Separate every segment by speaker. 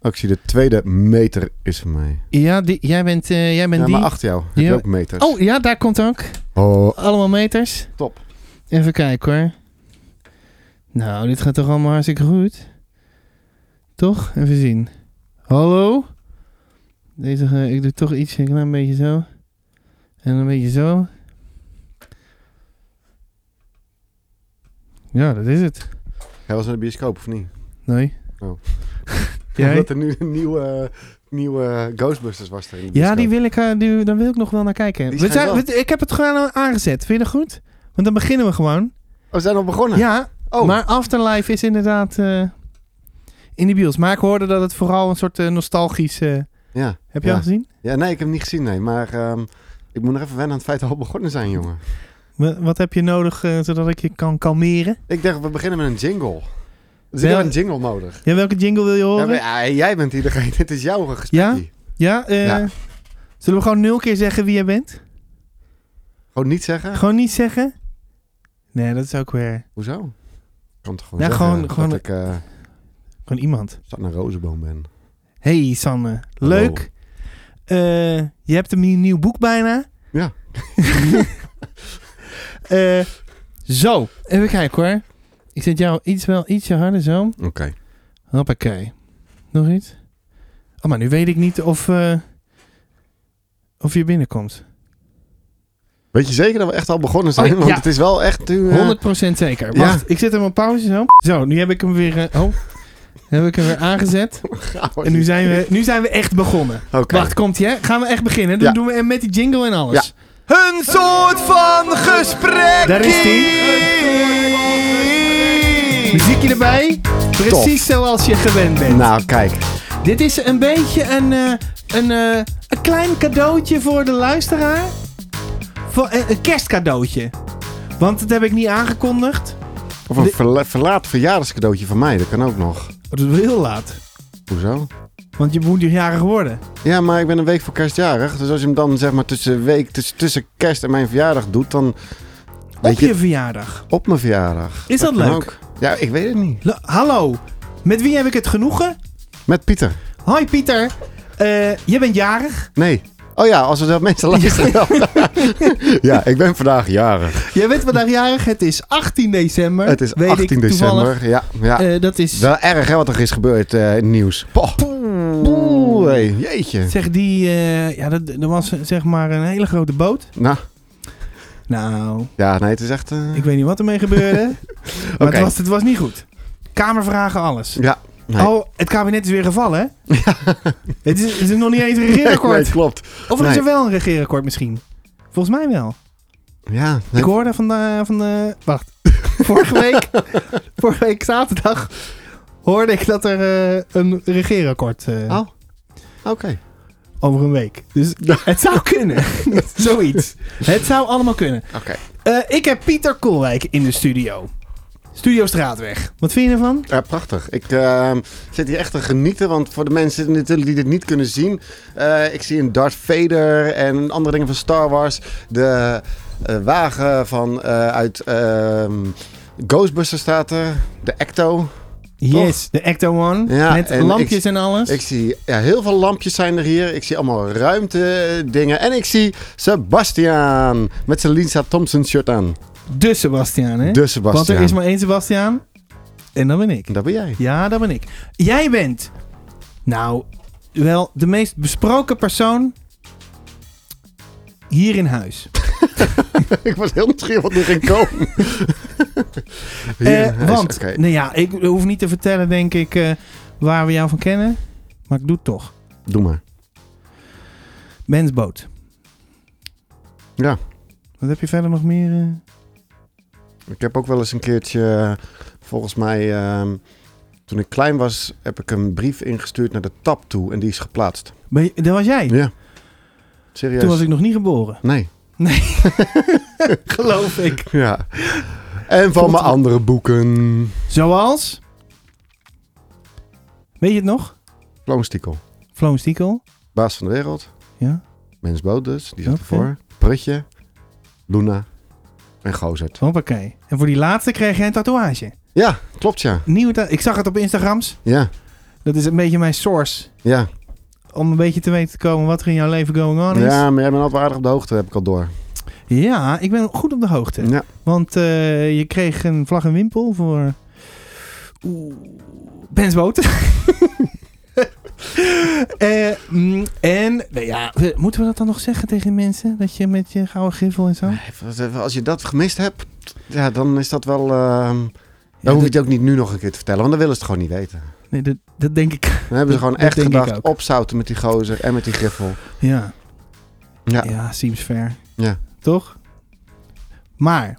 Speaker 1: Actie de tweede meter is van mij.
Speaker 2: Ja, die, jij bent, eh, jij bent
Speaker 1: Ja,
Speaker 2: die.
Speaker 1: maar achter jou heb
Speaker 2: Ja.
Speaker 1: je ook meters.
Speaker 2: Oh ja, daar komt ook.
Speaker 1: Oh,
Speaker 2: Allemaal meters.
Speaker 1: top.
Speaker 2: Even kijken hoor. Nou, dit gaat toch allemaal hartstikke goed? Toch? Even zien. Hallo? Deze, ga- ik doe toch iets, een klein beetje zo. En een beetje zo. Ja, dat is het.
Speaker 1: Hij was in de bioscoop, of niet?
Speaker 2: Nee.
Speaker 1: Oh.
Speaker 2: Jij?
Speaker 1: Omdat er nu een nieuwe, nieuwe Ghostbusters was er in de
Speaker 2: Ja,
Speaker 1: bioscoop.
Speaker 2: die wil ik, eh, die, daar wil ik nog wel naar kijken.
Speaker 1: Die
Speaker 2: We zijn,
Speaker 1: schijnt wel.
Speaker 2: we- ik heb het gewoon al aangezet. Vind je dat goed? Want dan beginnen we gewoon.
Speaker 1: Oh, we zijn al begonnen?
Speaker 2: Ja,
Speaker 1: Oh,
Speaker 2: maar Afterlife is inderdaad eh, in de bios. Maar ik hoorde dat het vooral een soort eh, nostalgisch... eh,
Speaker 1: ja.
Speaker 2: heb je
Speaker 1: Ja.
Speaker 2: al gezien?
Speaker 1: ja. Nee, ik heb hem niet gezien, nee. Maar ehm, ik moet nog even wennen aan het feit dat we al begonnen zijn, jongen.
Speaker 2: Wa- Wat heb je nodig eh, zodat ik je kan kalmeren?
Speaker 1: Ik dacht, we beginnen met een jingle. Dus
Speaker 2: Ja.
Speaker 1: ik heb een jingle nodig.
Speaker 2: Ja, welke jingle wil je
Speaker 1: Ja,
Speaker 2: horen?
Speaker 1: maar,
Speaker 2: Ja?
Speaker 1: ja, jij bent hier degene. Dit is jouw gesprekje.
Speaker 2: eh,
Speaker 1: Ja.
Speaker 2: Zullen we gewoon nul keer zeggen wie jij bent?
Speaker 1: Gewoon niet zeggen?
Speaker 2: Gewoon niet zeggen? Nee, dat is ook weer...
Speaker 1: Hoezo? Ik kan toch gewoon
Speaker 2: Ja,
Speaker 1: zeggen
Speaker 2: gewoon-
Speaker 1: dat
Speaker 2: gewoon-
Speaker 1: ik eh
Speaker 2: Gewoon iemand.
Speaker 1: Sanne Rozenboom ben.
Speaker 2: Hey Sanne, leuk. Eh, je hebt een nieuw nieuw boek bijna.
Speaker 1: Ja.
Speaker 2: Eh, zo, even kijken hoor. Ik zet jou iets wel ietsje harder zo.
Speaker 1: Oké.
Speaker 2: Hoppakee. Nog iets? Oh, maar nu weet ik niet of, eh, of je binnenkomt.
Speaker 1: Weet je zeker dat we echt al begonnen zijn?
Speaker 2: Oh, ja.
Speaker 1: Want het is wel echt... nu, eh,
Speaker 2: 100% zeker.
Speaker 1: Ja.
Speaker 2: Wacht, ik zet hem op pauze zo. Zo, nu heb ik hem weer, eh, oh, heb ik hem weer aangezet.
Speaker 1: gauw.
Speaker 2: En nu zijn we, nu zijn we echt begonnen.
Speaker 1: Oké.
Speaker 2: Wacht, komt ie, hè? Gaan we echt beginnen? Dan
Speaker 1: Ja.
Speaker 2: doen we met die jingle en alles.
Speaker 1: Ja.
Speaker 3: Een soort van gesprek.
Speaker 2: Daar is die. Muziekje erbij. Precies zoals je gewend bent.
Speaker 1: Nou, kijk.
Speaker 2: Dit is een beetje een, eh, een, eh, een klein cadeautje voor de luisteraar. Voor, eh, een kerstcadeautje. Want dat heb ik niet aangekondigd.
Speaker 1: Of een
Speaker 2: De-
Speaker 1: verla- verlaat verjaardagscadeautje van mij. Dat kan ook nog.
Speaker 2: Dat is wel heel laat.
Speaker 1: Hoezo?
Speaker 2: Want je moet hier jarig worden.
Speaker 1: Ja, maar ik ben een week voor kerstjarig. Dus als je hem dan zeg maar tussen week, tussen, tussen kerst en mijn verjaardag doet, dan...
Speaker 2: Op
Speaker 1: Weet
Speaker 2: je,
Speaker 1: je,
Speaker 2: verjaardag.
Speaker 1: op mijn verjaardag.
Speaker 2: Is dat
Speaker 1: kan
Speaker 2: leuk?
Speaker 1: ook. Ja, ik weet het niet.
Speaker 2: Le- Hallo. Met wie heb ik het genoegen?
Speaker 1: Met Pieter.
Speaker 2: Hoi Pieter. Eh je bent jarig.
Speaker 1: Nee. Oh ja, als we dat mensen luisteren. wel. ja, ik ben vandaag jarig.
Speaker 2: Jij bent vandaag jarig. Het is 18 december.
Speaker 1: Het is
Speaker 2: Weet
Speaker 1: 18
Speaker 2: ik toevallig.
Speaker 1: december. Ja, ja.
Speaker 2: Eh, dat is...
Speaker 1: Wel erg hè, wat er is gebeurd eh, in het nieuws. Poh. Poeh, hey, jeetje.
Speaker 2: Zeg, die, eh, ja, dat, dat was eh, zeg maar een hele grote boot.
Speaker 1: Nou,
Speaker 2: Nou,
Speaker 1: ja, nee, het is echt... eh,
Speaker 2: ik weet niet wat ermee gebeurde. maar
Speaker 1: Oké.
Speaker 2: het, was, het was niet goed. Kamervragen, alles.
Speaker 1: Ja. Nee.
Speaker 2: Oh, het kabinet is weer gevallen, hè? Het, is, het is nog niet eens een regeerakkoord.
Speaker 1: Nee, klopt.
Speaker 2: of er is
Speaker 1: nee.
Speaker 2: er wel een regeerakkoord misschien. Volgens mij wel.
Speaker 1: Ja, nee.
Speaker 2: Ik hoorde van de, van de wacht. vorige week, vorige week zaterdag, hoorde ik dat er eh, een regeerakkoord eh,
Speaker 1: Oh, oké.
Speaker 2: over een week. Dus het zou kunnen. Zoiets. Het zou allemaal kunnen.
Speaker 1: Oké.
Speaker 2: Eh, ik heb Pieter Koolwijk in de studio. Studio Straatweg. Wat vind je ervan?
Speaker 1: Ja, prachtig. Ik ehm, zit hier echt te genieten, want voor de mensen natuurlijk die dit niet kunnen zien, eh, ik zie een Darth Vader en andere dingen van Star Wars. De eh, wagen van eh, uit ehm, Ghostbusters staat er, de Ecto.
Speaker 2: Yes, de Ecto One.
Speaker 1: Ja,
Speaker 2: met
Speaker 1: en
Speaker 2: lampjes
Speaker 1: ik-
Speaker 2: en alles.
Speaker 1: Ik zie ja, heel veel lampjes zijn er hier. Ik zie allemaal ruimte eh, dingen en ik zie Sebastian met zijn Lisa Thompson shirt aan. Dus,
Speaker 2: de Sebastiaan, hè?
Speaker 1: De Sebastian.
Speaker 2: Want er is maar één Sebastiaan. En dat ben ik.
Speaker 1: Dat ben jij.
Speaker 2: Ja, dat ben ik. Jij bent, nou, wel de meest besproken persoon hier in huis.
Speaker 1: ik was heel nieuwsgierig wat er ging komen.
Speaker 2: Eh,
Speaker 1: Hier, hij is-
Speaker 2: want,
Speaker 1: oké.
Speaker 2: nou ja, ik hoef niet te vertellen, denk ik, eh, waar we jou van kennen. Maar ik doe het toch.
Speaker 1: Doe maar.
Speaker 2: Mensboot.
Speaker 1: Ja.
Speaker 2: Wat heb je verder nog meer? eh?
Speaker 1: Ik heb ook wel eens een keertje, eh, volgens mij, ehm, toen ik klein was, heb ik een brief ingestuurd naar de tap toe en die is geplaatst.
Speaker 2: Ben je- dat was jij.
Speaker 1: Ja. Serieus?
Speaker 2: Toen was ik nog niet geboren.
Speaker 1: Nee.
Speaker 2: Geloof ik.
Speaker 1: Ja. En van
Speaker 2: Klopt.
Speaker 1: mijn andere boeken.
Speaker 2: Zoals? Weet je het nog?
Speaker 1: Floonstiekel.
Speaker 2: Floon Stiekel.
Speaker 1: Baas van de wereld.
Speaker 2: Ja.
Speaker 1: Mensboot dus, die zat
Speaker 2: Oké.
Speaker 1: ervoor. Prutje. Luna. En Gozert.
Speaker 2: Hoppakee. En voor die laatste kreeg jij een tatoeage.
Speaker 1: Ja, klopt ja.
Speaker 2: Nieuwe ta- ik zag het op Instagrams.
Speaker 1: Ja.
Speaker 2: Dat is een beetje mijn source.
Speaker 1: Ja.
Speaker 2: Om een beetje te weten te komen wat er in jouw leven going on is.
Speaker 1: ja, maar jij bent altijd aardig op de hoogte, heb ik al door.
Speaker 2: Ja, ik ben goed op de hoogte.
Speaker 1: Ja.
Speaker 2: Want eh, je kreeg een vlag en wimpel voor. Oeh. Ben's boot. Eh, mm, en, nou ja, we- moeten we dat dan nog zeggen tegen mensen? Dat je met je gouden griffel en zo?
Speaker 1: Nee, Als je dat gemist hebt, ja, dan is dat wel... ehm, dan
Speaker 2: Ja,
Speaker 1: hoef je
Speaker 2: dat,
Speaker 1: het ook niet nu nog een keer te vertellen, want dan willen ze het gewoon niet weten.
Speaker 2: nee, dat, dat denk ik.
Speaker 1: Dan hebben ze
Speaker 2: Dat-
Speaker 1: gewoon
Speaker 2: dat
Speaker 1: echt
Speaker 2: denk ik
Speaker 1: gedacht,
Speaker 2: ook.
Speaker 1: opzouten met die gozer en met die griffel.
Speaker 2: Ja.
Speaker 1: Ja.
Speaker 2: ja, seems fair.
Speaker 1: Ja.
Speaker 2: Toch? Maar,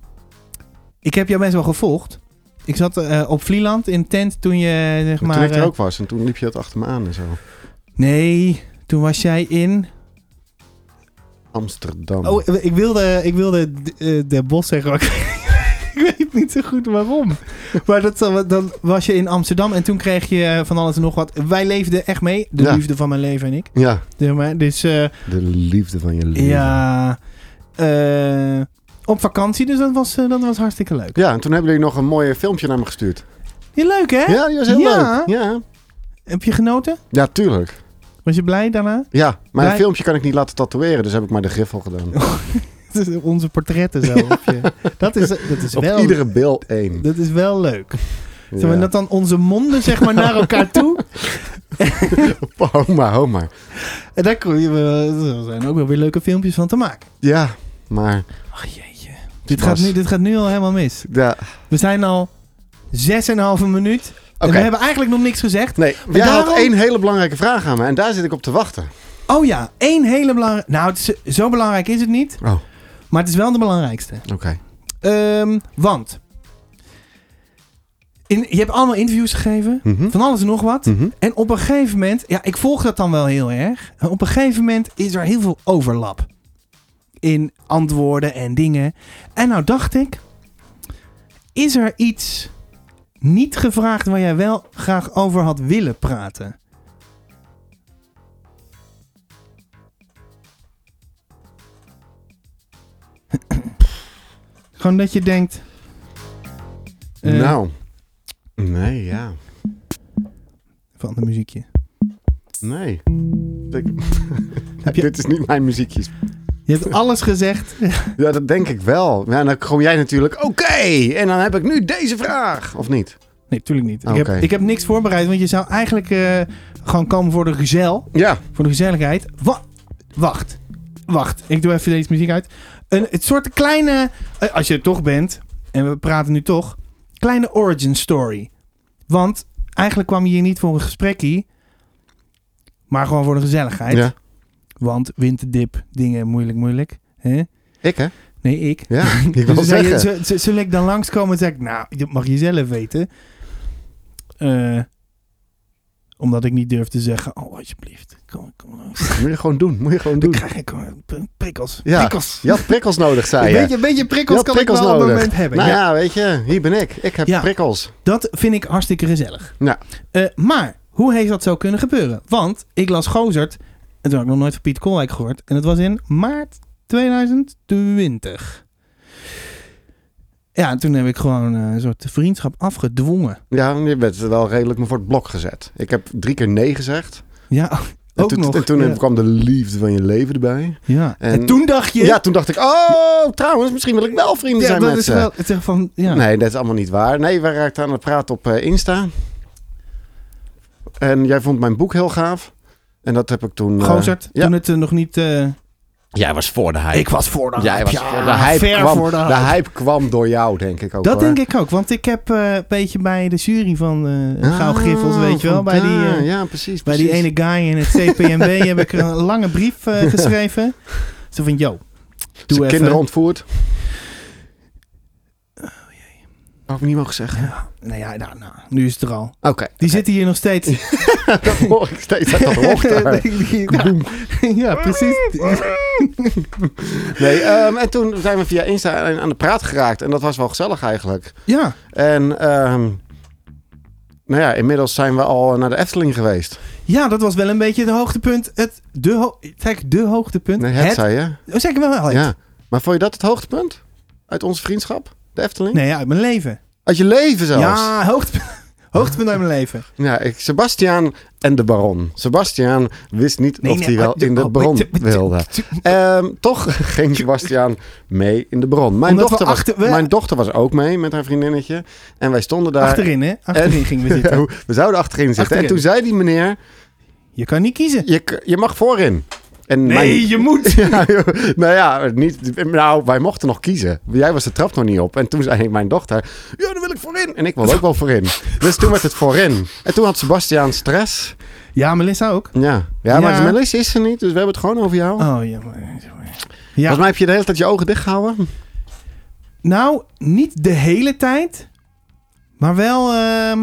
Speaker 2: ik heb jou best wel gevolgd. Ik zat eh, op Vlieland in tent toen je, zeg
Speaker 1: Maar
Speaker 2: maar...
Speaker 1: toen ik er
Speaker 2: eh,
Speaker 1: ook was en toen liep je dat achter me aan en zo.
Speaker 2: Nee, toen was jij in...
Speaker 1: Amsterdam.
Speaker 2: Oh, ik wilde, ik wilde eh, Den Bosch zeggen, maar ik, ik weet niet zo goed waarom. Maar dat, dan- dan was je in Amsterdam en toen kreeg je eh, van alles en nog wat. Wij leefden echt mee, de
Speaker 1: Ja.
Speaker 2: liefde van mijn leven en ik.
Speaker 1: Ja,
Speaker 2: Zeg maar, Dus eh,
Speaker 1: de liefde van je leven.
Speaker 2: ja, eh, op vakantie, dus dat was, eh, dat was hartstikke leuk.
Speaker 1: Ja, en toen hebben jullie nog een mooi filmpje naar me gestuurd.
Speaker 2: Ja, leuk hè?
Speaker 1: Ja, die was heel
Speaker 2: Ja?
Speaker 1: leuk. Ja.
Speaker 2: Heb je genoten?
Speaker 1: ja, tuurlijk.
Speaker 2: Was je blij daarna?
Speaker 1: Ja, maar
Speaker 2: Blij-
Speaker 1: een filmpje kan ik niet laten tatoeëren, dus heb ik maar de griffel gedaan.
Speaker 2: Het is Onze portretten zo. op je- Dat is, dat is
Speaker 1: Op
Speaker 2: wel...
Speaker 1: iedere beeld één.
Speaker 2: Dat is wel leuk.
Speaker 1: Ja.
Speaker 2: Zeg maar, dat dan onze monden zeg maar naar elkaar toe.
Speaker 1: Oh, maar, oh, maar.
Speaker 2: En daar kun je wel- er zijn ook wel weer leuke filmpjes van te maken.
Speaker 1: Ja, maar...
Speaker 2: Ach jeetje.
Speaker 1: Dit
Speaker 2: Dit gaat, nu, dit gaat nu al helemaal mis.
Speaker 1: Ja,
Speaker 2: We zijn al 6,5 minuut. En
Speaker 1: Oké.
Speaker 2: we hebben eigenlijk nog niks gezegd.
Speaker 1: nee. Jij
Speaker 2: daarom-
Speaker 1: had één hele belangrijke vraag aan me en daar zit ik op te wachten.
Speaker 2: Oh ja, één hele belangrijke. Nou, het is- zo belangrijk is het niet.
Speaker 1: Oh,
Speaker 2: Maar het is wel de belangrijkste.
Speaker 1: oké.
Speaker 2: Ehm, want. In, je hebt allemaal interviews gegeven.
Speaker 1: Mhm.
Speaker 2: Van alles en nog wat.
Speaker 1: Mhm.
Speaker 2: En op een gegeven moment, ja, ik volg dat dan wel heel erg. En op een gegeven moment is er heel veel overlap in antwoorden en dingen. En nou dacht ik, is er iets niet gevraagd waar jij wel graag over had willen praten? Gewoon dat je denkt. eh,
Speaker 1: Nou. Nee, ja.
Speaker 2: Van de muziekje.
Speaker 1: Nee. Ik-
Speaker 2: Heb je-
Speaker 1: Dit is niet mijn muziekjes.
Speaker 2: Je hebt alles gezegd.
Speaker 1: Ja, dat denk ik wel. Ja, dan kom jij natuurlijk, oké, en dan heb ik nu deze vraag. Of niet?
Speaker 2: Nee, tuurlijk niet. Ik,
Speaker 1: Oké.
Speaker 2: heb, ik heb niks voorbereid, want je zou eigenlijk eh, gewoon komen voor de gezel.
Speaker 1: Ja.
Speaker 2: Voor de gezelligheid. Wa- wacht. Wacht. Ik doe even deze muziek uit. Een, het soort kleine... eh, als je er toch bent, en we praten nu toch. Kleine origin story. Want eigenlijk kwam je hier niet voor een gesprekkie. Maar gewoon voor de gezelligheid.
Speaker 1: ja.
Speaker 2: Want winterdip, dingen, moeilijk, moeilijk. hè?
Speaker 1: Ik, hè?
Speaker 2: Nee, ik.
Speaker 1: Ja, ik wil
Speaker 2: Dus dan zei je,
Speaker 1: zeggen.
Speaker 2: z- z- zullen ik dan langskomen en zeg ik, nou, dat mag je zelf weten. Eh, omdat ik niet durf te zeggen, oh alsjeblieft, kom, kom langs.
Speaker 1: Moet je gewoon doen, moet je gewoon doen.
Speaker 2: Krijg ik eh, p- prikkels,
Speaker 1: Ja,
Speaker 2: prikkels.
Speaker 1: Je had prikkels nodig, zei
Speaker 2: een,
Speaker 1: je.
Speaker 2: beetje, een beetje prikkels
Speaker 1: Ja,
Speaker 2: kan
Speaker 1: prikkels
Speaker 2: ik wel op
Speaker 1: nodig.
Speaker 2: een moment hebben.
Speaker 1: Nou
Speaker 2: ja.
Speaker 1: ja, weet je, hier ben ik. Ik heb
Speaker 2: Ja.
Speaker 1: prikkels.
Speaker 2: Dat vind ik hartstikke gezellig.
Speaker 1: Ja.
Speaker 2: Eh, maar, hoe heeft dat zo kunnen gebeuren? Want ik las Gozert, en toen had ik nog nooit van Piet Kolwijk gehoord. En dat was in maart 2020. Ja, en toen heb ik gewoon eh, een soort vriendschap afgedwongen.
Speaker 1: Ja, je bent wel redelijk me voor het blok gezet. Ik heb drie keer nee gezegd.
Speaker 2: Ja,
Speaker 1: En
Speaker 2: ook
Speaker 1: toen,
Speaker 2: nog.
Speaker 1: en toen
Speaker 2: ja.
Speaker 1: kwam de liefde van je leven erbij.
Speaker 2: Ja. En,
Speaker 1: en-
Speaker 2: toen dacht je...
Speaker 1: Ja, toen dacht ik, oh, trouwens, misschien wil ik wel vrienden
Speaker 2: ja,
Speaker 1: zijn
Speaker 2: dat
Speaker 1: met
Speaker 2: is
Speaker 1: ze.
Speaker 2: wel... Het is van, ja.
Speaker 1: eh, Nee, dat is allemaal niet waar. Nee, wij raakten aan het praten op eh, Insta. En jij vond mijn boek heel gaaf. En dat heb ik toen... eh,
Speaker 2: Gozert,
Speaker 1: ja.
Speaker 2: toen het eh, nog niet... eh,
Speaker 1: Jij was voor de hype.
Speaker 2: ik was voor de
Speaker 1: Jij
Speaker 2: hype,
Speaker 1: was
Speaker 2: ja,
Speaker 1: voor de hype.
Speaker 2: ver
Speaker 1: kwam,
Speaker 2: voor de
Speaker 1: de,
Speaker 2: hype.
Speaker 1: hype kwam door jou, denk ik ook.
Speaker 2: Dat
Speaker 1: hoor.
Speaker 2: denk ik ook, want ik heb eh, een beetje bij de jury van eh
Speaker 1: Ah,
Speaker 2: Gauw Griffels, weet je wel, bij die,
Speaker 1: vandaar.
Speaker 2: eh,
Speaker 1: ja, precies.
Speaker 2: bij die
Speaker 1: precies.
Speaker 2: ene guy in het CPMB heb ik een lange brief eh, geschreven. Zo van, yo, doe
Speaker 1: Zijn
Speaker 2: even.
Speaker 1: kinderen ontvoerd. Oh jee. Had ik niet mogen zeggen.
Speaker 2: Nou ja, nou, nou, nu is het er al.
Speaker 1: Oké.
Speaker 2: Die zitten hier nog steeds.
Speaker 1: dat hoor ik steeds uit dat hoogte.
Speaker 2: ja, nou, ja, precies.
Speaker 1: Nee, ehm, en toen zijn we via Insta aan- aan de praat geraakt. En dat was wel gezellig eigenlijk.
Speaker 2: Ja,
Speaker 1: En ehm, nou ja, inmiddels zijn we al naar de Efteling geweest.
Speaker 2: Ja, dat was wel een beetje het hoogtepunt. Het, de, ho kijk, de hoogtepunt.
Speaker 1: Nee, het, zei je.
Speaker 2: Oh, zeg ik wel het.
Speaker 1: Ja. Maar vond je dat het hoogtepunt? Uit onze vriendschap? De Efteling?
Speaker 2: Nee, uit mijn leven.
Speaker 1: Uit je leven zelfs?
Speaker 2: Ja, hoogtepunt. Hoogtepunt uit mijn leven.
Speaker 1: Ja, ik, Sebastiaan en de baron. Sebastiaan wist niet
Speaker 2: Nee,
Speaker 1: of
Speaker 2: nee,
Speaker 1: hij wel
Speaker 2: ah, de-
Speaker 1: in de
Speaker 2: oh,
Speaker 1: baron
Speaker 2: de- de-
Speaker 1: wilde. Ehm, toch ging Sebastiaan mee in de bron. Mijn
Speaker 2: Omdat we
Speaker 1: dochter, was,
Speaker 2: achter- we-
Speaker 1: mijn dochter was ook mee met haar vriendinnetje. En wij stonden daar.
Speaker 2: Achterin, hè? Achterin gingen we zitten.
Speaker 1: we zouden achterin zitten.
Speaker 2: Achterin.
Speaker 1: En toen zei die meneer,
Speaker 2: Je kan niet kiezen.
Speaker 1: je, k- je mag voorin. En
Speaker 2: Nee, je moet.
Speaker 1: Ja, joh. nou ja, niet, nou, wij mochten nog kiezen. Jij was de trap nog niet op. En toen zei mijn dochter, ja, dan wil ik voorin. En ik wil ook wel voorin. Dus toen werd het voorin. En toen had Sebastiaan stress.
Speaker 2: Ja, Melissa ook.
Speaker 1: Ja, ja, maar
Speaker 2: Ja.
Speaker 1: Melis is er niet, dus we hebben het gewoon over jou.
Speaker 2: Oh, jammer. Ja,
Speaker 1: Volgens mij heb je de hele tijd je ogen dicht gehouden.
Speaker 2: nou, niet de hele tijd. Maar wel... ehm,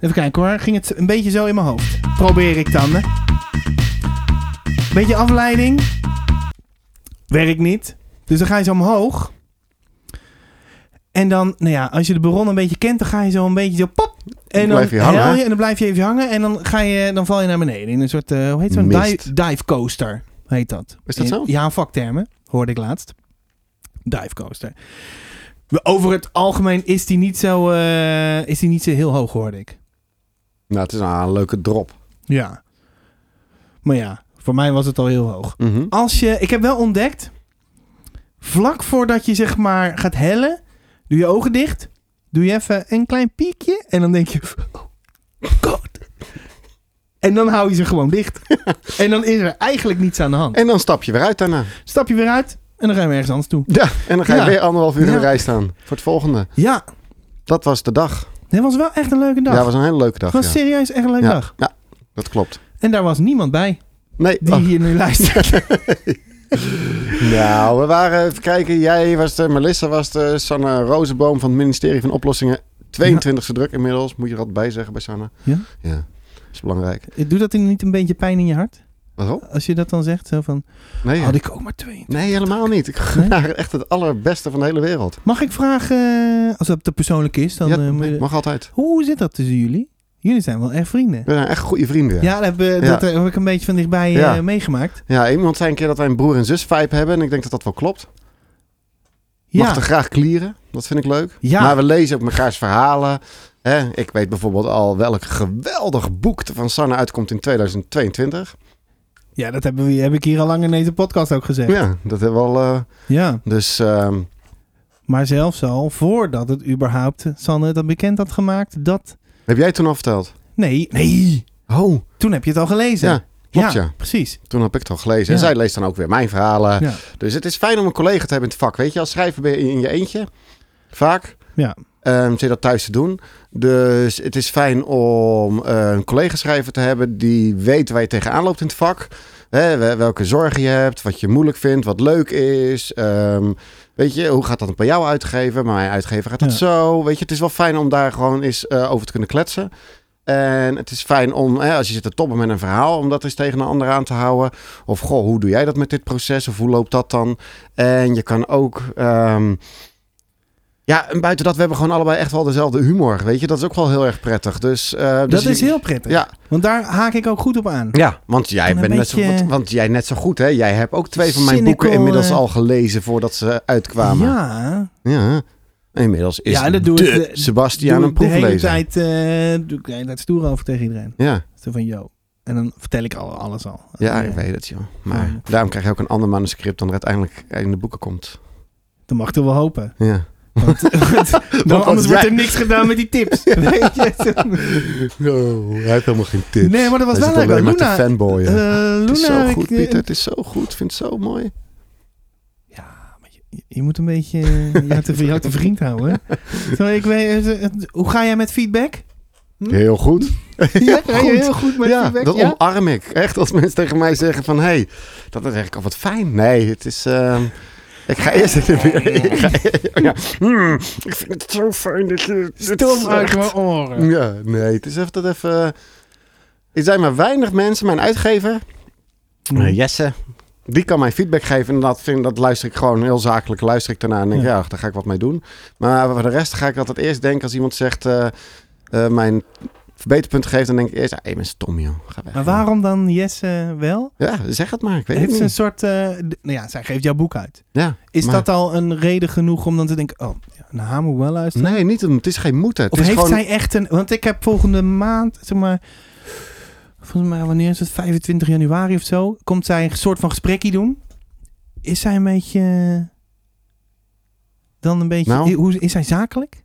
Speaker 2: Even kijken hoor. Ging het een beetje zo in mijn hoofd. Probeer ik dan, hè? Beetje afleiding. Werkt niet. Dus dan ga je zo omhoog. En dan, nou ja, als je de baron een beetje kent, dan ga je zo een beetje zo pop. En dan
Speaker 1: Blijf je hangen,
Speaker 2: hel
Speaker 1: hè?
Speaker 2: en dan blijf je even hangen. En dan, ga je, dan val je naar beneden. In een soort, eh, hoe heet zo'n
Speaker 1: Mist.
Speaker 2: dive, dive coaster? Heet dat.
Speaker 1: Is dat
Speaker 2: In-
Speaker 1: zo?
Speaker 2: Ja, vaktermen. Hoorde ik laatst. Dive coaster. Over het algemeen is die niet zo, eh, is die niet zo heel hoog, hoorde ik.
Speaker 1: Nou, het is een, een leuke drop.
Speaker 2: Ja. Maar ja, voor mij was het al heel hoog.
Speaker 1: Mhm.
Speaker 2: Als je, ik heb wel ontdekt, vlak voordat je zeg maar gaat hellen, doe je ogen dicht, doe je even een klein piekje en dan denk je, oh god. En dan hou je ze gewoon dicht. En dan is er eigenlijk niets aan de hand.
Speaker 1: En dan stap je weer uit daarna.
Speaker 2: Stap je weer uit en dan gaan we ergens anders toe.
Speaker 1: Ja, en dan ga je
Speaker 2: Ja.
Speaker 1: weer anderhalf uur in de
Speaker 2: Ja.
Speaker 1: rij staan. Voor het volgende.
Speaker 2: Ja,
Speaker 1: Dat was de dag.
Speaker 2: dit was wel echt een leuke dag.
Speaker 1: Ja, was een hele leuke dag.
Speaker 2: Het was
Speaker 1: ja.
Speaker 2: serieus echt een leuke
Speaker 1: Ja.
Speaker 2: dag.
Speaker 1: Dat klopt.
Speaker 2: En daar was niemand bij
Speaker 1: Nee,
Speaker 2: die
Speaker 1: oh.
Speaker 2: hier nu luistert.
Speaker 1: nou, we waren, even kijken, jij was de, Melissa was de, Sanne Rozenboom van het ministerie van Oplossingen. 22e druk inmiddels, moet je er altijd bij zeggen bij Sanne.
Speaker 2: Ja?
Speaker 1: Ja, dat is belangrijk.
Speaker 2: Doet dat niet een beetje pijn in je hart?
Speaker 1: Waarom?
Speaker 2: Als je dat dan zegt, zo van,
Speaker 1: Nee,
Speaker 2: had ik ook maar twee.
Speaker 1: nee helemaal niet. Ik gun haar echt het allerbeste van de hele wereld.
Speaker 2: Mag ik vragen, eh, als dat te persoonlijk is, dan...
Speaker 1: Ja,
Speaker 2: eh, moet je-
Speaker 1: mag altijd.
Speaker 2: Hoe zit dat tussen jullie? Jullie zijn wel echt vrienden.
Speaker 1: We zijn echt goede vrienden.
Speaker 2: Ja, dat, heb, eh,
Speaker 1: Ja.
Speaker 2: dat eh, heb ik een beetje van dichtbij eh,
Speaker 1: Ja.
Speaker 2: meegemaakt.
Speaker 1: Ja, iemand zei een keer dat wij een broer- en zus-vibe hebben. En ik denk dat dat wel klopt.
Speaker 2: Ja,
Speaker 1: Mag er graag klieren. Dat vind ik leuk.
Speaker 2: Ja.
Speaker 1: Maar we lezen ook mekaars verhalen. Hè, ik weet bijvoorbeeld al welk geweldig boek er van Sanne uitkomt in 2022.
Speaker 2: ja dat hebben we, heb ik hier al lang in deze podcast ook gezegd. Ja.
Speaker 1: Ja, dat hebben we al. eh, dus ehm,
Speaker 2: Maar zelfs al voordat het überhaupt eh, Sanne dat bekend had gemaakt, dat...
Speaker 1: heb jij toen al verteld?
Speaker 2: Nee, nee.
Speaker 1: Oh,
Speaker 2: Toen heb je het al gelezen.
Speaker 1: Ja, klopt, ja.
Speaker 2: precies.
Speaker 1: toen heb ik het al gelezen. En
Speaker 2: Ja.
Speaker 1: zij leest dan ook weer mijn verhalen.
Speaker 2: Ja.
Speaker 1: Dus het is fijn om een collega te hebben in het vak. Weet je, als schrijver ben je in je eentje. Vaak.
Speaker 2: Ja.
Speaker 1: Ehm, zit dat thuis te doen. Dus het is fijn om eh, een collega-schrijver te hebben die weet waar je tegenaan loopt in het vak. Hè, we- welke zorgen je hebt, wat je moeilijk vindt, wat leuk is. Ehm, weet je, hoe gaat dat bij jou uitgeven? Bij mijn uitgever gaat dat
Speaker 2: Ja.
Speaker 1: zo. Weet je, het is wel fijn om daar gewoon eens eh, over te kunnen kletsen. En het is fijn om, hè, als je zit te toppen met een verhaal, om dat eens tegen een ander aan te houden. Of, goh, hoe doe jij dat met dit proces? Of hoe loopt dat dan? En je kan ook... ehm, ja, en buiten dat, we hebben gewoon allebei echt wel dezelfde humor. Weet je, dat is ook wel heel erg prettig. Dus, eh, dus
Speaker 2: Dat is
Speaker 1: je-
Speaker 2: heel prettig.
Speaker 1: Ja,
Speaker 2: Want daar haak ik ook goed op aan.
Speaker 1: ja, want jij
Speaker 2: En een
Speaker 1: bent net zo,
Speaker 2: beetje-
Speaker 1: want, want jij net zo goed, hè? Jij hebt ook twee van mijn boeken
Speaker 2: Cynical,
Speaker 1: inmiddels
Speaker 2: eh,
Speaker 1: al gelezen voordat ze uitkwamen. Ja.
Speaker 2: Ja,
Speaker 1: Inmiddels is
Speaker 2: Ja, en dat doe
Speaker 1: de
Speaker 2: ik de-
Speaker 1: Sebastiaan
Speaker 2: doe
Speaker 1: een
Speaker 2: ik de hele
Speaker 1: proeflezer.
Speaker 2: tijd, eh, doe ik de hele tijd stoer over tegen iedereen.
Speaker 1: Ja,
Speaker 2: Zo van, yo. En dan vertel ik al, alles al.
Speaker 1: ja,
Speaker 2: En,
Speaker 1: ik
Speaker 2: eh,
Speaker 1: weet het, joh. Maar
Speaker 2: Ja.
Speaker 1: daarom krijg je ook een ander manuscript dan er uiteindelijk in de boeken komt.
Speaker 2: Dan mag ik toch wel hopen.
Speaker 1: Ja.
Speaker 2: Want, want
Speaker 1: als
Speaker 2: anders wordt
Speaker 1: jij-
Speaker 2: er niks gedaan met die tips. Weet je?
Speaker 1: No, Nou, hij heeft helemaal geen tips.
Speaker 2: Nee, maar dat was
Speaker 1: Hij
Speaker 2: wel
Speaker 1: zit
Speaker 2: leuk.
Speaker 1: alleen maar te
Speaker 2: Luna,
Speaker 1: fanboyen.
Speaker 2: eh,
Speaker 1: het is
Speaker 2: Luna,
Speaker 1: zo goed,
Speaker 2: ik, eh,
Speaker 1: Pieter. Het is zo goed. Ik vind het zo mooi.
Speaker 2: Ja, maar je, je moet een beetje eh, je hart te- je hart te vriend houden. Zo, ik weet, eh, eh, hoe ga jij met feedback?
Speaker 1: Heel goed.
Speaker 2: Ja, ga je heel goed met
Speaker 1: Ja,
Speaker 2: feedback?
Speaker 1: dat
Speaker 2: ja?
Speaker 1: omarm ik. Echt, als mensen tegen mij zeggen van... Hé, hey, dat is eigenlijk al wat fijn. Nee, het is... ehm, ik ga eerst even... ik, ga, ja, hmm, ik vind het zo fijn dat je... dit is
Speaker 2: Stom uit
Speaker 1: echt-
Speaker 2: mijn oren.
Speaker 1: Ja, nee, het is even dat even... eh, Er zijn maar weinig mensen, mijn uitgever... eh, Jesse... Die kan mij feedback geven en dat, vind, dat luister ik gewoon heel zakelijk. Luister ik daarna en denk, ja.
Speaker 2: Ja.
Speaker 1: daar ga ik wat mee doen. Maar voor de rest ga ik altijd eerst denken als iemand zegt... eh, eh, mijn verbeterpunt geeft, dan denk ik eerst... Hé, hey, ben stom, joh. Ga weg.
Speaker 2: Maar waarom dan Jesse wel?
Speaker 1: Ja, zeg het maar. Ik weet
Speaker 2: Heeft
Speaker 1: het
Speaker 2: ze een
Speaker 1: niet.
Speaker 2: soort... eh, d- nou ja, zij geeft jouw boek uit.
Speaker 1: Ja,
Speaker 2: Is
Speaker 1: maar-
Speaker 2: dat al een reden genoeg om dan te denken... Oh, ja, Nou, moet wel luisteren.
Speaker 1: Nee, niet een, het is geen moeten. Het
Speaker 2: Of
Speaker 1: is
Speaker 2: heeft
Speaker 1: gewoon,
Speaker 2: zij echt een... Want ik heb volgende maand, zeg maar... Volgens mij, wanneer is het? 25 januari of zo. Komt zij een soort van gesprekje doen. Is zij een beetje... eh, Dan een beetje...
Speaker 1: Nou.
Speaker 2: Hoe, is zij zakelijk?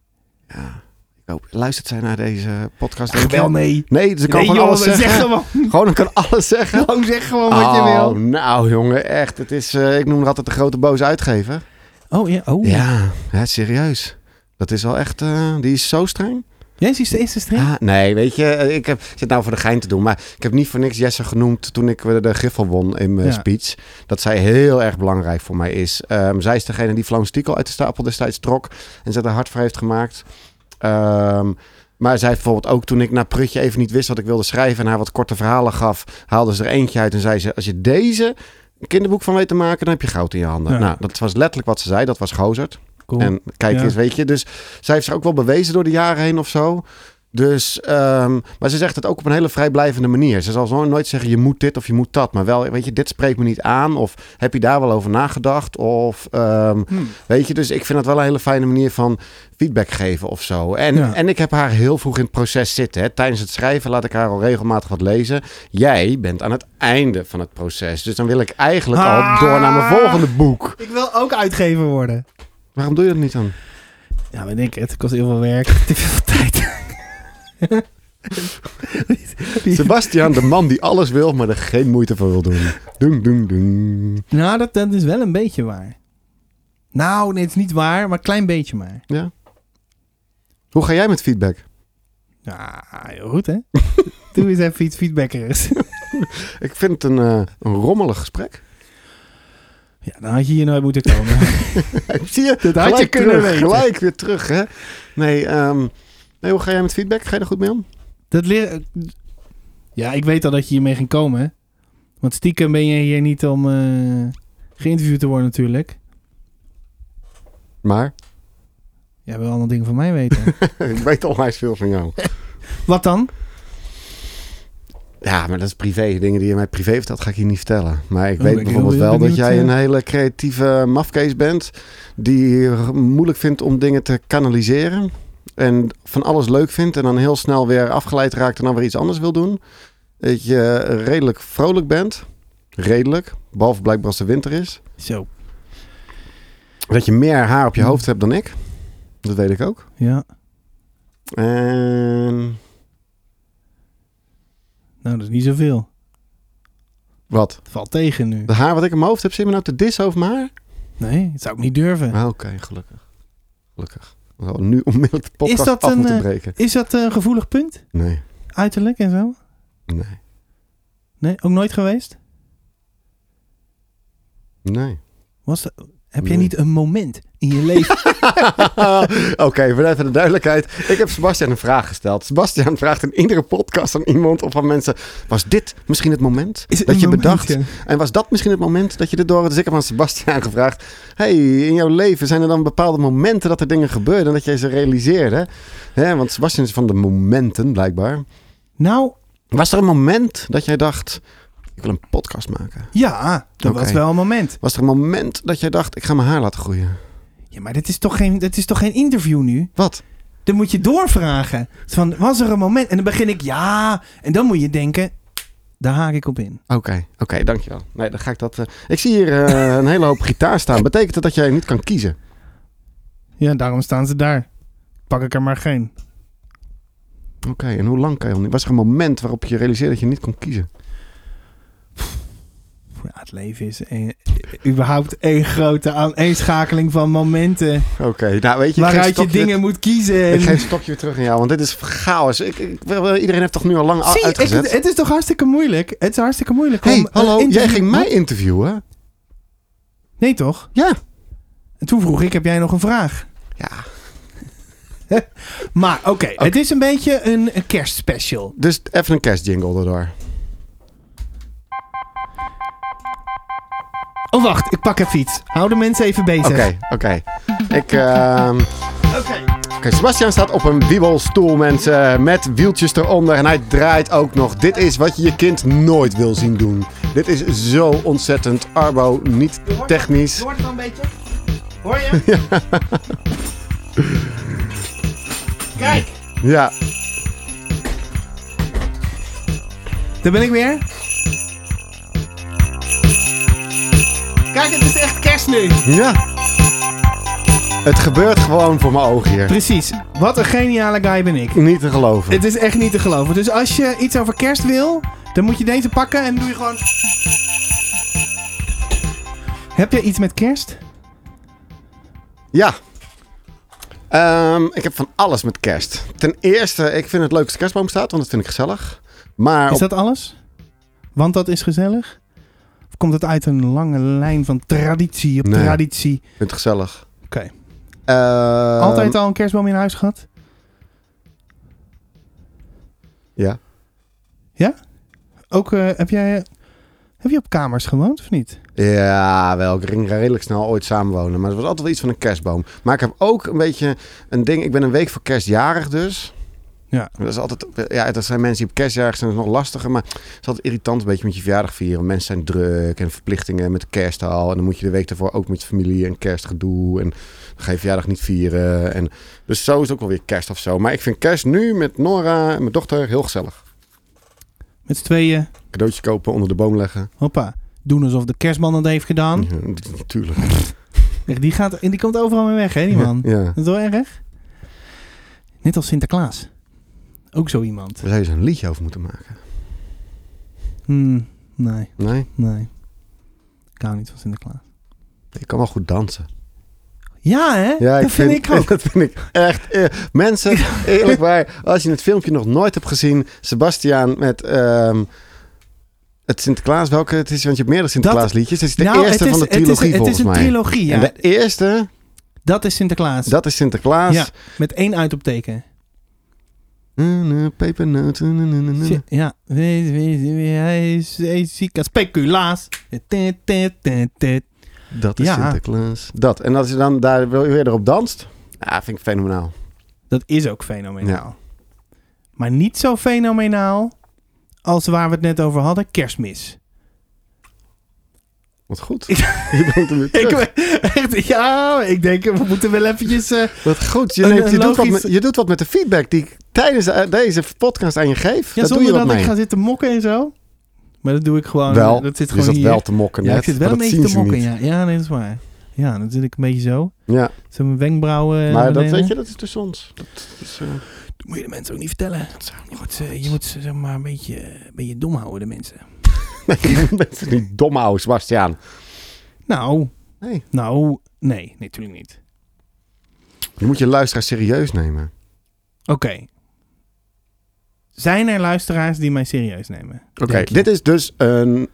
Speaker 1: Ja, ik hoop, luistert zij naar deze podcast? denk je?
Speaker 2: nee.
Speaker 1: Nee, ze kan
Speaker 2: Nee,
Speaker 1: gewoon
Speaker 2: joh,
Speaker 1: alles zeggen.
Speaker 2: zeg gewoon.
Speaker 1: Gewoon, ik kan alles zeggen.
Speaker 2: Gewoon zeg gewoon wat je wil.
Speaker 1: nou jongen, echt. Het is, eh, ik noem haar altijd de grote boze uitgever.
Speaker 2: Oh ja, oh. Ja.
Speaker 1: Ja, hè, serieus. Dat is wel echt, eh, die is zo streng.
Speaker 2: Jij is de eerste streng?
Speaker 1: Ah, nee, weet je, eh, ik heb, ik zit nou voor de gein te doen, maar ik heb niet voor niks Jesse genoemd toen ik eh, de Griffel won in mijn
Speaker 2: Ja.
Speaker 1: speech. Dat zij heel erg belangrijk voor mij is. Ehm, zij is degene die Flown Stiekel uit de stapel destijds trok en zij er hard voor heeft gemaakt. Ehm, maar zij heeft bijvoorbeeld ook toen ik naar Prutje even niet wist wat ik wilde schrijven en haar wat korte verhalen gaf, haalde ze er eentje uit en zei ze: Als je deze een kinderboek van weet te maken, dan heb je goud in je handen.
Speaker 2: Ja.
Speaker 1: Nou, dat was letterlijk wat ze zei, dat was gozerd.
Speaker 2: Cool.
Speaker 1: En kijk
Speaker 2: Ja.
Speaker 1: eens, weet je. Dus zij heeft zich ook wel bewezen door de jaren heen of zo. Dus, ehm, maar ze zegt het ook op een hele vrijblijvende manier. Ze zal zo nooit zeggen, je moet dit of je moet dat. Maar wel, weet je, dit spreekt me niet aan. Of heb je daar wel over nagedacht? Of, ehm,
Speaker 2: Hmm.
Speaker 1: weet je, dus ik vind dat wel een hele fijne manier van feedback geven of zo. En,
Speaker 2: Ja.
Speaker 1: en ik heb haar heel vroeg in het proces zitten. Hè. Tijdens het schrijven laat ik haar al regelmatig wat lezen. Jij bent aan het einde van het proces. Dus dan wil ik eigenlijk
Speaker 2: Ah.
Speaker 1: al door naar mijn volgende boek.
Speaker 2: Ik wil ook uitgever worden.
Speaker 1: Waarom doe je dat niet dan?
Speaker 2: Ja, weet ik. Het kost heel veel werk. Te veel tijd.
Speaker 1: Sebastian, de man die alles wil, maar er geen moeite voor wil doen. Doeng, doeng, doeng.
Speaker 2: Nou, dat, dat is wel een beetje waar. Nou, nee, het is niet waar, maar een klein beetje maar.
Speaker 1: Ja. Hoe ga jij met feedback?
Speaker 2: Ja, heel goed hè? Doe eens even iets feedbackers.
Speaker 1: Ik vind het een, eh, een rommelig gesprek.
Speaker 2: Ja, dan had je hier nooit moeten komen.
Speaker 1: Zie je?
Speaker 2: Dat had je
Speaker 1: Gelijk
Speaker 2: kunnen
Speaker 1: terug,
Speaker 2: weten.
Speaker 1: Gelijk weer terug, hè? Nee, ehm, nee, hoe ga jij met feedback? Ga je er goed mee om?
Speaker 2: Dat leer... Ja, ik weet al dat je hiermee ging komen. hè. Want stiekem ben je hier niet om eh, geïnterviewd te worden natuurlijk.
Speaker 1: Maar,
Speaker 2: Jij wil allemaal dingen van mij weten.
Speaker 1: ik weet onwijs veel van jou.
Speaker 2: Wat dan?
Speaker 1: Ja, maar dat is privé. Dingen die je mij privé vertelt, ga ik je niet vertellen. Maar ik
Speaker 2: Oh,
Speaker 1: weet
Speaker 2: ik ben
Speaker 1: bijvoorbeeld
Speaker 2: heel
Speaker 1: wel dat
Speaker 2: benieuwd,
Speaker 1: jij
Speaker 2: eh.
Speaker 1: een hele creatieve mafkees bent. Die moeilijk vindt om dingen te kanaliseren. En van alles leuk vindt. En dan heel snel weer afgeleid raakt en dan weer iets anders wil doen. Dat je redelijk vrolijk bent. Redelijk. Behalve blijkbaar als de winter is.
Speaker 2: Zo.
Speaker 1: Dat je meer haar op je
Speaker 2: Hmm.
Speaker 1: hoofd hebt dan ik. Dat weet ik ook.
Speaker 2: Ja.
Speaker 1: En...
Speaker 2: Nou, dat is niet zoveel.
Speaker 1: Wat?
Speaker 2: Het valt tegen nu.
Speaker 1: De haar wat ik in mijn hoofd heb, zit me nou te dissen over mijn haar?
Speaker 2: Nee, dat zou ik niet durven.
Speaker 1: Ah, Oké, gelukkig. Gelukkig. We zouden nu onmiddellijk de podcast
Speaker 2: Is dat
Speaker 1: af
Speaker 2: een,
Speaker 1: moeten
Speaker 2: eh,
Speaker 1: breken.
Speaker 2: Is dat een gevoelig punt?
Speaker 1: Nee,
Speaker 2: Uiterlijk en zo?
Speaker 1: nee,
Speaker 2: Nee, ook nooit geweest?
Speaker 1: nee.
Speaker 2: Was dat- heb jij
Speaker 1: Nee.
Speaker 2: niet een moment in je leven?
Speaker 1: Oké, voor even de duidelijkheid. Ik heb Sebastian een vraag gesteld. Sebastian vraagt in iedere podcast aan iemand of aan mensen... Was dit misschien het moment
Speaker 2: Is het
Speaker 1: dat
Speaker 2: een
Speaker 1: je
Speaker 2: moment,
Speaker 1: bedacht?
Speaker 2: ja?
Speaker 1: En was dat misschien het moment dat je dit door... Dus ik heb aan Sebastian gevraagd... hey, in jouw leven zijn er dan bepaalde momenten dat er dingen gebeurden... en dat jij ze realiseerde? Hè, want Sebastian is van de momenten, blijkbaar.
Speaker 2: Nou,
Speaker 1: Was er een moment dat jij dacht... Ik wil een podcast maken?
Speaker 2: ja, dat
Speaker 1: Oké.
Speaker 2: was wel een moment.
Speaker 1: Was er een moment dat jij dacht, ik ga mijn haar laten groeien?
Speaker 2: Ja, maar dit is toch geen, dit is toch geen interview nu?
Speaker 1: Wat?
Speaker 2: Dan moet je doorvragen. Van, was er een moment? En dan begin ik, ja. En dan moet je denken, daar haak ik op in.
Speaker 1: Oké, oké, dankjewel. Nee, dan ga ik dat... eh, Ik zie hier eh, een hele hoop gitaar staan. Betekent dat dat jij niet kan kiezen?
Speaker 2: Ja, daarom staan ze daar. Pak ik er maar geen.
Speaker 1: Oké, en hoe lang kan je dan niet? Was er een moment waarop je realiseerde dat je niet kon kiezen?
Speaker 2: Ja, het leven is een, überhaupt één grote aaneenschakeling van momenten.
Speaker 1: Oké, nou weet je... ik geef
Speaker 2: waaruit je
Speaker 1: stokje-
Speaker 2: dingen moet kiezen.
Speaker 1: Ik geef het stokje weer terug aan jou, want dit is chaos. Ik, ik, wel, iedereen heeft toch nu al lang a-
Speaker 2: Zie, je, ik,
Speaker 1: uitgezet?
Speaker 2: het, het is toch hartstikke moeilijk? Het is hartstikke moeilijk.
Speaker 1: hey,
Speaker 2: om eh, een
Speaker 1: hallo, jij
Speaker 2: interview-
Speaker 1: ging mij interviewen?
Speaker 2: Nee, toch?
Speaker 1: Ja.
Speaker 2: En toen vroeg ik, heb jij nog een vraag?
Speaker 1: Ja.
Speaker 2: Maar oké, het is een beetje een, een kerstspecial.
Speaker 1: Dus even een kerstjingle erdoor.
Speaker 2: Oh, wacht, ik pak even iets. Hou de mensen even bezig.
Speaker 1: Oké, oké. Ik, ehm Oké, Sebastian staat op een wiebelstoel, mensen, met wieltjes eronder. En hij draait ook nog. Dit is wat je je kind nooit wil zien doen. Dit is zo ontzettend arbo, niet technisch.
Speaker 2: Hoort het al een beetje? Hoor je? Kijk,
Speaker 1: Ja.
Speaker 2: daar ben ik weer. Kijk, het is echt kerst nu.
Speaker 1: Ja. Het gebeurt gewoon voor mijn ogen hier.
Speaker 2: Precies. Wat een geniale guy ben ik.
Speaker 1: Niet te geloven.
Speaker 2: Het is echt niet te geloven. Dus als je iets over kerst wil, dan moet je deze pakken en doe je gewoon. Heb jij iets met kerst?
Speaker 1: Ja. Ehm, ik heb van alles met kerst. Ten eerste, ik vind het leuk als de kerstboom staat, want dat vind ik gezellig. Maar
Speaker 2: Is
Speaker 1: op-
Speaker 2: dat alles? Want dat is gezellig? Of komt het uit een lange lijn van traditie op
Speaker 1: Nee.
Speaker 2: traditie?
Speaker 1: ik vind het gezellig.
Speaker 2: Oké.
Speaker 1: Ehm,
Speaker 2: Altijd al een kerstboom in huis gehad?
Speaker 1: Ja.
Speaker 2: Ook eh, heb jij. eh, Heb je op kamers gewoond of niet?
Speaker 1: Ja, wel. Ik ging redelijk snel ooit samenwonen. Maar het was altijd wel iets van een kerstboom. Maar ik heb ook een beetje een ding. Ik ben een week voor kerstjarig dus.
Speaker 2: Ja.
Speaker 1: Dat is altijd. Ja, dat zijn mensen die op kerstjarig zijn, dat is nog lastiger. Maar het is altijd irritant een beetje met je verjaardag vieren. Want Mensen zijn druk en verplichtingen met de kerst al. En dan moet je de week daarvoor ook met je familie en kerstgedoe. En dan ga je verjaardag niet vieren. En dus zo is het ook wel weer kerst of zo. Maar ik vind kerst nu met Nora en mijn dochter heel gezellig.
Speaker 2: Met z'n tweeën.
Speaker 1: Cadeautje kopen, onder de boom leggen.
Speaker 2: Hoppa. Doen alsof de kerstman dat heeft gedaan.
Speaker 1: Ja, natuurlijk.
Speaker 2: Echt, Die, gaat, die komt overal mee weg, hè, die man?
Speaker 1: Ja.
Speaker 2: Dat is wel erg. Net als Sinterklaas. Ook zo iemand.
Speaker 1: Daar zou je zo'n liedje over moeten maken.
Speaker 2: Hmm, nee,
Speaker 1: Nee?
Speaker 2: nee. Ik hou niet van Sinterklaas.
Speaker 1: Ik kan wel goed dansen.
Speaker 2: Ja, hè? dat vind, ik ook.
Speaker 1: Dat vind ik echt. eh, mensen, eerlijk waar, als je het filmpje nog nooit hebt gezien, Sebastiaan met ehm, het Sinterklaas, welke het is, want je hebt meerdere Sinterklaasliedjes. Het is de
Speaker 2: Nou,
Speaker 1: eerste van de
Speaker 2: het is,
Speaker 1: trilogie
Speaker 2: het is
Speaker 1: volgens
Speaker 2: een
Speaker 1: mij.
Speaker 2: trilogie, ja.
Speaker 1: En de eerste,
Speaker 2: Dat is Sinterklaas.
Speaker 1: dat is Sinterklaas.
Speaker 2: Ja, met één uitopteken.
Speaker 1: Eh, eh, Pepernoot. eh, eh, eh, eh, eh.
Speaker 2: Si- Ja. Wees, wees, wees, hij is- hij is ziek als speculaas. Tit, tit, tit, tit.
Speaker 1: Dat is
Speaker 2: Ja.
Speaker 1: Sinterklaas. Dat. En als je dan daar weer erop danst, ja, vind ik fenomenaal.
Speaker 2: Dat is ook fenomenaal. Maar niet zo fenomenaal als waar we het net over hadden, kerstmis.
Speaker 1: Wat goed.
Speaker 2: Ik-
Speaker 1: je bent er weer terug.
Speaker 2: Ik, echt, ja, ik denk, we moeten wel eventjes... eh,
Speaker 1: Wat goed. Je,
Speaker 2: Een-
Speaker 1: neemt,
Speaker 2: een
Speaker 1: je, doet wat
Speaker 2: logisch-
Speaker 1: met, je doet wat met de feedback die ik tijdens de- deze podcast aan je geef.
Speaker 2: ja,
Speaker 1: Daar doe
Speaker 2: zonder
Speaker 1: je wat
Speaker 2: dat ik
Speaker 1: mee.
Speaker 2: ga zitten mokken en zo. Maar dat doe ik gewoon.
Speaker 1: wel,
Speaker 2: dat zit
Speaker 1: je
Speaker 2: gewoon
Speaker 1: zat
Speaker 2: hier.
Speaker 1: wel te mokken
Speaker 2: ja,
Speaker 1: net,
Speaker 2: ik zit wel een
Speaker 1: maar dat
Speaker 2: beetje te
Speaker 1: zien ze
Speaker 2: mokken,
Speaker 1: niet.
Speaker 2: ja. Ja, nee, dat is waar. Ja, dan zit ik een beetje zo.
Speaker 1: Ja,
Speaker 2: Zo mijn wenkbrauwen.
Speaker 1: maar
Speaker 2: eh, naar
Speaker 1: dat
Speaker 2: beneden.
Speaker 1: weet je, dat is tussen ons. Dat is, eh,
Speaker 2: Dat moet je de mensen ook niet vertellen. Je moet, ze- je moet ze zeg maar een beetje, een beetje dom houden, de mensen.
Speaker 1: nee, je bent niet dom, ouwe Sebastiaan.
Speaker 2: Nou,
Speaker 1: Nee,
Speaker 2: nou, nee, nee, natuurlijk niet.
Speaker 1: je moet je luisteraar serieus nemen.
Speaker 2: Oké. Zijn er luisteraars die mij serieus nemen?
Speaker 1: Oké, dit is dus een...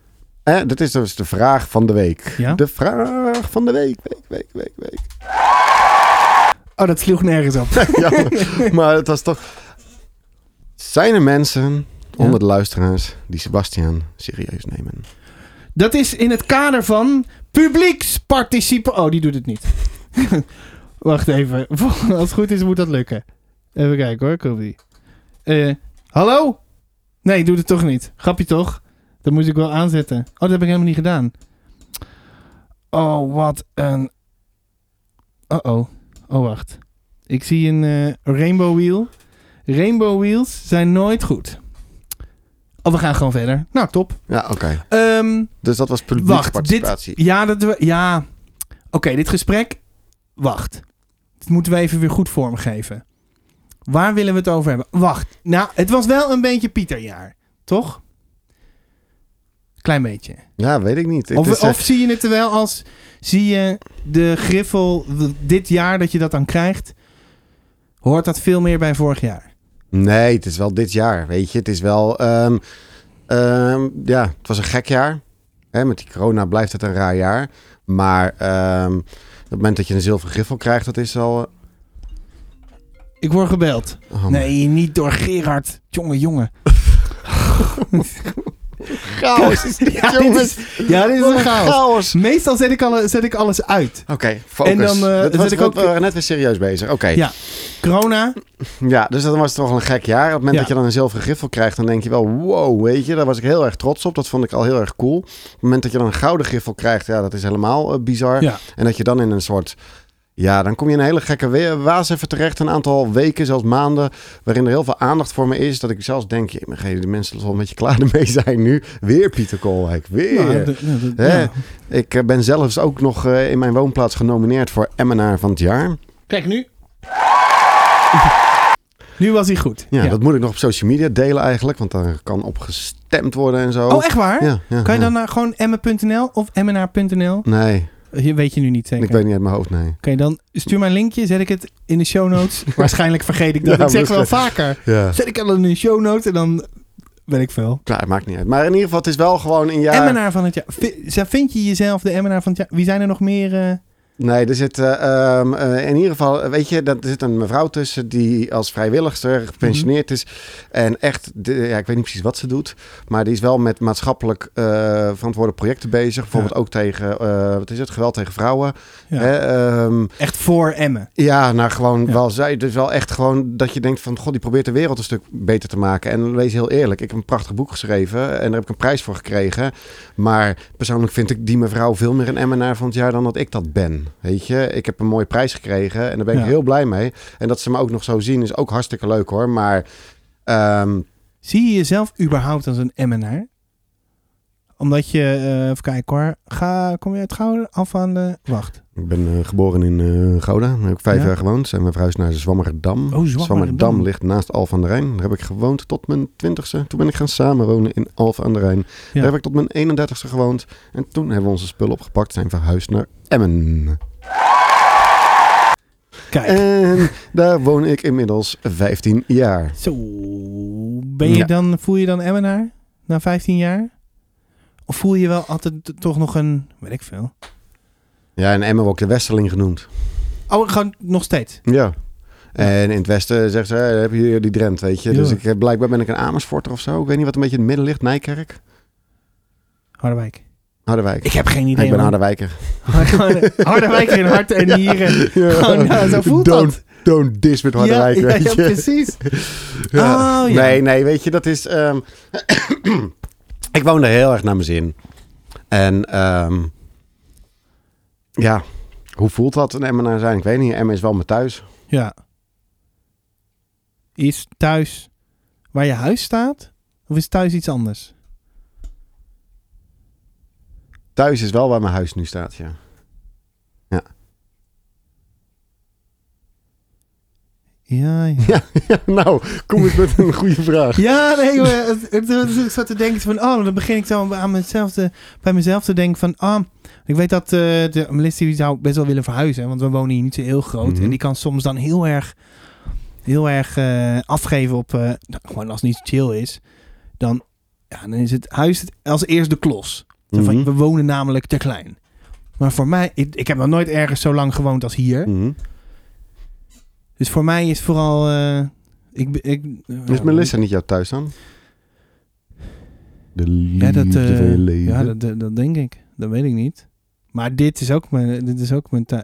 Speaker 1: Eh, dit is dus de vraag van de week.
Speaker 2: Ja?
Speaker 1: De vraag van de week, week, week, week, week.
Speaker 2: Oh, dat sloeg nergens op.
Speaker 1: Jammer, maar het was toch... Zijn er mensen onder de luisteraars die Sebastiaan serieus nemen?
Speaker 2: Dat is in het kader van publieksparticipatie. Oh, die doet het niet. Wacht even. Als het goed is, moet dat lukken. Even kijken hoor, komt die. Eh, hallo? Nee, doe het toch niet. Grapje toch? Dat moest ik wel aanzetten. Oh, dat heb ik helemaal niet gedaan. Oh, wat een. Oh-oh. Oh, wacht. Ik zie een eh, rainbow wheel. Rainbow wheels zijn nooit goed. Oh, we gaan gewoon verder. Nou, top.
Speaker 1: Ja, oké.
Speaker 2: Ehm.
Speaker 1: Dus dat was
Speaker 2: Wacht,
Speaker 1: publieksparticipatie.
Speaker 2: dit, ja, dat we, ja. Oké, dit gesprek. Wacht. Dit moeten we even weer goed vormgeven. Waar willen we het over hebben? Wacht. Nou, het was wel een beetje Pieterjaar, toch? Klein beetje.
Speaker 1: Ja, weet ik niet. Het
Speaker 2: Of,
Speaker 1: is, eh,
Speaker 2: of zie je het er wel als. Zie je de griffel w- dit jaar dat je dat dan krijgt? Hoort dat veel meer bij vorig jaar?
Speaker 1: Nee, het is wel dit jaar, weet je. Het is wel... ehm, ehm, ja, het was een gek jaar. Hè, met die corona blijft het een raar jaar. Maar ehm, op het moment dat je een zilveren griffel krijgt, dat is al... eh,
Speaker 2: Ik word gebeld.
Speaker 1: oh,
Speaker 2: Nee, niet door Gerard. Jongen, jongen.
Speaker 1: chaos is Oh, dit,
Speaker 2: Ja, dit
Speaker 1: jongens.
Speaker 2: Ja, dit is
Speaker 1: Wat
Speaker 2: een chaos.
Speaker 1: chaos.
Speaker 2: Meestal zet ik, alle, zet ik alles uit.
Speaker 1: Oké, focus.
Speaker 2: En dan, eh,
Speaker 1: dat
Speaker 2: zet
Speaker 1: was
Speaker 2: ik
Speaker 1: ik ook
Speaker 2: ook-
Speaker 1: net weer serieus bezig. Oké.
Speaker 2: Ja. Corona.
Speaker 1: Ja, dus dan was het toch wel een gek jaar. Op het moment
Speaker 2: Ja.
Speaker 1: dat je dan een zilveren griffel krijgt, dan denk je wel, wow, weet je, daar was ik heel erg trots op. Dat vond ik al heel erg cool. Op het moment dat je dan een gouden griffel krijgt, ja, dat is helemaal eh, bizar.
Speaker 2: Ja.
Speaker 1: En dat je dan in een soort Ja, dan kom je in een hele gekke we- waas even terecht. Een aantal weken, zelfs maanden, waarin er heel veel aandacht voor me is. Dat ik zelfs denk, jee, de mensen zullen wel een beetje klaar ermee zijn nu. Weer Pieter Koolwijk, weer.
Speaker 2: Nou, d- nou, d-
Speaker 1: Hè?
Speaker 2: ja.
Speaker 1: Ik eh, ben zelfs ook nog eh, in mijn woonplaats genomineerd voor Emmenaar van het jaar.
Speaker 2: Kijk nu. Nu was hij goed.
Speaker 1: Ja, dat moet ik nog op social media delen eigenlijk, want daar kan op gestemd worden en zo.
Speaker 2: Oh, echt waar?
Speaker 1: Ja, ja,
Speaker 2: Kan je
Speaker 1: ja.
Speaker 2: dan naar gewoon emmen.nl of mnr.nl?
Speaker 1: Nee,
Speaker 2: Je weet je nu niet zeker.
Speaker 1: ik weet niet uit mijn hoofd, nee.
Speaker 2: Oké, dan stuur mij een linkje. Zet ik het in de show notes. Waarschijnlijk vergeet ik dat.
Speaker 1: Ja,
Speaker 2: ik zeg wel
Speaker 1: waarschijnlijk.
Speaker 2: vaker.
Speaker 1: Ja.
Speaker 2: Zet ik het in de show notes en dan weet ik veel.
Speaker 1: Nou, het maakt niet uit. Maar in ieder geval, het is wel gewoon een jaar...
Speaker 2: Emmenaar van het jaar. Vi- z- Vind je jezelf de Emmenaar van het jaar? Wie zijn er nog meer? eh?
Speaker 1: Nee, er zit eh, ehm, eh, in ieder geval, eh, weet je, dat, er zit een mevrouw tussen die als vrijwilligster
Speaker 2: Mhm.
Speaker 1: gepensioneerd is. En echt, de- ja, ik weet niet precies wat ze doet, maar die is wel met maatschappelijk eh, verantwoorde projecten bezig. Bijvoorbeeld ook tegen, eh, wat is het, geweld tegen vrouwen.
Speaker 2: Ja.
Speaker 1: Hè, ehm,
Speaker 2: Echt voor Emmen.
Speaker 1: Ja, nou gewoon
Speaker 2: Ja.
Speaker 1: wel zij. Dus wel echt gewoon dat je denkt van... God, die probeert de wereld een stuk beter te maken. En wees heel eerlijk, ik heb een prachtig boek geschreven... en daar heb ik een prijs voor gekregen. Maar persoonlijk vind ik die mevrouw veel meer een emmenaar van het jaar... dan dat ik dat ben, weet je. Ik heb een mooie prijs gekregen en daar ben ik
Speaker 2: Ja.
Speaker 1: heel blij mee. En dat ze me ook nog zo zien is ook hartstikke leuk hoor. Maar ehm,
Speaker 2: Zie je jezelf überhaupt als een Emmenaar? Omdat je, eh even kijken hoor. Ga, kom je uit Gouden af aan de... Wacht.
Speaker 1: ik ben eh, geboren in eh, Gouda. Daar heb ik vijf
Speaker 2: Ja.
Speaker 1: jaar gewoond. Zijn we verhuisd naar Zwammerdam.
Speaker 2: Oh, Zwammerdam.
Speaker 1: Zwammerdam ligt naast Alphen aan de Rijn. Daar heb ik gewoond tot mijn twintigste. Toen ben ik gaan samenwonen in Alphen aan de Rijn. Daar heb ik tot mijn 31ste gewoond. En toen hebben we onze spullen opgepakt en zijn verhuisd naar Emmen.
Speaker 2: Kijk.
Speaker 1: En daar woon ik inmiddels 15 jaar.
Speaker 2: Zo. Ben je
Speaker 1: Ja.
Speaker 2: dan, voel je dan Emmenaar na 15 jaar? Of voel je wel altijd t- toch nog een, weet ik veel.
Speaker 1: Ja, in Emmen wordt ook de Westerling genoemd.
Speaker 2: Oh, gewoon nog steeds.
Speaker 1: Ja. En in het westen zeggen ze, "Hey, dan heb je hier die Drent, weet je.
Speaker 2: Ja.
Speaker 1: Dus ik, eh, blijkbaar ben ik een Amersfoorter of zo. Ik weet niet wat een beetje in het midden ligt. Nijkerk?
Speaker 2: Harderwijk.
Speaker 1: Harderwijk.
Speaker 2: Ik heb geen idee.
Speaker 1: ik ben
Speaker 2: man.
Speaker 1: Harderwijker.
Speaker 2: Gewoon Harderwijk in hart en nieren.
Speaker 1: Ja.
Speaker 2: Gewoon, nou, zo voelt
Speaker 1: don't,
Speaker 2: dat.
Speaker 1: Don't dis met Harderwijk,
Speaker 2: ja,
Speaker 1: weet
Speaker 2: ja,
Speaker 1: je.
Speaker 2: precies.
Speaker 1: Ja.
Speaker 2: Oh, ja.
Speaker 1: Nee, nee, weet je, dat is... ehm, ik woonde heel erg naar mijn zin. En ehm, ja, hoe voelt dat een Emmenaar zijn? Ik weet niet, Emmen is wel mijn thuis.
Speaker 2: Ja. Is thuis waar je huis staat? Of is thuis iets anders?
Speaker 1: Thuis is wel waar mijn huis nu staat, ja.
Speaker 2: Ja, ja.
Speaker 1: Ja, nou, kom eens met een goede vraag.
Speaker 2: Ja, nee, maar het, het, het, ik zat te denken van, oh, dan begin ik zo aan mezelf te, bij mezelf te denken van, ah, ik weet dat eh de Melissa die zou best wel willen verhuizen, want we wonen hier niet zo heel groot
Speaker 1: Mhm.
Speaker 2: en die kan soms dan heel erg, heel erg eh, afgeven op, eh, nou, gewoon als het niet chill is, dan, ja, dan is het huis het- als eerst de klos. Zo van,
Speaker 1: Mhm.
Speaker 2: We wonen namelijk te klein. Maar voor mij, ik, ik heb nog nooit ergens zo lang gewoond als hier.
Speaker 1: Mhm.
Speaker 2: Dus voor mij is vooral, eh, ik, ik,
Speaker 1: Is Dus Melissa niet jouw thuis dan? De liefde
Speaker 2: Ja, dat, eh,
Speaker 1: van je leven.
Speaker 2: ja dat, dat, dat denk ik. Dat weet ik niet. Maar dit is ook mijn, dit is ook mijn thuis.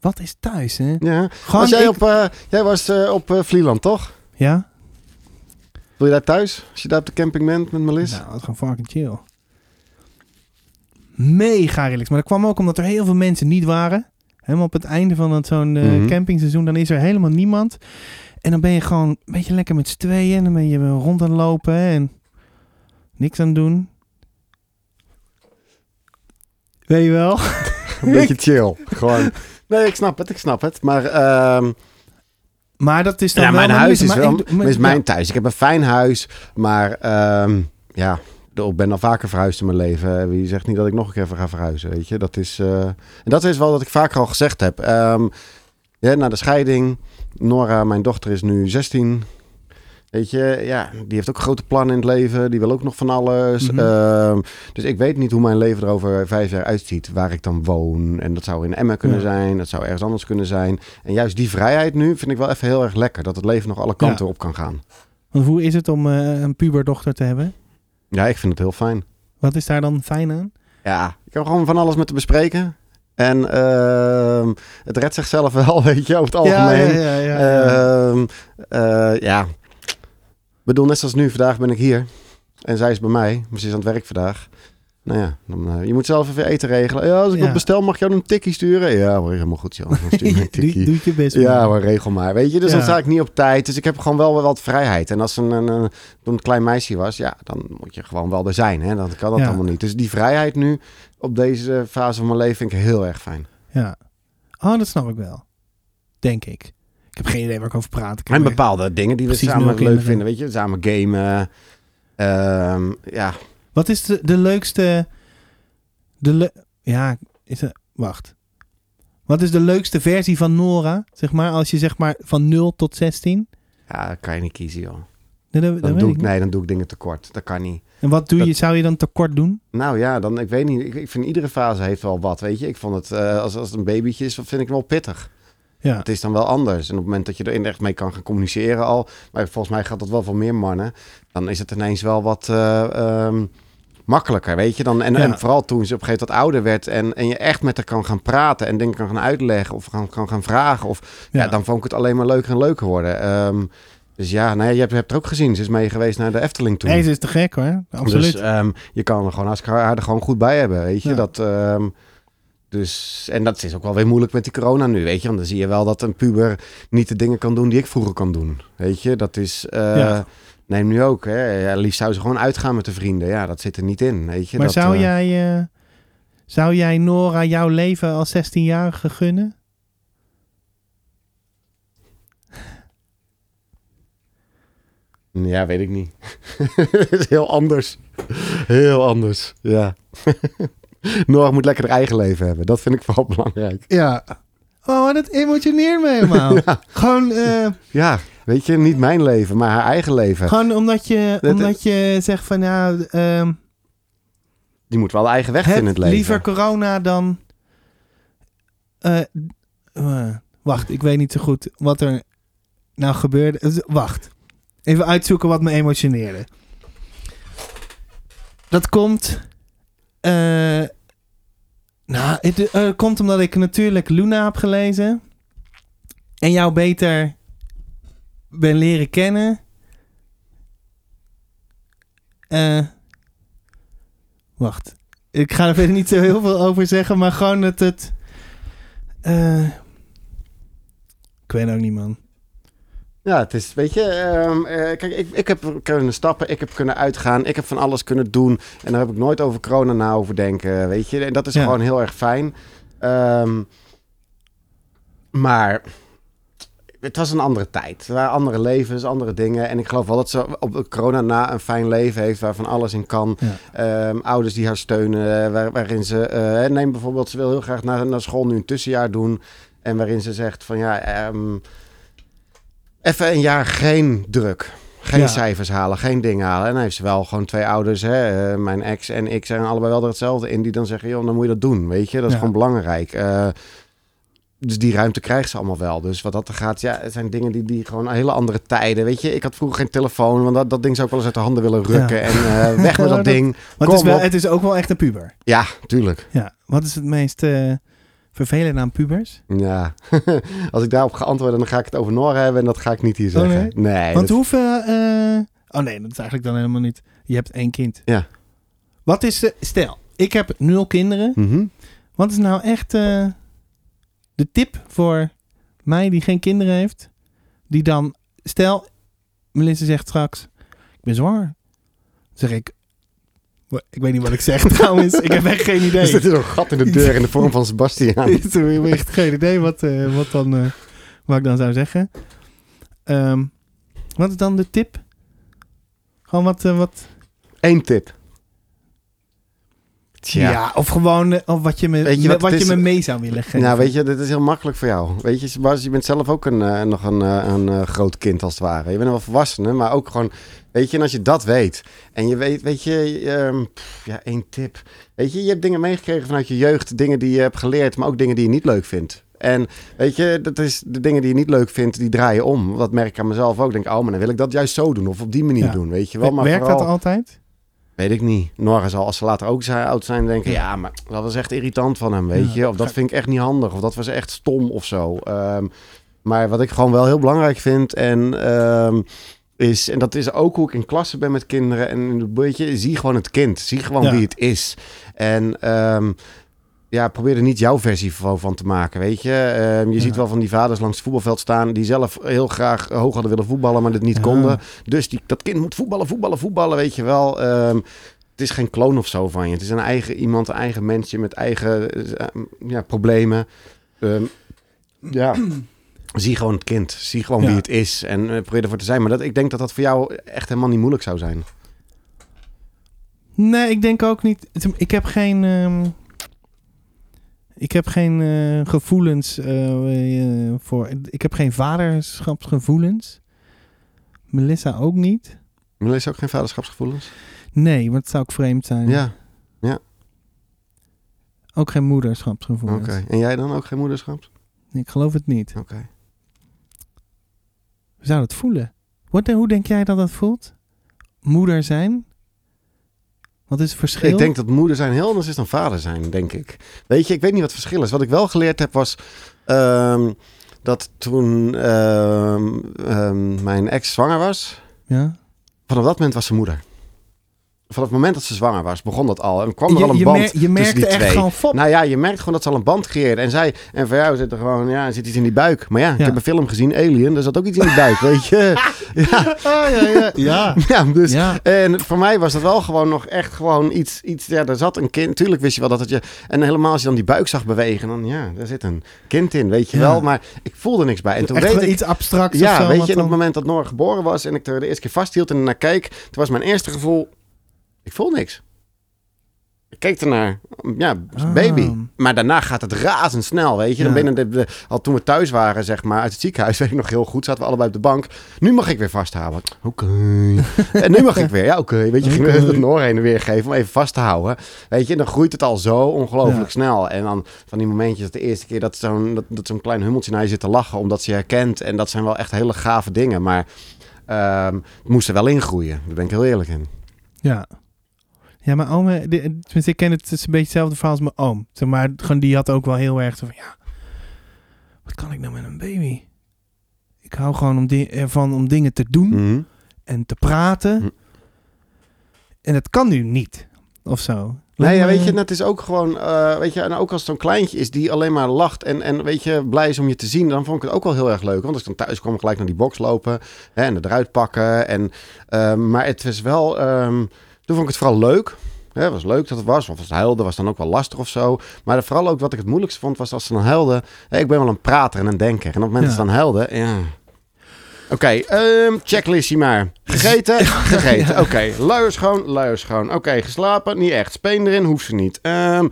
Speaker 2: Wat is thuis, hè?
Speaker 1: Ja.
Speaker 2: Gewoon
Speaker 1: Was jij,
Speaker 2: ik-
Speaker 1: op, eh, jij was eh, op eh, Vlieland, toch?
Speaker 2: Ja?
Speaker 1: Wil je daar thuis? Als je daar op de camping bent met Melissa?
Speaker 2: Nou, dat is gewoon fucking chill. Mega relaxed. Maar dat kwam ook omdat er heel veel mensen niet waren. Helemaal op het einde van het- zo'n eh,
Speaker 1: Mhm.
Speaker 2: campingseizoen, dan is er helemaal niemand. En dan ben je gewoon een beetje lekker met z'n tweeën. En dan ben je rond aan het lopen en niks aan het doen. Weet je wel?
Speaker 1: Een beetje chill. Gewoon. Nee, ik snap het, ik snap het. Maar ehm,
Speaker 2: Maar dat is dan
Speaker 1: ja,
Speaker 2: wel
Speaker 1: mijn huis is
Speaker 2: maar
Speaker 1: wel
Speaker 2: ik doe- maar-
Speaker 1: is
Speaker 2: ja.
Speaker 1: mijn thuis. Ik heb een fijn huis, maar ehm, ja, ik ben al vaker verhuisd in mijn leven. Eh, Wie zegt niet dat ik nog een keer ga verhuizen, weet je? Dat is, eh, en dat is wel wat ik vaker al gezegd heb. Ehm, ja, na de scheiding, Nora, mijn dochter, is nu 16. Weet je, ja, die heeft ook grote plannen in het leven. Die wil ook nog van alles.
Speaker 2: Mhm.
Speaker 1: Ehm, dus ik weet niet hoe mijn leven er over vijf jaar uitziet. Waar ik dan woon. En dat zou in Emmen kunnen
Speaker 2: Ja.
Speaker 1: zijn. Dat zou ergens anders kunnen zijn. En juist die vrijheid nu vind ik wel even heel erg lekker. Dat het leven nog alle kanten op kan gaan.
Speaker 2: Want hoe is het om eh, een puberdochter te hebben?
Speaker 1: Ja, ik vind het heel fijn.
Speaker 2: Wat is daar dan fijn aan?
Speaker 1: Ja, ik heb gewoon van alles met te bespreken. En ehm, het redt zichzelf wel, weet je, over het algemeen.
Speaker 2: ja, ja,
Speaker 1: Ehm, eh, ja. Ik bedoel, net zoals nu, vandaag ben ik hier. En zij is bij mij. maar Ze is aan het werk vandaag. Nou ja, dan, eh, je moet zelf even eten regelen. Ja, als ik
Speaker 2: Ja.
Speaker 1: wat bestel, mag ik jou een tikkie sturen? Ja hoor, helemaal goed. Joh. Dan Stuur me een
Speaker 2: Doe,
Speaker 1: tikkie.
Speaker 2: doet je best.
Speaker 1: Ja,
Speaker 2: man.
Speaker 1: maar regel maar. Weet je, dus dan
Speaker 2: Ja.
Speaker 1: sta ik niet op tijd. Dus ik heb gewoon wel wat vrijheid. En als een, een, een, toen een klein meisje was, ja, dan moet je gewoon wel er zijn. Hè? Dan kan dat
Speaker 2: Ja.
Speaker 1: allemaal niet. Dus die vrijheid nu, op deze fase van mijn leven, vind ik heel erg fijn.
Speaker 2: Ja. Oh, dat snap ik wel. Denk ik. Ik heb geen idee waar ik over praat. Ik heb
Speaker 1: En
Speaker 2: maar-
Speaker 1: bepaalde dingen die we
Speaker 2: Precies, nul
Speaker 1: samen leuk
Speaker 2: kinderen.
Speaker 1: vinden. Weet je, samen gamen. Ehm, ja,
Speaker 2: Wat is de, de leukste... De le- ja, is er, wacht. Wat is de leukste versie van Nora? Zeg maar, als je zeg maar van 0 tot 16?
Speaker 1: ja, kan je niet kiezen, joh.
Speaker 2: Nee, dat, dat
Speaker 1: Dan
Speaker 2: weet
Speaker 1: doe
Speaker 2: ik
Speaker 1: ik,
Speaker 2: niet.
Speaker 1: nee, dan doe ik dingen tekort. Dat kan niet.
Speaker 2: En wat doe je?
Speaker 1: Dat-
Speaker 2: Zou je dan tekort doen?
Speaker 1: Nou ja, dan, ik weet niet. Ik, ik vind iedere fase heeft wel wat, weet je. Ik vond het, eh, als, als het een babytje is, vind ik het wel pittig.
Speaker 2: Ja.
Speaker 1: Het is dan wel anders. En op het moment dat je er echt mee kan gaan communiceren al... maar volgens mij gaat dat wel voor meer mannen... dan is het ineens wel wat eh, ehm, makkelijker, weet je. Dan, en,
Speaker 2: Ja.
Speaker 1: en vooral toen ze op een gegeven moment wat ouder werd... En, en je echt met haar kan gaan praten en dingen kan gaan uitleggen... of gaan, kan gaan vragen. Of, ja.
Speaker 2: Ja.
Speaker 1: dan vond ik het alleen maar leuker en leuker worden. Ehm, dus ja, nou ja, je hebt, je hebt het ook gezien. Ze is mee geweest naar de Efteling toen.
Speaker 2: Nee, ze is te gek hoor. Absoluut.
Speaker 1: Dus ehm, je kan er gewoon hartstikke haar er gewoon goed bij hebben, weet je.
Speaker 2: Ja.
Speaker 1: Dat, ehm, dus, en dat is ook wel weer moeilijk met die corona nu, weet je. Want dan zie je wel dat een puber niet de dingen kan doen die ik vroeger kan doen, weet je. Dat is... eh,
Speaker 2: Ja.
Speaker 1: Neem nu ook, hè. Ja, liefst zou ze gewoon uitgaan met de vrienden. Ja, dat zit er niet in, weet je.
Speaker 2: maar
Speaker 1: dat,
Speaker 2: zou,
Speaker 1: eh,
Speaker 2: jij, eh, zou jij Nora jouw leven als 16-jarige gunnen?
Speaker 1: Ja, weet ik niet. Het is heel anders. Heel anders, ja. Noor moet lekker haar eigen leven hebben. Dat vind ik vooral belangrijk.
Speaker 2: Ja. Oh, dat emotioneert me helemaal. Gewoon, eh,
Speaker 1: Ja, weet je, niet mijn leven, maar haar eigen leven.
Speaker 2: gewoon omdat, je,
Speaker 1: Dat-
Speaker 2: omdat je zegt van nou, ehm,
Speaker 1: Die moet wel haar eigen weg
Speaker 2: heb
Speaker 1: in het leven.
Speaker 2: liever corona dan... eh, eh, wacht, ik weet niet zo goed wat er nou gebeurde. Eh, Wacht, even uitzoeken wat me emotioneerde. Dat komt... eh, nou, het eh, komt omdat ik natuurlijk Luna heb gelezen. En jou beter ben leren kennen. Eh, wacht. Ik ga er verder niet zo heel veel over zeggen, maar gewoon dat het... eh, ik weet ook niet, man.
Speaker 1: Ja, het is, weet je, ehm, eh, kijk, ik, ik heb kunnen stappen, ik heb kunnen uitgaan, ik heb van alles kunnen doen. En daar heb ik nooit over corona na over denken, weet je. En dat is
Speaker 2: Ja.
Speaker 1: gewoon heel erg fijn. Ehm, maar het was een andere tijd. Er waren andere levens, andere dingen. En ik geloof wel dat ze op corona na een fijn leven heeft waarvan alles in kan.
Speaker 2: Ja.
Speaker 1: Ehm, ouders die haar steunen, eh, waar- waarin ze... eh, neem bijvoorbeeld, ze wil heel graag naar, naar school nu een tussenjaar doen. En waarin ze zegt van ja, ehm, even een jaar geen druk. Geen
Speaker 2: Ja.
Speaker 1: cijfers halen, geen dingen halen. En dan heeft ze wel gewoon twee ouders, hè, eh, mijn ex en ik, zijn allebei wel er hetzelfde in. Die dan zeggen, joh, dan moet je dat doen, weet je. Dat is
Speaker 2: Ja.
Speaker 1: gewoon belangrijk. Eh, dus die ruimte krijgt ze allemaal wel. Dus wat dat er gaat, ja, het zijn dingen die, die gewoon hele andere tijden. Weet je, ik had vroeger geen telefoon, want dat, dat ding zou ik wel eens uit de handen willen rukken.
Speaker 2: Ja.
Speaker 1: En eh, weg met
Speaker 2: Ja,
Speaker 1: dat
Speaker 2: dat-
Speaker 1: ding.
Speaker 2: Maar het is,
Speaker 1: Kom
Speaker 2: wel,
Speaker 1: op.
Speaker 2: het is ook wel echt een puber.
Speaker 1: Ja, tuurlijk.
Speaker 2: Ja, wat is het meest eh vervelende aan pubers?
Speaker 1: Ja. Als ik daarop ga antwoorden, dan ga ik het over Nora hebben en dat ga ik niet hier
Speaker 2: Oh,
Speaker 1: zeggen. nee.
Speaker 2: Want
Speaker 1: dat-
Speaker 2: hoeveel... eh, oh nee, dat is eigenlijk dan helemaal niet... Je hebt één kind.
Speaker 1: Ja.
Speaker 2: Wat is... eh, stel, ik heb nul kinderen.
Speaker 1: Mhm.
Speaker 2: Wat is nou echt eh, de tip voor mij die geen kinderen heeft? Die dan, stel, Melissa zegt straks, ik ben zwanger. Dan zeg ik, wa- ik weet niet wat ik zeg trouwens, ik heb echt geen idee.
Speaker 1: Dus dit is een gat in de deur in de vorm van Sebastiaan.
Speaker 2: Ik heb echt geen idee wat, eh, wat, dan, eh, wat ik dan zou zeggen. Ehm, wat is dan de tip? Gewoon wat... eh, wat
Speaker 1: Eén tip.
Speaker 2: ja. of gewoon eh, of wat je me,
Speaker 1: Weet je
Speaker 2: wat
Speaker 1: wat het
Speaker 2: je
Speaker 1: is?
Speaker 2: me mee zou willen geven.
Speaker 1: Nou, weet je, dit is heel makkelijk voor jou. Weet je, Sebas, je bent zelf ook een, eh, nog een, eh, een eh, groot kind als het ware. Je bent wel volwassene, maar ook gewoon... Weet je, en als je dat weet... En je weet, weet je... ehm, pff, ja, één tip. Weet je, je hebt dingen meegekregen vanuit je jeugd. Dingen die je hebt geleerd, maar ook dingen die je niet leuk vindt. En weet je, dat is de dingen die je niet leuk vindt, die draaien om. Dat merk ik aan mezelf ook. Ik denk, oh, maar dan wil ik dat juist zo doen. Of op die manier
Speaker 2: Ja.
Speaker 1: doen, weet je wel. Maar
Speaker 2: Werkt
Speaker 1: vooral...
Speaker 2: dat altijd?
Speaker 1: Weet ik niet. Nora zal, als ze later ook zijn, oud zijn, denken... ja, maar dat was echt irritant van hem, weet
Speaker 2: Ja.
Speaker 1: je. Of dat vind ik echt niet handig. Of dat was echt stom of zo. Ehm, maar wat ik gewoon wel heel belangrijk vind... en ehm, is. En dat is ook hoe ik in klasse ben met kinderen. En een beetje, zie gewoon het kind. Zie gewoon
Speaker 2: Ja.
Speaker 1: wie het is. En ehm, ja, probeer er niet jouw versie van, van te maken, weet je. Ehm, je
Speaker 2: Ja.
Speaker 1: ziet wel van die vaders langs het voetbalveld staan... die zelf heel graag hoog hadden willen voetballen, maar dat niet
Speaker 2: Ja.
Speaker 1: konden. Dus die, dat kind moet voetballen, voetballen, voetballen, weet je wel. Ehm, het is geen kloon of zo van je. Het is een eigen iemand, een eigen mensje met eigen eh, ja, problemen. Ehm, ja. Zie gewoon het kind. Zie gewoon
Speaker 2: Ja.
Speaker 1: wie het is. En eh, probeer ervoor te zijn. Maar dat, ik denk dat dat voor jou echt helemaal niet moeilijk zou zijn.
Speaker 2: Nee, ik denk ook niet. het- Ik heb geen. ehm, ik heb geen eh, gevoelens eh, eh, voor. Ik heb geen vaderschapsgevoelens. Melissa ook niet.
Speaker 1: Maar lees ook geen vaderschapsgevoelens?
Speaker 2: Nee, want het zou ook vreemd zijn.
Speaker 1: Ja,
Speaker 2: Ook geen moederschapsgevoelens.
Speaker 1: oké. En jij dan ook geen moederschaps?
Speaker 2: Ik geloof het niet.
Speaker 1: Oké.
Speaker 2: We zouden het voelen. Wat, hoe denk jij dat dat voelt? Moeder zijn? Wat is het verschil?
Speaker 1: Ik denk dat moeder zijn heel anders is dan vader zijn, denk ik. Weet je, ik weet niet wat het verschil is. Wat ik wel geleerd heb was ehm, dat toen ehm, ehm, mijn ex zwanger was,
Speaker 2: Ja.
Speaker 1: Vanaf dat moment was ze moeder. Vanaf het moment dat ze zwanger was, begon dat al. En kwam er
Speaker 2: je,
Speaker 1: al een
Speaker 2: je
Speaker 1: band
Speaker 2: mer- je
Speaker 1: tussen
Speaker 2: merkte
Speaker 1: die
Speaker 2: echt
Speaker 1: twee.
Speaker 2: gewoon fop.
Speaker 1: Nou ja, je merkt gewoon dat ze al een band creëerde. En zij, en voor jou zit er gewoon, ja, zit iets in die buik. Maar ja, ik
Speaker 2: Ja.
Speaker 1: heb een film gezien, Alien, daar zat ook iets in die buik, weet je. Nou, Ja,
Speaker 4: ja, ja.
Speaker 1: ja. dus...
Speaker 2: ja.
Speaker 1: En voor mij was dat wel gewoon nog echt gewoon iets, iets... Ja, daar zat een kind... Tuurlijk wist je wel dat het je... En helemaal als je dan die buik zag bewegen... Dan ja, daar zit een kind in, weet je
Speaker 2: Ja.
Speaker 1: wel. Maar ik voelde niks bij. En toen
Speaker 2: Echt
Speaker 1: weet
Speaker 2: wel
Speaker 1: ik...
Speaker 2: iets abstracts of
Speaker 1: Ja,
Speaker 2: zo.
Speaker 1: weet
Speaker 2: wat
Speaker 1: je, en op
Speaker 2: dan-
Speaker 1: het moment dat Noor geboren was en ik er de eerste keer vasthield en ernaar keek, toen was mijn eerste gevoel, ik voel niks. Ik keek ernaar, ja,
Speaker 2: Ah.
Speaker 1: baby. Maar daarna gaat het razendsnel, weet je. Dan
Speaker 2: Ja.
Speaker 1: binnen de, de- al toen we thuis waren, zeg maar, uit het ziekenhuis, weet ik nog heel goed, zaten we allebei op de bank. Nu mag ik weer vasthouden. Oké. en nu mag ik weer, ja oké. Weet je, ging
Speaker 2: Oké.
Speaker 1: de Noor heen en weer geven om even vast te houden. Weet je, en dan groeit het al zo ongelooflijk
Speaker 2: Ja.
Speaker 1: snel. En dan van die momentjes dat de eerste keer dat zo'n dat, dat zo'n klein hummeltje naar je zit te lachen omdat ze je herkent. En dat zijn wel echt hele gave dingen. Maar ehm, het moest er wel in groeien. Daar ben ik heel eerlijk in.
Speaker 2: Ja. Ja, mijn oom, eh, die- eh, tenminste, ik ken het, het is een beetje hetzelfde verhaal als mijn oom. Zeg maar, gewoon, die had ook wel heel erg zo van, ja, wat kan ik nou met een baby? Ik hou gewoon om di- ervan om dingen te doen
Speaker 1: Mhm.
Speaker 2: en te praten.
Speaker 1: Hm.
Speaker 2: En dat kan nu niet, of zo.
Speaker 1: Nee, ja,
Speaker 2: Maar-
Speaker 1: weet je, en het is ook gewoon, eh, weet je, en ook als het zo'n kleintje is die alleen maar lacht en, en weet je, blij is om je te zien, dan vond ik het ook wel heel erg leuk. Want als ik dan thuis kwam, gelijk naar die box lopen hè, en het eruit pakken. En, ehm, maar het was wel, ehm, toen vond ik het vooral leuk. Hè, Het was leuk dat het was, of als het huilde, was dan ook wel lastig of zo. Maar vooral ook wat ik het moeilijkste vond, was als ze dan huilde. Hè, ik ben wel een prater en een denker. En op het moment dat ze
Speaker 2: Ja.
Speaker 1: dan huilde, ja. Oké, ehm, checklistje maar. Gegeten? Gegeten. Oké, luier schoon, luier schoon. Oké, geslapen? Niet echt. Speen erin? Hoeft ze niet. Ehm,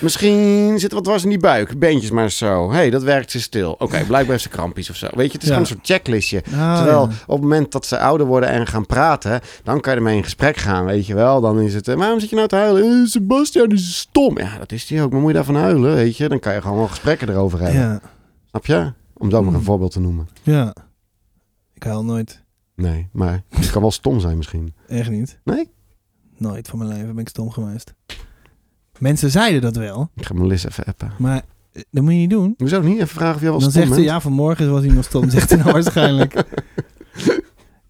Speaker 1: misschien zit er wat was in die buik. Beentjes maar zo. hey, dat werkt ze stil. Oké, blijkbaar heeft ze krampjes of zo. Weet je, het is
Speaker 2: Ja.
Speaker 1: gewoon een soort checklistje.
Speaker 2: Ah,
Speaker 1: nou, Terwijl
Speaker 2: ja.
Speaker 1: op het moment dat ze ouder worden en gaan praten, dan kan je ermee in gesprek gaan, weet je wel. Dan is het, eh, waarom zit je nou te huilen? Eh, Sebastian is stom. Ja, dat is die ook. Maar moet je daarvan huilen, weet je? Dan kan je gewoon wel gesprekken erover hebben.
Speaker 2: Ja,
Speaker 1: Snap je? Om zo maar een
Speaker 2: Hmm.
Speaker 1: voorbeeld te noemen.
Speaker 2: ja. Ik huil nooit.
Speaker 1: Nee, maar het kan wel stom zijn misschien.
Speaker 2: Echt niet.
Speaker 1: Nee?
Speaker 2: Nooit van mijn leven ben ik stom geweest. Mensen zeiden dat wel,
Speaker 1: Ik ga Melissa even appen.
Speaker 2: maar eh, dat moet je niet doen.
Speaker 1: Hoezo niet? Even vragen of jij wel
Speaker 2: dan
Speaker 1: stom
Speaker 2: zegt ze,
Speaker 1: bent?
Speaker 2: ja, vanmorgen was iemand stom, zegt hij nou waarschijnlijk.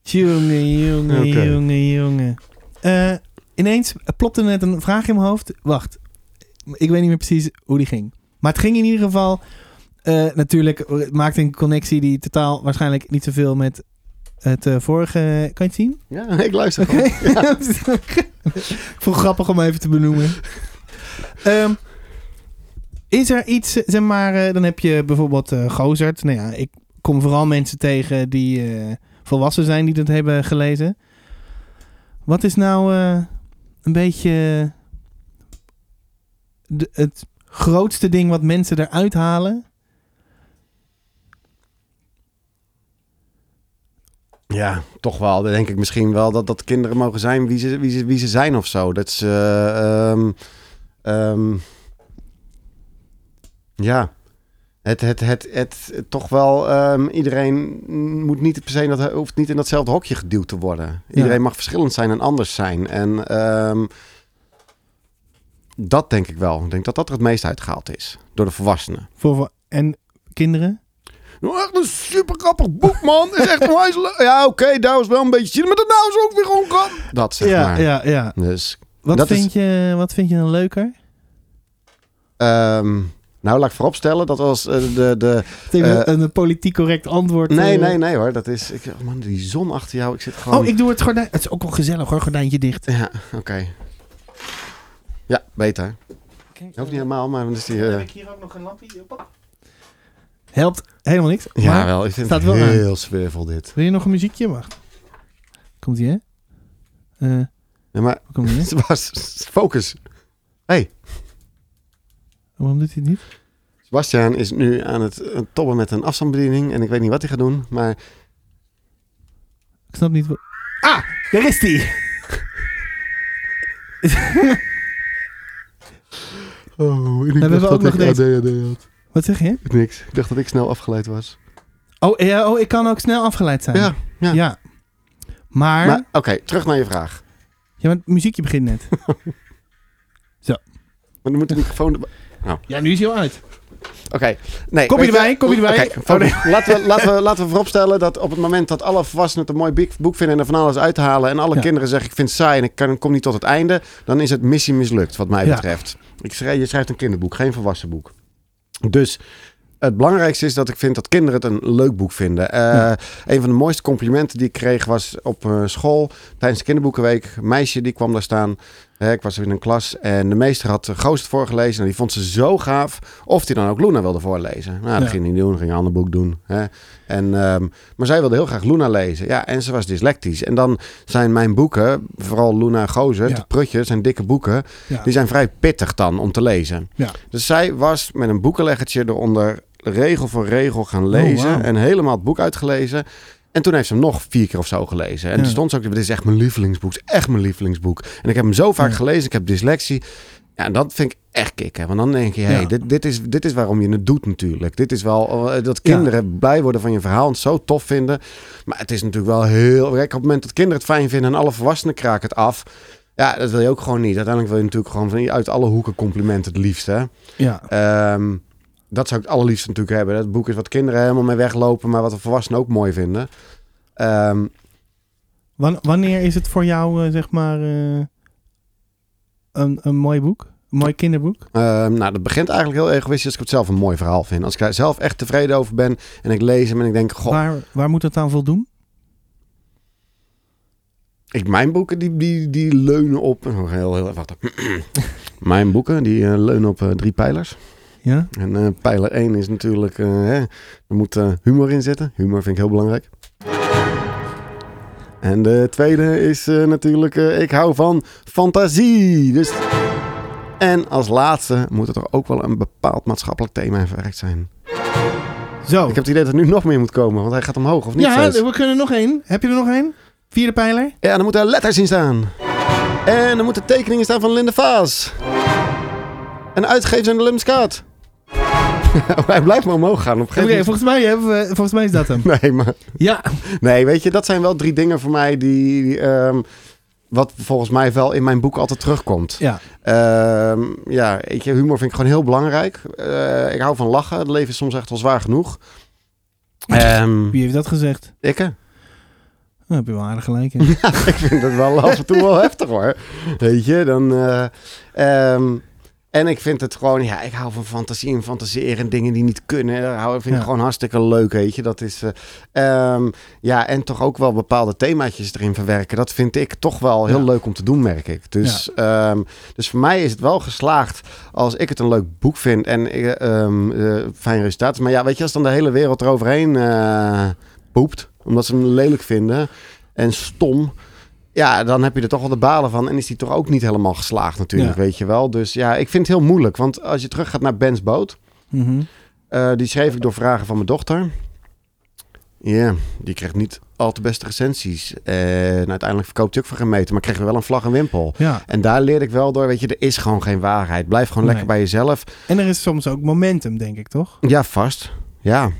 Speaker 2: Jongen, jongen,
Speaker 1: Oké.
Speaker 2: jongen, jongen. Eh, ineens plopte er net een vraag in mijn hoofd. Wacht, ik weet niet meer precies hoe die ging. Maar het ging in ieder geval... eh, natuurlijk eh, het maakte een connectie die totaal waarschijnlijk niet zoveel met het eh, vorige... Kan je het zien?
Speaker 1: Ja, ik luister
Speaker 2: Oké.
Speaker 1: gewoon.
Speaker 2: ik vond het grappig om even te benoemen. Ehm, is er iets, eh, zeg maar, eh, dan heb je bijvoorbeeld eh Gozert. Nou ja, ik kom vooral mensen tegen die eh, volwassen zijn die dat hebben gelezen. Wat is nou eh, een beetje eh, de- het grootste ding wat mensen eruit halen?
Speaker 1: Ja, toch wel. Dan denk ik misschien wel dat, dat kinderen mogen zijn wie ze, wie, ze, wie ze zijn of zo. Dat ze... eh, ehm, ehm, ja. Het, het, het, het, het- toch wel... ehm, iedereen moet niet per se... in Dat, hoeft niet in datzelfde hokje geduwd te worden. Iedereen mag verschillend zijn en anders zijn. En... ehm, dat denk ik wel. Ik denk dat dat er het meest uitgehaald is. Door de volwassenen.
Speaker 2: Voor, voor- en kinderen?
Speaker 1: Nou, Echt een super grappig boek, man. Is echt onwijs leuk. Ja, oké, daar was wel een beetje zin, maar dat nou is ook weer gewoon grappig. Dat zeg
Speaker 2: ja,
Speaker 1: maar.
Speaker 2: ja, ja.
Speaker 1: Dus,
Speaker 2: Wat
Speaker 1: Dat is-
Speaker 2: vind, je, wat vind je dan leuker?
Speaker 1: ehm, nou, laat ik vooropstellen, dat was eh, de... de
Speaker 2: Tegen
Speaker 1: Eh,
Speaker 2: een, een politiek correct antwoord.
Speaker 1: nee,
Speaker 2: eh,
Speaker 1: nee, nee hoor. Dat is... Ik, man, die zon achter jou, ik zit gewoon...
Speaker 2: Oh, ik doe het gordijn. Het is ook wel gezellig hoor, gordijntje dicht.
Speaker 1: Ja, oké. Ja, beter. Ook niet helemaal, maar dan
Speaker 2: dus
Speaker 1: is die... eh,
Speaker 2: hier ook nog een lampje? Helpt helemaal niks.
Speaker 1: ja,
Speaker 2: Maar-
Speaker 1: wel. Ik vind
Speaker 2: staat
Speaker 1: het
Speaker 2: wel aan.
Speaker 1: heel sfeervol dit.
Speaker 2: Wil je nog een muziekje? Wacht. Komt ie, hè? Eh,
Speaker 1: Ja, maar...
Speaker 2: waar komt ie, hè?
Speaker 1: Sebas- Focus.
Speaker 2: Waarom doet hij het niet?
Speaker 1: Sebastian is nu aan het eh, tobben met een afstandsbediening. En ik weet niet wat hij gaat doen, maar...
Speaker 2: Ik snap niet wat... Ah, daar is hij.
Speaker 1: Oh, en
Speaker 2: we
Speaker 1: ik
Speaker 2: hebben
Speaker 1: dacht dat
Speaker 2: ook nog
Speaker 1: ik
Speaker 2: deze.
Speaker 1: ADHD had.
Speaker 2: Wat zeg je?
Speaker 1: Niks. Ik dacht dat ik snel afgeleid was.
Speaker 2: Oh, ja, oh, ik kan ook snel afgeleid zijn.
Speaker 1: Ja, ja.
Speaker 2: ja. Maar...
Speaker 1: Maar oké, terug naar je vraag.
Speaker 2: Ja, want het muziekje begint net.
Speaker 1: Maar dan moet de microfoon... Oké,
Speaker 2: ja, nu is hij al uit.
Speaker 1: nee.
Speaker 2: Kom je
Speaker 1: weet
Speaker 2: erbij, kom je erbij. Oh,
Speaker 1: Oké, focus. laten, we, laten, we, laten we vooropstellen dat op het moment dat alle volwassenen het een mooi big- boek vinden en er van alles uithalen en alle
Speaker 2: Ja.
Speaker 1: kinderen zeggen ik vind het saai en ik kan, kom niet tot het einde, dan is het missie mislukt wat mij
Speaker 2: Ja.
Speaker 1: betreft. Ik schrijf, je schrijft een kinderboek, geen volwassen boek. Dus het belangrijkste is dat ik vind dat kinderen het een leuk boek vinden. Eh,
Speaker 2: Ja.
Speaker 1: Een van de mooiste complimenten die ik kreeg was op eh, school tijdens de kinderboekenweek. Een meisje die kwam daar staan. Hè, ik was in een klas en de meester had de Goost voorgelezen. En die vond ze zo gaaf of die dan ook Luna wilde voorlezen. Nou, dat
Speaker 2: Ja.
Speaker 1: ging hij niet doen. Ging een ander boek doen. Hè. En, ehm, maar zij wilde heel graag Luna lezen. Ja, en ze was dyslectisch. En dan zijn mijn boeken, vooral Luna en Gozer,
Speaker 2: Ja.
Speaker 1: de prutje, zijn dikke boeken.
Speaker 2: Ja.
Speaker 1: Die zijn vrij pittig dan om te lezen.
Speaker 2: Ja.
Speaker 1: Dus zij was met een boekenleggertje eronder regel voor regel gaan lezen.
Speaker 2: Oh, wauw.
Speaker 1: En helemaal het boek uitgelezen. En toen heeft ze hem nog vier keer of zo gelezen. En
Speaker 2: Ja.
Speaker 1: toen stond ze ook, dit is echt mijn lievelingsboek. Het is echt mijn lievelingsboek. En ik heb hem zo vaak
Speaker 2: Ja.
Speaker 1: gelezen. Ik heb dyslexie. Ja, en dat vind ik echt kicken. Want dan denk je, hey,
Speaker 2: Ja.
Speaker 1: dit, dit, is, dit is waarom je het doet natuurlijk. Dit is wel eh, dat kinderen blij worden van je verhaal en het zo tof vinden. Maar het is natuurlijk wel heel... Kijk, op het moment dat kinderen het fijn vinden en alle volwassenen kraken het af... Ja, dat wil je ook gewoon niet. Uiteindelijk wil je natuurlijk gewoon van, uit alle hoeken complimenten het liefst, hè.
Speaker 2: Ja.
Speaker 1: Ehm, dat zou ik het allerliefst natuurlijk hebben. Dat boek is wat kinderen helemaal mee weglopen, maar wat de volwassenen ook mooi vinden. Ehm,
Speaker 2: Wan- wanneer is het voor jou, eh, zeg maar, eh, een, een mooi boek? Een mooi kinderboek?
Speaker 1: ehm, nou, dat begint eigenlijk heel egoïstisch als ik het zelf een mooi verhaal vind. Als ik daar zelf echt tevreden over ben en ik lees hem en ik denk, goh,
Speaker 2: Waar, waar moet dat aan voldoen?
Speaker 1: ik, mijn boeken die, die, die leunen op... Oh, heel, heel, wacht. mijn boeken die eh, leunen op eh, drie pijlers.
Speaker 2: Ja?
Speaker 1: En eh, pijler 1 is natuurlijk, eh, hè, er moet eh, humor in zitten. Humor vind ik heel belangrijk. En de tweede is eh, natuurlijk, eh, ik hou van fantasie. Dus... En als laatste moet er toch ook wel een bepaald maatschappelijk thema in verwerkt zijn.
Speaker 2: Zo.
Speaker 1: Ik heb het idee dat er nu nog meer moet komen, want hij gaat omhoog, of niet?
Speaker 2: Oh. ja,
Speaker 1: Fred?
Speaker 2: we kunnen er nog één. Heb je er nog één? Vierde pijler?
Speaker 1: ja dan moeten er letters in staan. En er moeten tekeningen staan van Linde Vaas. En uitgevers in de Limskaat. hij blijft maar omhoog gaan. Op een
Speaker 2: Oké,
Speaker 1: gegeven moment...
Speaker 2: volgens, mij hebben we- volgens mij is dat hem.
Speaker 1: Nee, maar...
Speaker 2: Ja.
Speaker 1: Nee, weet je, dat zijn wel drie dingen voor mij die. die, ehm, wat volgens mij wel in mijn boek altijd terugkomt.
Speaker 2: Ja.
Speaker 1: Ehm, ja, weet je, humor vind ik gewoon heel belangrijk. Eh, ik hou van lachen. Het leven is soms echt wel zwaar genoeg. Ehm
Speaker 2: Wie heeft dat gezegd?
Speaker 1: ikke?
Speaker 2: Nou, heb je wel aardig gelijk. hè?
Speaker 1: ik vind dat wel af en toe wel heftig hoor. Weet je, dan. eh, ehm, en ik vind het gewoon, ja, ik hou van fantasie en fantaseren en dingen die niet kunnen. Dat hou- vind ik
Speaker 2: Ja.
Speaker 1: gewoon hartstikke leuk, weet je. Dat is, eh, ehm, ja, en toch ook wel bepaalde themaatjes erin verwerken. Dat vind ik toch wel heel
Speaker 2: Ja.
Speaker 1: leuk om te doen, merk ik. Dus, ehm, dus voor mij is het wel geslaagd als ik het een leuk boek vind en eh, ehm, eh, fijn resultaat. Maar ja, weet je, als dan de hele wereld eroverheen eh, poept, omdat ze hem lelijk vinden en stom. Ja, dan heb je er toch wel de balen van. En is die toch ook niet helemaal geslaagd natuurlijk,
Speaker 2: Ja.
Speaker 1: weet je wel. Dus ja, ik vind het heel moeilijk. Want als je teruggaat naar Ben's boot.
Speaker 2: Mhm.
Speaker 1: eh, die schreef ik door vragen van mijn dochter. Ja, die kreeg niet al te beste recensies. En uiteindelijk verkoopt hij ook voor geen meter. Maar kreeg wel een vlag en wimpel.
Speaker 2: Ja.
Speaker 1: En daar leerde ik wel door, weet je, er is gewoon geen waarheid. Blijf gewoon
Speaker 2: Nee.
Speaker 1: lekker bij jezelf.
Speaker 2: En er is soms ook momentum, denk ik, toch?
Speaker 1: Ja, vast. Ja,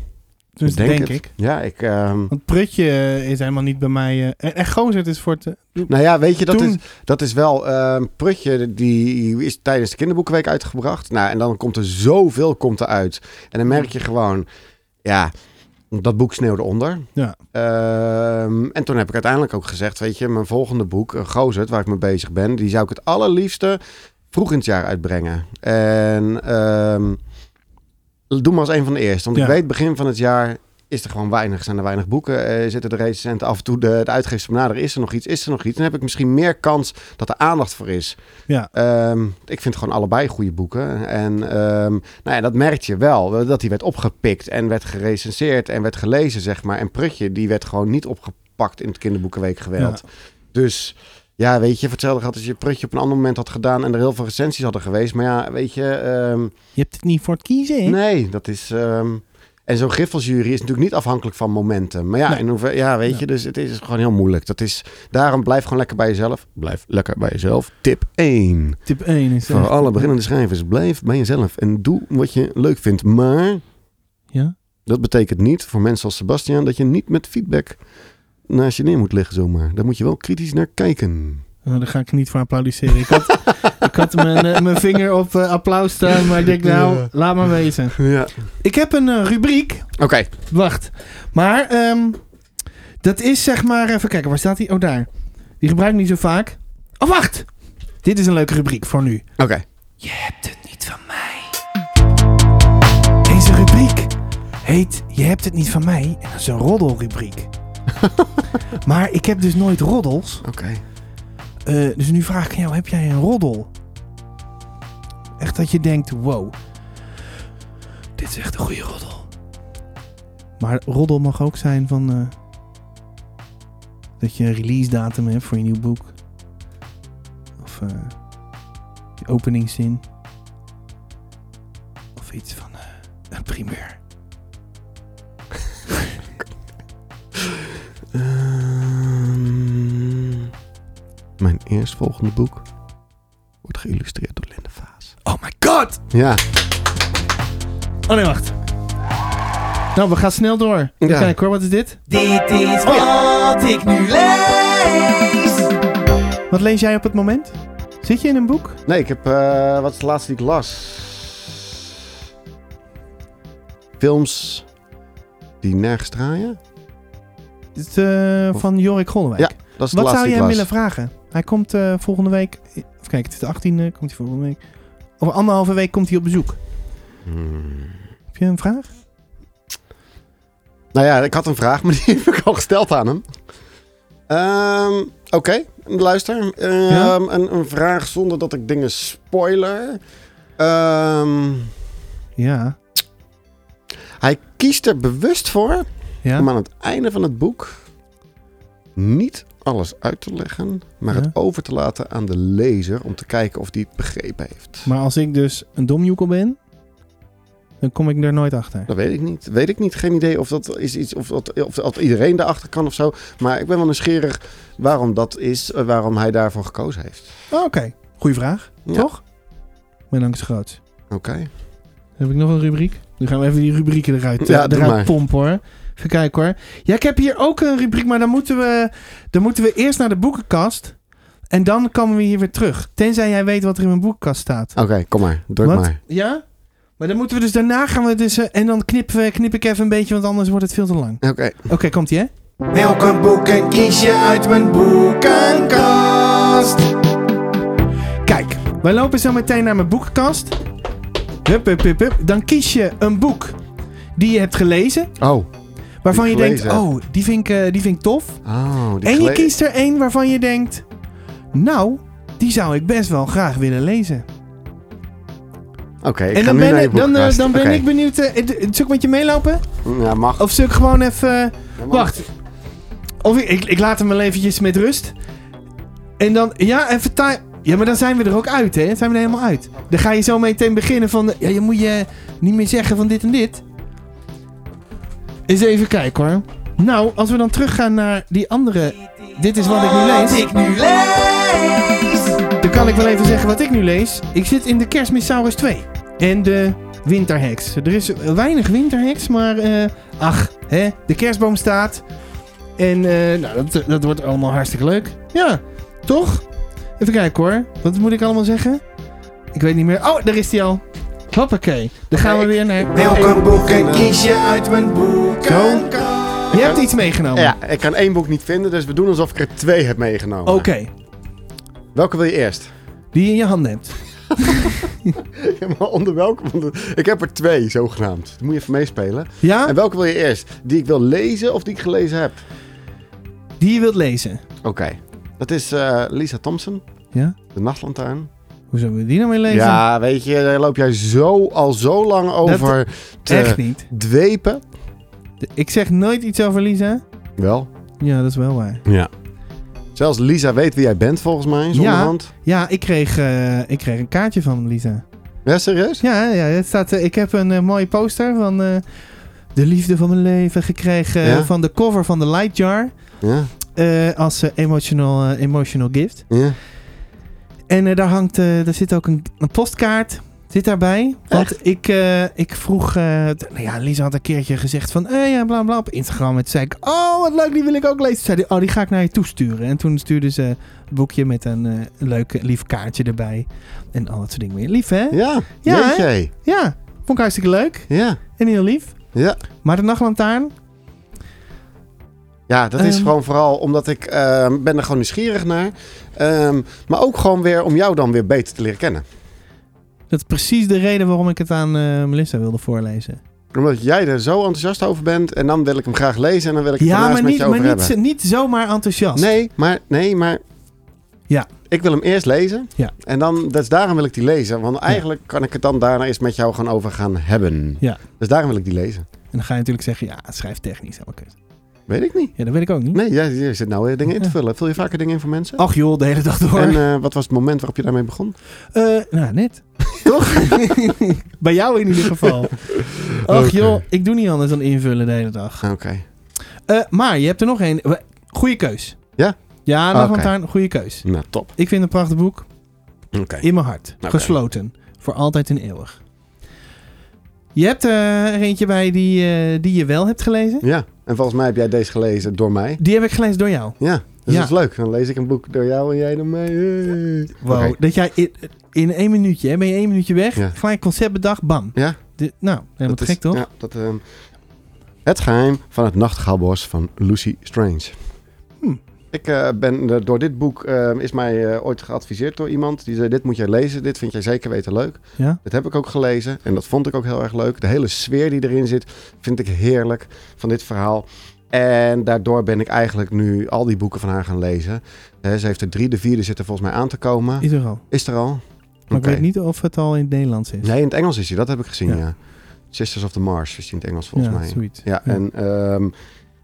Speaker 2: Dus
Speaker 1: ik denk,
Speaker 2: denk,
Speaker 1: het.
Speaker 2: ik.
Speaker 1: Ja, ik... ehm,
Speaker 2: Want Prutje eh, is helemaal niet bij mij... eh, en, en Gozert is voor het... eh,
Speaker 1: Nou ja, weet je, dat,
Speaker 2: Toen-
Speaker 1: is, dat is wel... ehm, Prutje, die is tijdens de kinderboekenweek uitgebracht. Nou, en dan komt er zoveel komt eruit. En dan merk je gewoon... Ja, dat boek sneeuwde onder.
Speaker 2: Ja.
Speaker 1: Ehm, en toen heb ik uiteindelijk ook gezegd, weet je, mijn volgende boek, eh, Gozert, waar ik mee bezig ben, die zou ik het allerliefste vroeg in het jaar uitbrengen. En ehm, doe maar als een van de eerste. Want
Speaker 2: Ja.
Speaker 1: ik weet, begin van het jaar is er gewoon weinig, zijn er weinig boeken, eh, zitten er recensenten af en toe, de, de uitgeefster benaderen, is er nog iets, is er nog iets. Dan heb ik misschien meer kans dat er aandacht voor is.
Speaker 2: Ja.
Speaker 1: Ehm, ik vind gewoon allebei goede boeken. En ehm, nou ja, dat merkte je wel. eh, Dat die werd opgepikt en werd gerecenseerd en werd gelezen, zeg maar. En Prutje, die werd gewoon niet opgepakt in het kinderboekenweek geweld. Dus ja, weet je, voor hetzelfde gehad als je Prutje op een ander moment had gedaan... en er heel veel recensies hadden geweest. Maar ja, weet je... ehm,
Speaker 2: Je hebt het niet voor het kiezen, hè?
Speaker 1: Nee, dat is. ehm, en zo'n griffelsjury is natuurlijk niet afhankelijk van momenten. Maar ja,
Speaker 2: Nee.
Speaker 1: in hoeverre, ja weet
Speaker 2: Ja.
Speaker 1: je, dus het is gewoon heel moeilijk. Dat is, daarom blijf gewoon lekker bij jezelf. Blijf lekker bij jezelf. Tip 1.
Speaker 2: Tip 1 is...
Speaker 1: Voor
Speaker 2: echt-
Speaker 1: alle beginnende schrijvers, blijf bij jezelf en doe wat je leuk vindt. Maar
Speaker 2: Ja?
Speaker 1: dat betekent niet voor mensen als Sebastian dat je niet met feedback naast je neer moet liggen zomaar. Daar moet je wel kritisch naar kijken.
Speaker 2: Nou, daar ga ik niet voor applaudisseren. Ik had, ik had mijn, eh, mijn vinger op eh, applaus staan, maar ik denk nou,
Speaker 1: Ja.
Speaker 2: laat maar wezen.
Speaker 1: Ja.
Speaker 2: Ik heb een eh, rubriek.
Speaker 1: Oké.
Speaker 2: Wacht. Maar ehm, dat is zeg maar... Even kijken, waar staat die? Oh, daar. Die gebruik ik niet zo vaak. Oh, wacht! Dit is een leuke rubriek voor nu.
Speaker 1: Oké.
Speaker 2: Niet van mij. Deze rubriek heet Je hebt het niet van mij. En dat is een roddelrubriek. maar ik heb dus nooit roddels.
Speaker 1: Oké.
Speaker 2: Eh, dus nu vraag ik jou, heb jij een roddel? Echt dat je denkt, wow. Dit is echt een goede roddel. Maar roddel mag ook zijn van... eh, dat je een release datum hebt voor je nieuw boek. Of eh, je openingszin. Of iets van eh, een primeur.
Speaker 1: Ehm, mijn eerstvolgende boek wordt geïllustreerd door Linde Vaas.
Speaker 2: Oh my god!
Speaker 1: Ja,
Speaker 2: Oh nee, wacht. Nou, we gaan snel door. Even
Speaker 1: Ja.
Speaker 2: kijken hoor, wat is dit? Oh,
Speaker 3: Dit is wat ik nu lees.
Speaker 2: Wat lees jij op het moment? Zit je in een boek?
Speaker 1: nee, ik heb. eh, wat is de laatste die ik las? Films die nergens draaien.
Speaker 2: Dit is, eh, van Jorik Gollewijk.
Speaker 1: Ja, dat is de
Speaker 2: Wat
Speaker 1: laatste
Speaker 2: zou
Speaker 1: die
Speaker 2: je
Speaker 1: ik
Speaker 2: hem
Speaker 1: las.
Speaker 2: willen vragen? Hij komt eh, volgende week... Of kijk, het is de 18e. Komt hij volgende week. Over anderhalve week komt hij op bezoek.
Speaker 1: Hmm.
Speaker 2: Heb je een vraag?
Speaker 1: Nou ja, ik had een vraag, maar die heb ik al gesteld aan hem. Ehm, Oké, luister. Ehm,
Speaker 2: Ja?
Speaker 1: een, een vraag zonder dat ik dingen spoiler. Ehm,
Speaker 2: Ja.
Speaker 1: hij kiest er bewust voor
Speaker 2: Ja?
Speaker 1: om aan het einde van het boek niet alles uit te leggen, maar
Speaker 2: Ja.
Speaker 1: het over te laten aan de lezer om te kijken of die het begrepen heeft.
Speaker 2: Maar als ik dus een domjoekel ben... Dan kom ik er nooit achter.
Speaker 1: Dat weet ik niet. Weet ik niet. Geen idee of dat is iets of dat, of dat iedereen daarachter kan of zo. Maar ik ben wel nieuwsgierig waarom dat is, eh, waarom hij daarvoor gekozen heeft.
Speaker 2: Oh, Oké. Goeie vraag.
Speaker 1: Ja.
Speaker 2: Toch? Mijn dank is groot.
Speaker 1: Oké.
Speaker 2: Dan heb ik nog een rubriek. Nu gaan we even die rubrieken eruit,
Speaker 1: Ja,
Speaker 2: eh,
Speaker 1: doe maar.
Speaker 2: eruit pompen hoor. Even kijken hoor. Ja, ik heb hier ook een rubriek, maar dan moeten we, dan moeten we eerst naar de boekenkast. En dan komen we hier weer terug. Tenzij jij weet wat er in mijn boekenkast staat.
Speaker 1: Oké, kom maar. Druk
Speaker 2: Wat?
Speaker 1: maar.
Speaker 2: Ja? Maar dan moeten we dus daarna gaan we dus... eh, en dan knip, we- knip ik even een beetje, want anders wordt het veel te lang.
Speaker 1: Oké.
Speaker 2: Oké, komt ie hè?
Speaker 3: Welke boeken kies je uit mijn boekenkast?
Speaker 2: Kijk, wij lopen zo meteen naar mijn boekenkast. Hup, hup, hup, hup. Dan kies je een boek die je hebt gelezen.
Speaker 1: Oh.
Speaker 2: Waarvan
Speaker 1: Die
Speaker 2: je
Speaker 1: ik
Speaker 2: denkt,
Speaker 1: gelezen heb.
Speaker 2: oh, die vind ik, eh, die vind ik tof.
Speaker 1: Oh. Die
Speaker 2: En je
Speaker 1: gele-
Speaker 2: kiest er één waarvan je denkt: Nou, die zou ik best wel graag willen lezen.
Speaker 1: Oké, ik
Speaker 2: en
Speaker 1: ga
Speaker 2: dan
Speaker 1: nu
Speaker 2: ben,
Speaker 1: naar je
Speaker 2: ik- dan, eh,
Speaker 1: boekenkast.
Speaker 2: dan ben
Speaker 1: Oké.
Speaker 2: ik benieuwd. eh, eh, zul ik met je meelopen?
Speaker 1: Ja, mag.
Speaker 2: Of zul ik gewoon even.
Speaker 1: Ja, mag.
Speaker 2: wacht. Of ik, ik, ik laat hem wel eventjes met rust. En dan, ja, even time. Ja, maar dan zijn we er ook uit, hè? Dan zijn we er helemaal uit. Dan ga je zo meteen beginnen van. Ja, je moet je niet meer zeggen van dit en dit. Eens even kijken hoor. Nou, als we dan teruggaan naar die andere. Dit is wat ik nu lees.
Speaker 3: Wat ik nu lees.
Speaker 2: Dan kan ik wel even zeggen wat ik nu lees. Ik zit in de Kerstmissaurus 2. En de Winterheks. Er is weinig Winterheks, maar eh, ach, hè, de kerstboom staat. En eh, nou, dat, dat wordt allemaal hartstikke leuk. Ja, toch? Even kijken hoor. Wat moet ik allemaal zeggen? Ik weet niet meer. Oh, daar is hij al.
Speaker 4: Hoppakee. Dan gaan we weer naar...
Speaker 2: Welke boeken kies je uit mijn boeken? Je hebt iets meegenomen.
Speaker 1: Ja, ik kan één boek niet vinden, dus we doen alsof ik er twee heb meegenomen.
Speaker 2: Oké,
Speaker 1: Welke wil je eerst?
Speaker 2: die je in je hand hebt.
Speaker 1: Ja, maar onder welke? Want ik heb er twee, zogenaamd. Dat moet je even meespelen.
Speaker 2: Ja,
Speaker 1: En welke wil je eerst? Die ik wil lezen of die ik gelezen heb?
Speaker 2: die je wilt lezen.
Speaker 1: Oké. Dat is eh, Lisa Thompson.
Speaker 2: Ja?
Speaker 1: De Nachtlantaarn.
Speaker 2: Hoe zullen we die nou weer lezen?
Speaker 1: Ja, weet je, daar loop jij zo, al zo lang over te
Speaker 2: Echt niet.
Speaker 1: dwepen.
Speaker 2: De- Ik zeg nooit iets over Lisa.
Speaker 1: Wel.
Speaker 2: Ja, dat is wel waar.
Speaker 1: Ja. Zelfs Lisa weet wie jij bent, volgens mij, zonderhand.
Speaker 2: Ja, ik kreeg, eh, ik kreeg een kaartje van Lisa.
Speaker 1: Ja, serieus?
Speaker 2: Ja, ja het staat, eh, ik heb een eh, mooie poster van eh, De Liefde van Mijn Leven gekregen. eh,
Speaker 1: Ja.
Speaker 2: Van de cover van de Lightjar.
Speaker 1: Ja.
Speaker 2: eh als eh, emotional, eh, emotional gift.
Speaker 1: ja.
Speaker 2: En eh, daar, hangt, eh, daar zit ook een, een postkaart. Zit daarbij. Want ik, eh, ik vroeg... eh, t- nou ja, Lisa had een keertje gezegd van... eh ja, bla bla op Instagram. En toen zei ik... Oh, wat leuk, die wil ik ook lezen. Toen zei die, oh, die ga ik naar je toe sturen. En toen stuurde ze een boekje met een eh, leuk eh, lief kaartje erbij. En al dat soort dingen meer. Lief, hè?
Speaker 1: Ja.
Speaker 2: Ja,
Speaker 1: Jeetje.
Speaker 2: Ja, vond ik hartstikke leuk.
Speaker 1: Ja.
Speaker 2: En heel lief.
Speaker 1: Ja.
Speaker 2: Maar de nachtlantaarn...
Speaker 1: Ja, dat is
Speaker 2: Ehm.
Speaker 1: gewoon vooral omdat ik ehm, ben er gewoon nieuwsgierig naar. Ehm, maar ook gewoon weer om jou dan weer beter te leren kennen.
Speaker 2: Dat is precies de reden waarom ik het aan eh, Melissa wilde voorlezen.
Speaker 1: Omdat jij er zo enthousiast over bent en dan wil ik hem graag lezen en dan wil ik het
Speaker 2: Ja,
Speaker 1: daarnaast
Speaker 2: maar,
Speaker 1: met
Speaker 2: niet,
Speaker 1: je over
Speaker 2: maar niet,
Speaker 1: hebben.
Speaker 2: z- niet zomaar enthousiast.
Speaker 1: Nee, maar... Nee, maar
Speaker 2: Ja.
Speaker 1: Ik wil hem eerst lezen.
Speaker 2: Ja.
Speaker 1: En dan, dus daarom wil ik die lezen. Want eigenlijk kan ik het dan daarna eens met jou gaan over gaan hebben.
Speaker 2: Ja.
Speaker 1: Dus daarom wil ik die lezen.
Speaker 2: En dan ga je natuurlijk zeggen, ja, schrijf technisch. Oké.
Speaker 1: Weet ik niet.
Speaker 2: Ja, dat weet ik ook niet.
Speaker 1: Nee, jij, jij zit nou weer dingen in te
Speaker 2: Hm? Ja. Oh,
Speaker 1: vullen. Vul je vaker dingen in voor mensen?
Speaker 2: Ach joh, de hele dag door.
Speaker 1: En eh, wat was het moment waarop je daarmee begon?
Speaker 2: Eh, nou, net. Toch? Bij jou in ieder geval. Ach joh, ik doe niet anders dan invullen de hele dag.
Speaker 1: Ah, Oké.
Speaker 2: Eh, maar je hebt er nog één. We- Goeie keus.
Speaker 1: Ja?
Speaker 2: Ja,
Speaker 1: Oké.
Speaker 2: Nachtlantaarn, goede keus.
Speaker 1: Nou, top.
Speaker 2: Ik vind het een prachtig boek.
Speaker 1: Oké.
Speaker 2: In mijn hart.
Speaker 1: Oké.
Speaker 2: Gesloten. Voor altijd en eeuwig. Je hebt eh, er eentje bij die, eh, die je wel hebt gelezen.
Speaker 1: Ja. En volgens mij heb jij deze gelezen door mij.
Speaker 2: Die heb ik gelezen door jou.
Speaker 1: Ja. Dus
Speaker 2: Ja.
Speaker 1: dat is leuk. Dan lees ik een boek door jou en jij door mij. Hey.
Speaker 2: Wow,
Speaker 1: Oké.
Speaker 2: dat jij in, in één minuutje, hè, ben je één minuutje weg,
Speaker 1: Ja.
Speaker 2: gelijk concept bedacht, bam.
Speaker 1: Ja.
Speaker 2: De- nou, helemaal te
Speaker 1: is-
Speaker 2: gek toch?
Speaker 1: Ja, dat, ehm, het geheim van het nachtgaalbos van Lucy Strange.
Speaker 2: Hmm.
Speaker 1: Ik eh, ben eh, door dit boek ehm, is mij eh, ooit geadviseerd door iemand die zei: dit moet jij lezen, dit vind jij zeker weten leuk.
Speaker 2: Ja.
Speaker 1: Dat heb ik ook gelezen en dat vond ik ook heel erg leuk. De hele sfeer die erin zit, vind ik heerlijk van dit verhaal. En daardoor ben ik eigenlijk nu al die boeken van haar gaan lezen. Hè, ze heeft er drie, de vierde zit er volgens mij aan te komen.
Speaker 2: Is er al.
Speaker 1: Is er al?
Speaker 2: Maar
Speaker 1: Oké.
Speaker 2: ik weet niet of het al in het Nederlands is.
Speaker 1: Nee, in het Engels is hij, dat heb ik gezien, ja.
Speaker 2: Ja.
Speaker 1: Sisters of the Mars is die in het Engels volgens
Speaker 2: ja,
Speaker 1: mij.
Speaker 2: zoiets.
Speaker 1: Ja, en ehm,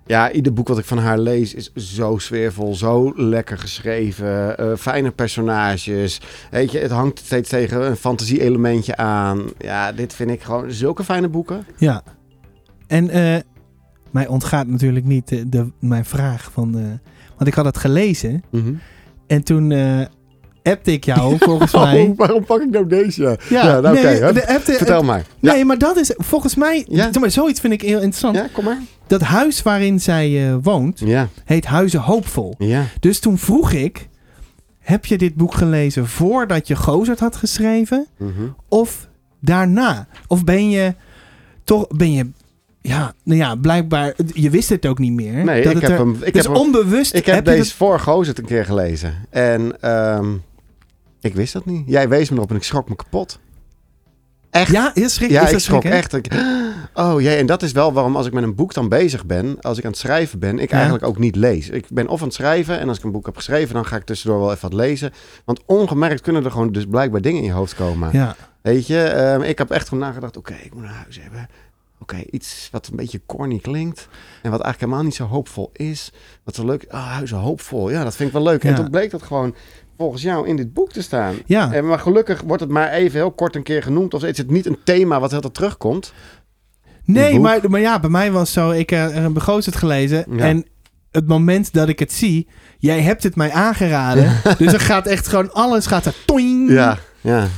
Speaker 1: ja, ieder boek wat ik van haar lees is zo sfeervol, zo lekker geschreven. eh, fijne personages. Weet je, het hangt steeds tegen een fantasie-elementje aan. Ja, dit vind ik gewoon zulke fijne boeken.
Speaker 2: Ja. En eh, mij ontgaat natuurlijk niet eh, de, mijn vraag van... eh, want ik had het gelezen en toen eh appte ik jou volgens mij.
Speaker 1: Oh, waarom pak ik nou deze? Ja,
Speaker 2: Ja,
Speaker 1: nou, oké.
Speaker 2: nee,
Speaker 1: hup.
Speaker 2: de appte, eh,
Speaker 1: Vertel maar. Ja.
Speaker 2: Nee, maar dat is volgens mij...
Speaker 1: Ja.
Speaker 2: zeg maar, Zoiets vind ik heel interessant.
Speaker 1: ja, kom maar.
Speaker 2: Dat huis waarin zij eh, woont,
Speaker 1: Ja,
Speaker 2: heet Huizen Hoopvol.
Speaker 1: ja.
Speaker 2: Dus toen vroeg ik: heb je dit boek gelezen voordat je Gozert had geschreven?
Speaker 1: Mhm.
Speaker 2: Of daarna? Of ben je toch ben je ja, nou ja, blijkbaar je wist het ook niet meer.
Speaker 1: Nee,
Speaker 2: dat
Speaker 1: ik
Speaker 2: het
Speaker 1: heb,
Speaker 2: er-
Speaker 1: hem, ik
Speaker 2: dus
Speaker 1: heb hem
Speaker 2: onbewust
Speaker 1: Ik heb,
Speaker 2: je
Speaker 1: deze voor Gozert een keer gelezen. En ehm, ik wist dat niet. Jij wees me erop en ik schrok me kapot.
Speaker 2: dat- Ja, is schrik,
Speaker 1: ja,
Speaker 2: is
Speaker 1: ik
Speaker 2: dat schrik,
Speaker 1: schrok
Speaker 2: hè?
Speaker 1: echt. Ik- oh jee, en dat is wel waarom als ik met een boek dan bezig ben, als ik aan het schrijven ben, ik
Speaker 2: Ja.
Speaker 1: eigenlijk ook niet lees. Ik ben of aan het schrijven en als ik een boek heb geschreven, dan ga ik tussendoor wel even wat lezen. Want ongemerkt kunnen er gewoon dus blijkbaar dingen in je hoofd komen.
Speaker 2: Ja,
Speaker 1: Weet je, ehm, ik heb echt gewoon nagedacht, oké, ik moet een huis hebben. Oké, iets wat een beetje corny klinkt en wat eigenlijk helemaal niet zo hoopvol is. Wat zo leuk, ah, huizen hoopvol. Ja, dat vind ik wel leuk. En
Speaker 2: Ja.
Speaker 1: toen bleek dat gewoon volgens jou in dit boek te staan.
Speaker 2: ja.
Speaker 1: En maar gelukkig wordt het maar even heel kort een keer genoemd. Of is het niet een thema wat heel erg terugkomt?
Speaker 2: Nee,
Speaker 1: boek.
Speaker 2: maar, maar ja, bij mij was zo, ik eh, heb uh, het gelezen
Speaker 1: Ja.
Speaker 2: en het moment dat ik het zie, jij hebt het mij aangeraden. Dus er gaat echt gewoon alles gaat er toing.
Speaker 1: ja.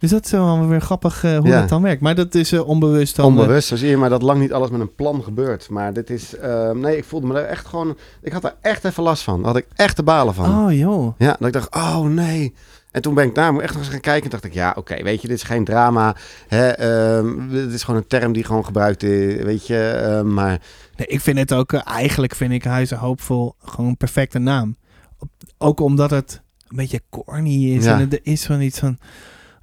Speaker 2: Dus dat is wel weer grappig eh, hoe
Speaker 1: Ja.
Speaker 2: dat dan werkt. Maar dat is eh, onbewust dan. eh,
Speaker 1: Onbewust, zo zie je maar dat lang niet alles met een plan gebeurt. Maar dit is, ehm, nee, ik voelde me daar echt gewoon, ik had daar echt even last van. Daar had ik echt de balen van.
Speaker 2: oh joh.
Speaker 1: Ja, dat ik dacht, oh nee. En toen ben ik daar echt nog eens gaan kijken en dacht ik, ja, oké, weet je, dit is geen drama. Hè, ehm, dit is gewoon een term die gewoon gebruikt is, weet je. ehm, maar
Speaker 2: Nee, ik vind het ook, eh, eigenlijk vind ik Huizen Hoopvol gewoon een perfecte naam. Op- Ook omdat het een beetje corny is
Speaker 1: Ja.
Speaker 2: en er is van iets van,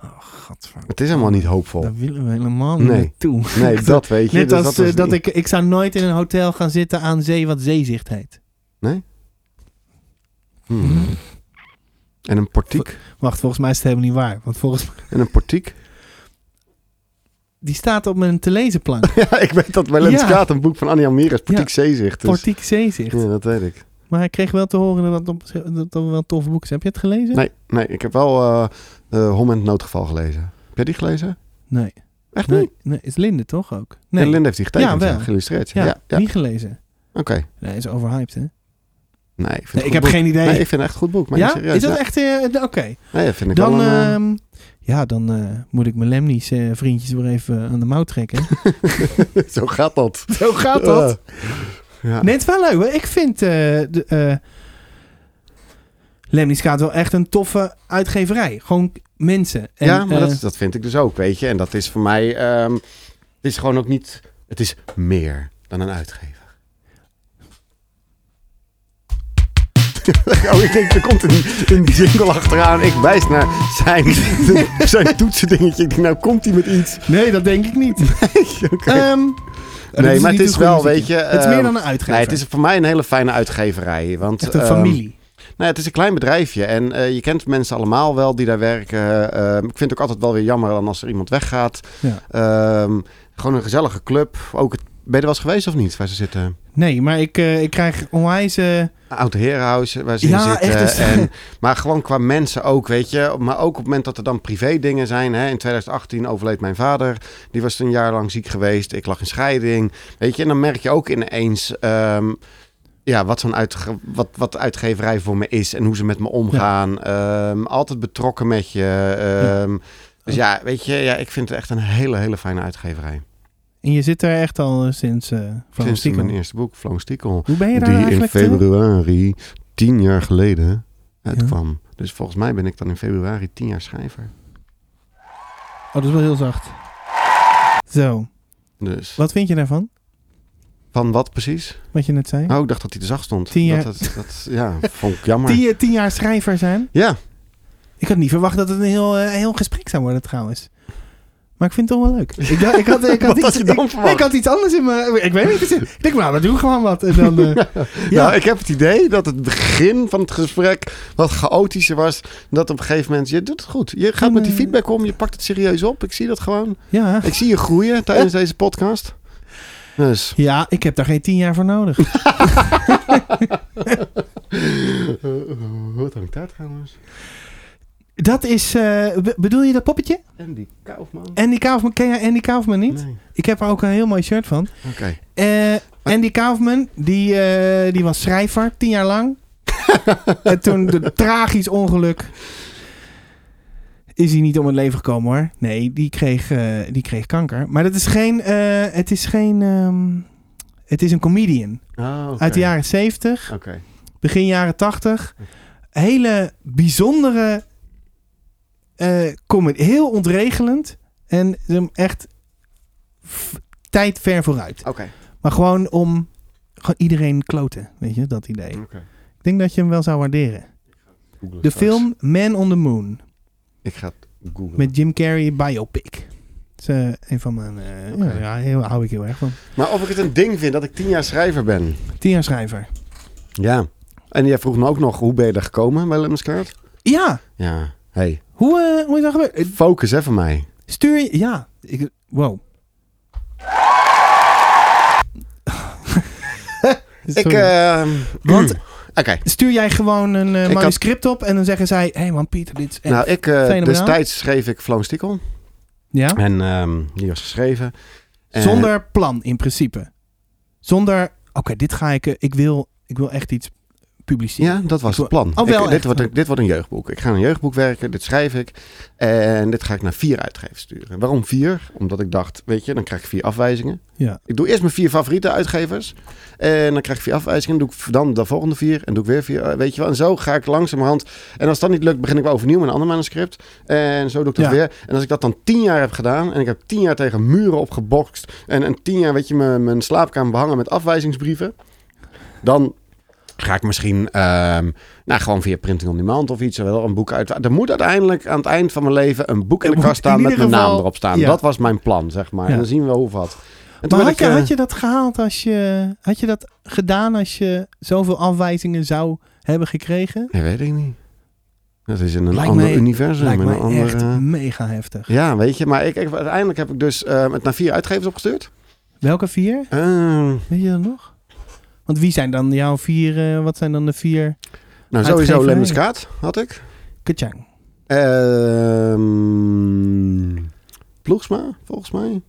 Speaker 2: oh godver,
Speaker 1: het is helemaal niet hoopvol.
Speaker 2: daar willen we helemaal niet
Speaker 1: Nee.
Speaker 2: naartoe.
Speaker 1: Nee, dat weet je.
Speaker 2: Net
Speaker 1: dus
Speaker 2: als
Speaker 1: was
Speaker 2: eh, dat
Speaker 1: niet-
Speaker 2: ik, ik zou nooit in een hotel gaan zitten aan zee wat zeezicht heet.
Speaker 1: Hmm. En een portiek.
Speaker 2: Wacht, volgens mij is het helemaal niet waar. Want volgens mij,
Speaker 1: En een portiek.
Speaker 2: die staat op mijn te lezen plank.
Speaker 1: ja, ik weet dat bij Lens
Speaker 2: Ja.
Speaker 1: Kaat een boek van Annie Almira is Portiek
Speaker 2: Ja.
Speaker 1: Zeezicht. Dus,
Speaker 2: Portiek zeezicht.
Speaker 1: ja, dat weet ik.
Speaker 2: Maar ik kreeg wel te horen dat op- dat er wel toffe boeken zijn. Heb je het gelezen?
Speaker 1: Nee, nee, ik heb wel eh eh, Hom en het Noodgeval gelezen. Heb jij die gelezen?
Speaker 2: Nee.
Speaker 1: Echt niet?
Speaker 2: Nee, nee, is Linde toch ook? Nee,
Speaker 1: En Linde heeft die getekend,
Speaker 2: Ja,
Speaker 1: ja,
Speaker 2: wel.
Speaker 1: geïllustreerd. Ja,
Speaker 2: ja,
Speaker 1: ja,
Speaker 2: niet gelezen.
Speaker 1: oké.
Speaker 2: Nee, is overhyped hè?
Speaker 1: Nee, ik, vind het
Speaker 2: Nee,
Speaker 1: goed
Speaker 2: ik heb
Speaker 1: boek.
Speaker 2: geen idee.
Speaker 1: Nee, ik vind het echt een goed boek. Maar
Speaker 2: ja?
Speaker 1: serieus,
Speaker 2: is dat
Speaker 1: ja.
Speaker 2: echt... eh, Oké.
Speaker 1: Nee, dat vind ik
Speaker 2: Dan,
Speaker 1: wel een, eh,
Speaker 2: ehm, ja, dan eh, moet ik mijn Lemnies eh, vriendjes weer even aan de mouw trekken.
Speaker 1: Zo gaat dat.
Speaker 2: Zo eh, gaat dat.
Speaker 1: Eh, ja.
Speaker 2: Nee, het is wel leuk. hoor. Ik vind eh de, eh, Lemnies gaat wel echt een toffe uitgeverij. Gewoon mensen. En,
Speaker 1: ja, maar
Speaker 2: eh,
Speaker 1: dat, is- dat vind ik dus ook, weet je. En dat is voor mij... ehm, het is gewoon ook niet... Het is meer dan een uitgever. Oh, ik denk, er komt een, een jingle achteraan. Ik wijs naar zijn, zijn toetsendingetje. Ik denk, nou komt hij met iets.
Speaker 2: Nee, dat denk ik niet.
Speaker 1: Oké.
Speaker 2: Ehm, dat
Speaker 1: maar
Speaker 2: niet
Speaker 1: het is
Speaker 2: een goede
Speaker 1: wel,
Speaker 2: muziekje.
Speaker 1: weet je,
Speaker 2: Het is meer
Speaker 1: ehm,
Speaker 2: dan een uitgever.
Speaker 1: Nee, het is voor mij een hele fijne uitgeverij. Want,
Speaker 2: echt een
Speaker 1: ehm,
Speaker 2: familie.
Speaker 1: Nou, ja, het is een klein bedrijfje en eh, je kent mensen allemaal wel die daar werken. Ehm, ik vind het ook altijd wel weer jammer dan als er iemand weggaat.
Speaker 2: Ja.
Speaker 1: Ehm, gewoon een gezellige club. Ook het, ben je er wel eens geweest of niet, waar ze zitten?
Speaker 2: Nee, maar ik, eh, ik krijg onwijs... eh,
Speaker 1: Oud Herenhuis, waar ze
Speaker 2: Ja,
Speaker 1: in zitten.
Speaker 2: echt, dus-
Speaker 1: En, maar gewoon qua mensen ook, weet je. Maar ook op het moment dat er dan privé dingen zijn. Hè. In 2018 overleed mijn vader. Die was een jaar lang ziek geweest. Ik lag in scheiding. Weet je, en dan merk je ook ineens... ehm, ja, wat zo'n uitge wat, wat de uitgeverij voor me is en hoe ze met me omgaan. Ehm, altijd betrokken met je. ehm. Dus ja, weet je, ja, ik vind het echt een hele, hele fijne uitgeverij.
Speaker 2: en je zit er echt al eh, sinds... eh Frans
Speaker 1: Sinds
Speaker 2: Stiekem.
Speaker 1: mijn eerste boek, Floon Stiekel.
Speaker 2: Hoe ben je daar
Speaker 1: Die in
Speaker 2: eigenlijk? eh?
Speaker 1: februari, tien jaar geleden,
Speaker 2: Ja.
Speaker 1: uitkwam. Dus volgens mij ben ik dan in februari tien jaar schrijver.
Speaker 2: Oh, dat is wel heel zacht. Zo,
Speaker 1: Dus
Speaker 2: wat vind je daarvan?
Speaker 1: van wat precies?
Speaker 2: Wat je net zei?
Speaker 1: Oh, ik dacht dat hij te zacht stond.
Speaker 2: Tien jaar-
Speaker 1: Dat, het- dat, ja, vond ik jammer.
Speaker 2: tien, eh, tien jaar schrijver zijn?
Speaker 1: Ja,
Speaker 2: Ik had niet verwacht dat het een heel, eh, heel gesprek zou worden trouwens. Maar ik vind het toch wel leuk. Ik, dacht- ik, had, ik,
Speaker 1: Wat
Speaker 2: had,
Speaker 1: had
Speaker 2: iets,
Speaker 1: je dan
Speaker 2: ik,
Speaker 1: verwacht?
Speaker 2: ik had iets anders in mijn... Ik weet niet. ik zit- Ik denk, nou, dan doe ik gewoon wat. En dan, eh, ja.
Speaker 1: Nou, ik heb het idee dat het begin van het gesprek wat chaotischer was. Dat op een gegeven moment, je doet het goed. Je gaat met die feedback om, je pakt het serieus op. Ik zie dat gewoon.
Speaker 2: ja.
Speaker 1: Ik zie je groeien tijdens deze podcast. Dus,
Speaker 2: ja, ik heb daar geen tien jaar voor nodig.
Speaker 1: wat hangt daar trouwens?
Speaker 2: Dat is... eh, be- bedoel je dat poppetje?
Speaker 1: Andy Kaufman.
Speaker 2: Andy Kaufman. Ken jij Andy Kaufman niet? Ik heb er ook een heel mooi shirt van.
Speaker 1: Oké.
Speaker 2: Eh, Andy Kaufman, die, eh, die was schrijver, tien jaar lang. en toen de tragisch ongeluk is hij niet om het leven gekomen hoor. Nee, die kreeg, eh, die kreeg kanker. Maar dat is geen, eh, het is geen, ehm, het is een comedian
Speaker 1: Ah, oké.
Speaker 2: uit de jaren zeventig
Speaker 1: Oké.
Speaker 2: begin jaren 80. Hele bijzondere eh comedy. Heel ontregelend. En hem echt f- tijd ver vooruit.
Speaker 1: Oké.
Speaker 2: Maar gewoon om gewoon iedereen kloten. Weet je, dat idee.
Speaker 1: Oké.
Speaker 2: Ik denk dat je hem wel zou waarderen.
Speaker 1: Google
Speaker 2: De
Speaker 1: Mm. straks.
Speaker 2: film Man on the Moon.
Speaker 1: Ik ga het googlen.
Speaker 2: Met Jim Carrey biopic. Dat is eh, een van mijn... eh,
Speaker 1: Oké.
Speaker 2: ja, ja, heel, hou ik heel erg van.
Speaker 1: Maar of ik het een ding vind dat ik tien jaar schrijver ben.
Speaker 2: Tien jaar schrijver.
Speaker 1: Ja. En jij vroeg me ook nog, hoe ben je er gekomen bij Lemmiskaart?
Speaker 2: Ja,
Speaker 1: Ja. Hey,
Speaker 2: hoe, eh, hoe is dat gebeurd? Eh,
Speaker 1: focus hè van mij.
Speaker 2: Stuur je... Ja. Ik, wow.
Speaker 1: Ik,
Speaker 2: Sorry.
Speaker 1: ehm,
Speaker 2: Want
Speaker 1: oké.
Speaker 2: stuur jij gewoon een eh,
Speaker 1: had-
Speaker 2: manuscript op en dan zeggen zij... Hé hey man, Pieter, dit is echt...
Speaker 1: Nou, ik, eh,
Speaker 2: fenomenaal.
Speaker 1: destijds schreef ik Floon Stikkel.
Speaker 2: ja?
Speaker 1: En ehm, die was geschreven. En-
Speaker 2: Zonder eh, plan in principe. Zonder... Oké, dit ga ik... eh, Ik wil, ik wil echt iets publiceren.
Speaker 1: Ja, dat was het plan.
Speaker 2: Oh, wel
Speaker 1: Ik-
Speaker 2: echt.
Speaker 1: dit, wordt een, dit wordt een jeugdboek. Ik ga aan een jeugdboek werken, dit schrijf ik. En dit ga ik naar vier uitgevers sturen. Waarom vier? Omdat ik dacht, weet je, dan krijg ik vier afwijzingen.
Speaker 2: Ja.
Speaker 1: Ik doe eerst mijn vier favoriete uitgevers. En dan krijg ik vier afwijzingen. Doe ik dan de volgende vier. En doe ik weer vier. eh, Weet je wel. En zo ga ik langzamerhand. En als dat niet lukt, begin ik wel overnieuw met een ander manuscript. En zo doe ik dat
Speaker 2: Ja.
Speaker 1: weer. En als ik dat dan tien jaar heb gedaan. En ik heb tien jaar tegen muren opgebokst. En, en tien jaar, weet je, mijn, mijn slaapkamer behangen met afwijzingsbrieven. Dan ga ik misschien ehm, nou, gewoon via Printing on Demand of iets. Wel een boek uit. Er moet uiteindelijk aan het eind van mijn leven een boek in de
Speaker 2: Er
Speaker 1: kast
Speaker 2: moet in
Speaker 1: staan met
Speaker 2: ieder
Speaker 1: mijn naam
Speaker 2: geval-
Speaker 1: erop staan.
Speaker 2: ja.
Speaker 1: Dat was mijn plan, zeg maar.
Speaker 2: Ja.
Speaker 1: En dan zien we hoe of wat. En toen
Speaker 2: Maar
Speaker 1: ben
Speaker 2: had
Speaker 1: ik,
Speaker 2: je,
Speaker 1: eh,
Speaker 2: had je dat gehaald als je... Had je dat gedaan als je zoveel afwijzingen zou hebben gekregen?
Speaker 1: Nee, weet ik niet. Dat is in een
Speaker 2: Lijkt
Speaker 1: ander
Speaker 2: mij-
Speaker 1: universum.
Speaker 2: Lijkt
Speaker 1: in
Speaker 2: mij
Speaker 1: een ander,
Speaker 2: echt
Speaker 1: eh,
Speaker 2: mega heftig.
Speaker 1: Ja, weet je. Maar ik, ik- uiteindelijk heb ik dus eh, het naar vier uitgevers opgestuurd.
Speaker 2: Welke vier?
Speaker 1: Ehm,
Speaker 2: Weet je dat nog? Want wie zijn dan jouw vier... eh, wat zijn dan de vier?
Speaker 1: nou, sowieso
Speaker 2: Uitgeverij.
Speaker 1: Lemmiskaat had ik.
Speaker 2: Kachang.
Speaker 1: Ehm, Ploegsma, volgens mij.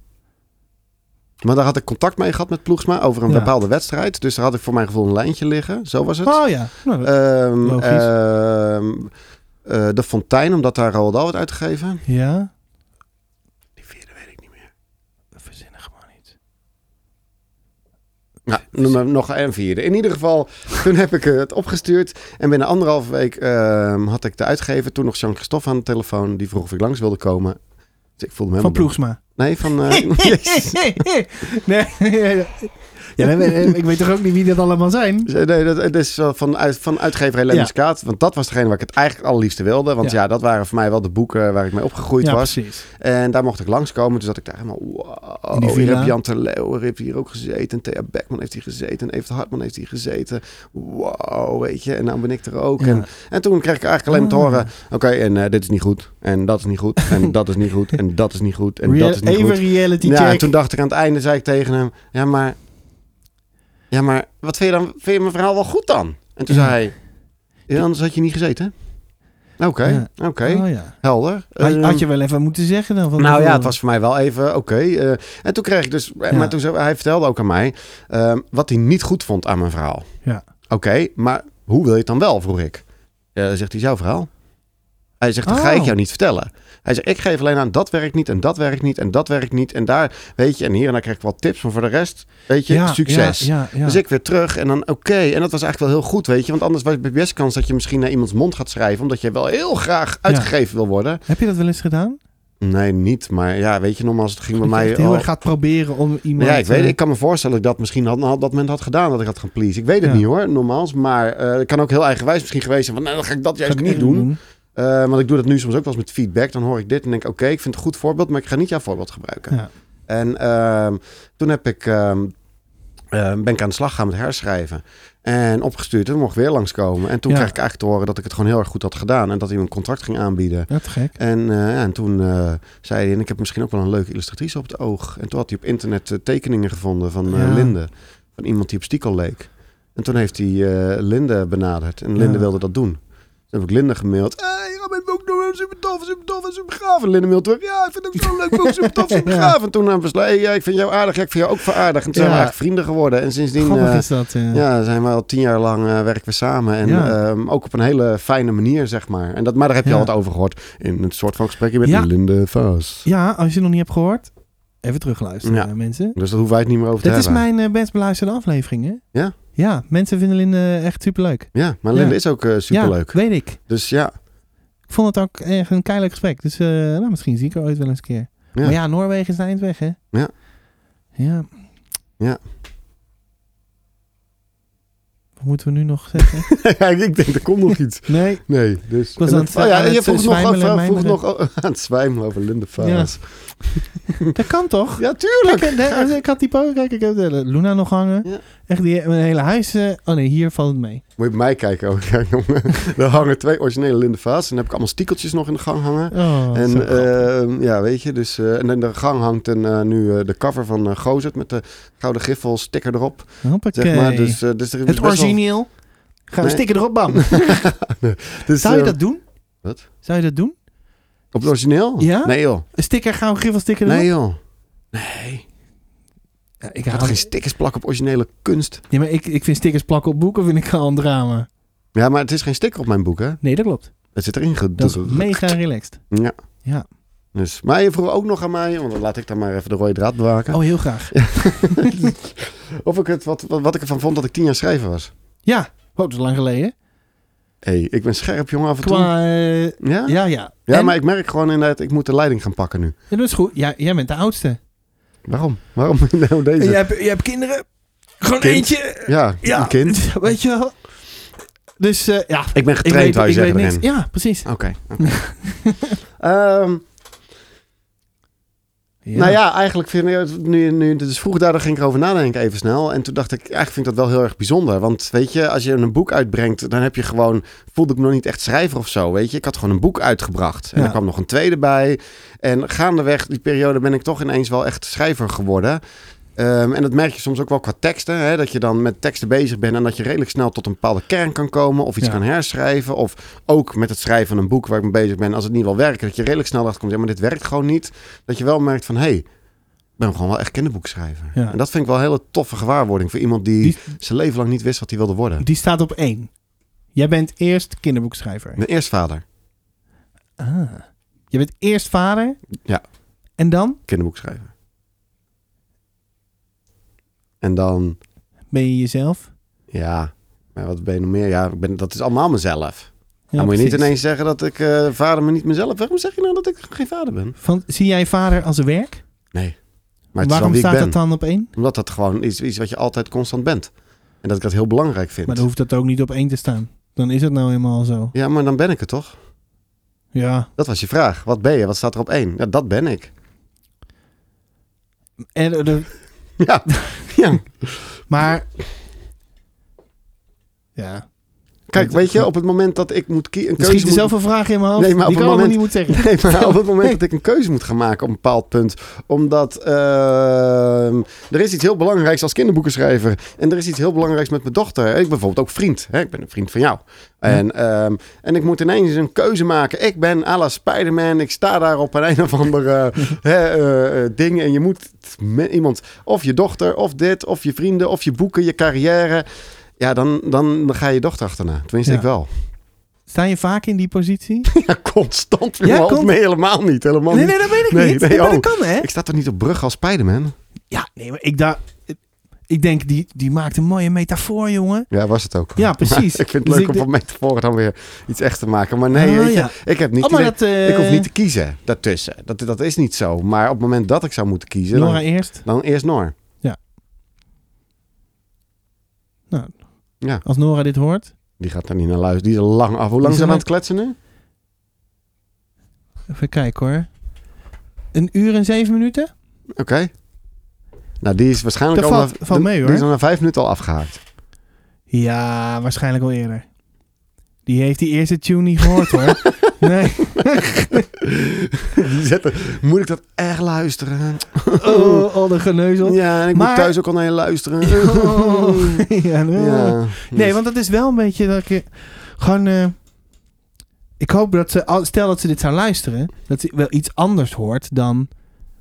Speaker 1: Maar daar had ik contact mee gehad met Ploegsma over een
Speaker 2: Ja.
Speaker 1: bepaalde wedstrijd. Dus daar had ik voor mijn gevoel een lijntje liggen. Zo was het.
Speaker 2: Oh ja. Nou, dat-
Speaker 1: Ehm,
Speaker 2: logisch.
Speaker 1: ehm, eh, de Fontein, omdat daar Roald Dahl werd uitgegeven.
Speaker 2: ja.
Speaker 1: Die vierde weet ik niet meer.
Speaker 2: Verzinnen gewoon niet.
Speaker 1: Nou, noem maar nog een vierde. In ieder geval, toen heb ik eh, het opgestuurd. En binnen anderhalve week ehm, had ik de uitgever, toen nog Jean-Christophe aan de telefoon. Die vroeg of ik langs wilde komen. Dus ik voelde me
Speaker 2: Van
Speaker 1: helemaal...
Speaker 2: Ploegsma.
Speaker 1: Nee, van... eh, Jezus.
Speaker 2: nee, ja, nee, nee, ik weet toch ook niet wie dat allemaal zijn?
Speaker 1: Nee, Dus, eh, dat, het is wel van, uit, van uitgeverij Lemmens Kaat. Want dat was degene waar ik het eigenlijk het allerliefste wilde. Want ja.
Speaker 2: Ja.
Speaker 1: dat waren voor mij wel de boeken waar ik mee opgegroeid
Speaker 2: Ja,
Speaker 1: was.
Speaker 2: precies.
Speaker 1: En daar mocht ik langskomen. Toen zat ik daar helemaal,
Speaker 2: In
Speaker 1: wow.
Speaker 2: die
Speaker 1: Ik
Speaker 2: villa.
Speaker 1: heb Jan Terleuwer heeft hier ook gezeten. En Thea Beckman heeft hier gezeten. En Evert Hartman heeft hier gezeten. Wow, weet je. En dan ben ik er ook.
Speaker 2: Ja. Oh.
Speaker 1: En, en toen kreeg ik eigenlijk alleen maar te horen... Oké, en eh, dit is niet goed. En dat is niet goed. En dat is niet goed. En dat is niet goed. En
Speaker 2: Real-
Speaker 1: dat is niet
Speaker 2: even
Speaker 1: goed.
Speaker 2: reality
Speaker 1: Ja, en
Speaker 2: check.
Speaker 1: toen dacht ik aan het einde, zei ik tegen hem... Ja, maar... Ja, maar wat vind je dan? Vind je mijn verhaal wel goed dan? En toen
Speaker 2: Ja.
Speaker 1: zei hij... Ja, anders had je niet gezeten. Oké,
Speaker 2: Ja.
Speaker 1: oké.
Speaker 2: Oh, ja.
Speaker 1: Helder.
Speaker 2: had,
Speaker 1: Ehm,
Speaker 2: had je wel even moeten zeggen dan? Van
Speaker 1: nou ja,
Speaker 2: tevoren.
Speaker 1: het was voor mij wel even oké. eh, en toen kreeg ik dus... eh,
Speaker 2: Ja.
Speaker 1: Maar toen zei, hij vertelde ook aan mij... ehm, wat hij niet goed vond aan mijn verhaal.
Speaker 2: Ja.
Speaker 1: Oké, maar hoe wil je het dan wel, vroeg ik. Ja, zegt hij, jouw verhaal. Hij zegt, dat ga ik
Speaker 2: Oh.
Speaker 1: jou niet vertellen. Hij zegt, ik geef alleen aan, dat werkt niet en dat werkt niet en dat werkt niet. En daar, weet je, en hier en daar krijg ik wat tips. Maar voor de rest, weet je,
Speaker 2: Ja,
Speaker 1: succes.
Speaker 2: Ja, ja, ja.
Speaker 1: Dus ik weer terug en dan oké. En dat was eigenlijk wel heel goed, weet je. Want anders was het best kans dat je misschien naar iemands mond gaat schrijven. Omdat je wel heel graag uitgegeven wil worden.
Speaker 2: Heb je dat wel eens gedaan?
Speaker 1: Nee, niet. Maar ja, weet je, nogmaals, het ging bij
Speaker 2: Dat je
Speaker 1: mij...
Speaker 2: echt heel
Speaker 1: al-
Speaker 2: erg gaat proberen om iemand...
Speaker 1: ja, ik, weet,
Speaker 2: eh,
Speaker 1: ik kan me voorstellen dat ik dat misschien had, had dat moment had gedaan. Dat ik had gaan please. Ik weet het
Speaker 2: Ja.
Speaker 1: niet hoor, normaals. Maar eh het kan ook heel eigenwijs misschien geweest zijn. Van, nou, dan ga ik dat
Speaker 2: zou
Speaker 1: juist
Speaker 2: ik
Speaker 1: niet
Speaker 2: echt
Speaker 1: doen. Eh, want ik doe dat nu soms ook wel eens met feedback. Dan hoor ik dit en denk oké, ik vind het een goed voorbeeld. Maar ik ga niet jouw voorbeeld gebruiken.
Speaker 2: Ja.
Speaker 1: En ehm, toen heb ik, ehm, ehm, ben ik aan de slag gaan met herschrijven. En opgestuurd. En mocht ik weer langskomen. En toen
Speaker 2: Ja.
Speaker 1: kreeg ik eigenlijk te horen dat ik het gewoon heel erg goed had gedaan. En dat hij me een contract ging aanbieden.
Speaker 2: Ja, te gek.
Speaker 1: En, eh, ja, en toen eh, zei hij, en ik heb misschien ook wel een leuke illustratrice op het oog. En toen had hij op internet eh, tekeningen gevonden van eh,
Speaker 2: Ja.
Speaker 1: Linde. Van iemand die op Stikel leek. En toen heeft hij eh, Linde benaderd. En
Speaker 2: Ja.
Speaker 1: Linde wilde dat doen. Toen heb ik Linde gemaild. Hé, hey, ik ga mijn boek doen. Super tof, super tof en super gaaf. En Linde mailt terug. Ja, ik vind het ook zo'n leuk boek. Super tof, super
Speaker 2: Ja.
Speaker 1: gaaf. En toen hebben we besloten, hey, ja, ik vind jou aardig. Ja, ik vind jou ook wel aardig. En toen zijn we
Speaker 2: Ja.
Speaker 1: eigenlijk vrienden geworden. En sindsdien...
Speaker 2: Grappig
Speaker 1: eh,
Speaker 2: is dat. eh.
Speaker 1: ja, zijn we al tien jaar lang eh, werken we samen. En
Speaker 2: Ja.
Speaker 1: ehm, ook op een hele fijne manier, zeg maar. En dat, maar daar heb je
Speaker 2: Ja.
Speaker 1: al wat over gehoord. In het soort van gesprekje met
Speaker 2: Ja.
Speaker 1: Linde Vaas.
Speaker 2: Ja, als je het nog niet hebt gehoord, even terugluisteren,
Speaker 1: Ja.
Speaker 2: eh, mensen.
Speaker 1: Dus daar hoeven wij het niet meer over
Speaker 2: Dit
Speaker 1: te
Speaker 2: is
Speaker 1: hebben.
Speaker 2: mijn eh, best beluisterde aflevering, hè?
Speaker 1: Ja.
Speaker 2: Ja, mensen vinden Linde eh, echt superleuk.
Speaker 1: Ja, maar Linde
Speaker 2: Ja.
Speaker 1: is ook eh, superleuk.
Speaker 2: Ja, weet ik.
Speaker 1: Dus ja,
Speaker 2: Ik vond het ook echt een keihard gesprek. Dus eh, nou, misschien zie ik er ooit wel eens een keer.
Speaker 1: Ja.
Speaker 2: Maar ja, Noorwegen is de eind weg, hè?
Speaker 1: Ja.
Speaker 2: Ja.
Speaker 1: Ja.
Speaker 2: Wat moeten we nu nog zeggen?
Speaker 1: Ja, ik denk, er komt nog iets.
Speaker 2: nee.
Speaker 1: Nee, dus...
Speaker 2: was
Speaker 1: en
Speaker 2: aan
Speaker 1: dat-
Speaker 2: het-
Speaker 1: oh ja,
Speaker 2: aan
Speaker 1: en je
Speaker 2: het
Speaker 1: vroeg nog,
Speaker 2: zwijmelen,
Speaker 1: over, vroeg
Speaker 2: mijmeren.
Speaker 1: nog o- aan het zwijmen over Linde Vaas.
Speaker 2: Dat kan toch?
Speaker 1: Ja, tuurlijk!
Speaker 2: Kijk, eh, eh, ik had die po, kijk, ik heb de Luna nog hangen.
Speaker 1: Ja.
Speaker 2: Echt, die, mijn hele huis. eh, oh nee, hier valt het mee.
Speaker 1: Moet je bij mij kijken. Oh, kijk, jongen. er hangen twee originele Linde Vaas. En dan heb ik allemaal stiekeltjes nog in de gang hangen.
Speaker 2: Oh,
Speaker 1: En
Speaker 2: zo grappig.
Speaker 1: ehm, ja, weet je, dus eh, en in de gang hangt een, eh, nu eh, de cover van eh, Gozert met de gouden giffel sticker erop,
Speaker 2: Hoppakee.
Speaker 1: zeg maar. Dus, eh, dus er is
Speaker 2: het
Speaker 1: best wel-
Speaker 2: origineel. Gaan
Speaker 1: Nee.
Speaker 2: we stikken erop, bam.
Speaker 1: dus,
Speaker 2: Zou je
Speaker 1: eh,
Speaker 2: dat doen?
Speaker 1: Wat?
Speaker 2: Zou je dat doen?
Speaker 1: Op het origineel?
Speaker 2: Ja?
Speaker 1: Nee joh.
Speaker 2: Een sticker, gauw griffelsticker erop?
Speaker 1: Nee joh. Nee.
Speaker 2: Ja, ik,
Speaker 1: Ik
Speaker 2: hou,
Speaker 1: had geen stickers plakken op originele kunst.
Speaker 2: nee, maar ik, ik vind stickers plakken op boeken vind ik al een drama.
Speaker 1: Ja, maar het is geen sticker op mijn boek, hè?
Speaker 2: Nee, dat klopt.
Speaker 1: Het zit erin
Speaker 2: Dat is
Speaker 1: gedrukt.
Speaker 2: mega relaxed.
Speaker 1: Ja.
Speaker 2: Ja.
Speaker 1: Dus, maar je vroeg ook nog aan mij, want dan laat ik dan maar even de rode draad bewaken.
Speaker 2: Oh, heel graag.
Speaker 1: Of ik het, wat, wat, wat ik ervan vond dat ik tien jaar schrijver was.
Speaker 2: Ja. Oh, dat is lang geleden.
Speaker 1: Hé, hey, ik ben scherp, jongen, af en toe.
Speaker 2: Qua, eh,
Speaker 1: Ja?
Speaker 2: ja, ja.
Speaker 1: Ja,
Speaker 2: En-
Speaker 1: maar ik merk gewoon inderdaad, ik moet de leiding gaan pakken nu.
Speaker 2: Ja, dat is goed. Ja, jij bent de oudste.
Speaker 1: Waarom? Waarom nou deze?
Speaker 2: Jij hebt, jij hebt kinderen. Gewoon
Speaker 1: Kind.
Speaker 2: eentje.
Speaker 1: ja,
Speaker 2: Ja.
Speaker 1: een kind.
Speaker 2: Weet je wel. Dus eh, ja,
Speaker 1: Ik ben
Speaker 2: ik
Speaker 1: getraind,
Speaker 2: weet,
Speaker 1: wou
Speaker 2: ik
Speaker 1: je
Speaker 2: weet
Speaker 1: zeggen Oh.
Speaker 2: niks.
Speaker 1: erin.
Speaker 2: Ja, precies.
Speaker 1: Oké. oké. Ehm, Nou ja, eigenlijk vind ik, nu, nu, dus vroeg daardoor ging ik erover nadenken even snel. En toen dacht ik, eigenlijk vind ik dat wel heel erg bijzonder. Want weet je, als je een boek uitbrengt, dan heb je gewoon, voelde ik me nog niet echt schrijver of zo, weet je. Ik had gewoon een boek uitgebracht. En
Speaker 2: Ja.
Speaker 1: er kwam nog een tweede bij. En gaandeweg, die periode, ben ik toch ineens wel echt schrijver geworden. Ehm, en dat merk je soms ook wel qua teksten. Hè? Dat je dan met teksten bezig bent en dat je redelijk snel tot een bepaalde kern kan komen. Of iets
Speaker 2: Ja.
Speaker 1: kan herschrijven. Of ook met het schrijven van een boek waar ik mee bezig ben. Als het niet wil werken, dat je redelijk snel dacht komt, ja, maar dit werkt gewoon niet. Dat je wel merkt van, hé, hey, ik ben gewoon wel echt kinderboekschrijver.
Speaker 2: Ja.
Speaker 1: En dat vind ik wel een hele toffe gewaarwording voor iemand die,
Speaker 2: Die-
Speaker 1: zijn leven lang niet wist wat hij wilde worden.
Speaker 2: Die staat op één. Jij bent eerst kinderboekschrijver.
Speaker 1: Mijn eerstvader,
Speaker 2: Ah. Je bent eerst vader.
Speaker 1: Ja.
Speaker 2: En dan
Speaker 1: kinderboekschrijver. En dan,
Speaker 2: ben je jezelf.
Speaker 1: ja, maar wat ben je nog meer? Ja, ik ben, dat is allemaal mezelf.
Speaker 2: Ja,
Speaker 1: dan moet je niet
Speaker 2: precies.
Speaker 1: ineens zeggen dat ik eh, vader, maar niet mezelf. Waarom zeg je nou dat ik geen vader ben?
Speaker 2: Van, zie jij vader als werk?
Speaker 1: Nee. Maar het
Speaker 2: Waarom
Speaker 1: is wel wie ik
Speaker 2: staat
Speaker 1: ben.
Speaker 2: dat dan op één?
Speaker 1: Omdat dat gewoon iets is wat je altijd constant bent. En dat ik dat heel belangrijk vind.
Speaker 2: Maar dan hoeft dat ook niet op één te staan. Dan is het nou eenmaal zo.
Speaker 1: Ja, maar dan ben ik het toch?
Speaker 2: Ja.
Speaker 1: Dat was je vraag. Wat ben je? Wat staat er op één? Ja, dat ben ik.
Speaker 2: En, eh, de-
Speaker 1: Ja. ja.
Speaker 2: maar. Ja.
Speaker 1: Kijk, weet je, op het moment dat ik moet kiezen...
Speaker 2: Er schieten zoveel vragen in mijn hoofd.
Speaker 1: Nee, maar
Speaker 2: die
Speaker 1: op
Speaker 2: kan
Speaker 1: het
Speaker 2: allemaal
Speaker 1: moment-
Speaker 2: niet moeten zeggen.
Speaker 1: Nee, maar op het moment dat ik een keuze moet gaan maken op een bepaald punt. Omdat ehm, er is iets heel belangrijks als kinderboekenschrijver. En er is iets heel belangrijks met mijn dochter. Ik ben bijvoorbeeld ook vriend. Hè? Ik ben een vriend van jou. En, ehm, en ik moet ineens een keuze maken. Ik ben à la Spider-Man. Ik sta daar op een, een of andere hè, eh, eh, ding. En je moet met iemand, of je dochter, of dit, of je vrienden, of je boeken, je carrière. Ja, dan, dan ga je dochter achterna. Tenminste,
Speaker 2: Ja.
Speaker 1: ik wel.
Speaker 2: Sta je vaak in die positie?
Speaker 1: Ja, constant.
Speaker 2: Ja,
Speaker 1: Ja,
Speaker 2: constant.
Speaker 1: Nee, helemaal niet. Helemaal
Speaker 2: Nee,
Speaker 1: niet.
Speaker 2: nee, dat weet ik
Speaker 1: Nee,
Speaker 2: niet.
Speaker 1: nee,
Speaker 2: maar
Speaker 1: oh.
Speaker 2: dat kan, hè?
Speaker 1: Ik sta toch niet op brug als Spider-Man?
Speaker 2: Ja, nee, maar ik, da ik denk, die, die maakt een mooie metafoor, jongen.
Speaker 1: Ja, was het ook.
Speaker 2: Ja, precies.
Speaker 1: ik vind het
Speaker 2: Dus
Speaker 1: leuk
Speaker 2: ik
Speaker 1: om
Speaker 2: denk-
Speaker 1: van metaforen dan weer iets echt te maken. Maar nee,
Speaker 2: Ah,
Speaker 1: weet je,
Speaker 2: ja.
Speaker 1: ik heb niet...
Speaker 2: Oh, maar
Speaker 1: idee-
Speaker 2: dat, eh,
Speaker 1: Ik hoef niet te kiezen daartussen. Dat, dat is niet zo. Maar op het moment dat ik zou moeten kiezen,
Speaker 2: Nora
Speaker 1: dan,
Speaker 2: eerst.
Speaker 1: dan eerst Noor.
Speaker 2: Als Nora dit hoort.
Speaker 1: Die gaat daar niet naar luisteren. Die is al lang af. Hoe
Speaker 2: Die
Speaker 1: lang zijn
Speaker 2: is
Speaker 1: we
Speaker 2: al
Speaker 1: aan het kletsen nu?
Speaker 2: Even kijken hoor. Een uur en zeven minuten?
Speaker 1: Oké. Nou, die is waarschijnlijk
Speaker 2: Dat
Speaker 1: al...
Speaker 2: valt-
Speaker 1: na-
Speaker 2: valt
Speaker 1: de-
Speaker 2: mee, hoor.
Speaker 1: Die is al na vijf minuten al afgehaakt.
Speaker 2: Ja, waarschijnlijk al eerder. Die heeft die eerste tune niet gehoord hoor. Nee.
Speaker 1: Die zet er- Moet ik dat echt luisteren?
Speaker 2: Oh, al de geneuzel.
Speaker 1: Ja, en ik
Speaker 2: Maar-
Speaker 1: moet thuis ook al naar je luisteren.
Speaker 2: Oh. Ja, nee.
Speaker 1: Ja.
Speaker 2: Nee, want dat is wel een beetje dat ik eh, gewoon. eh, ik hoop dat ze, al- stel dat ze dit zou luisteren, dat ze wel iets anders hoort dan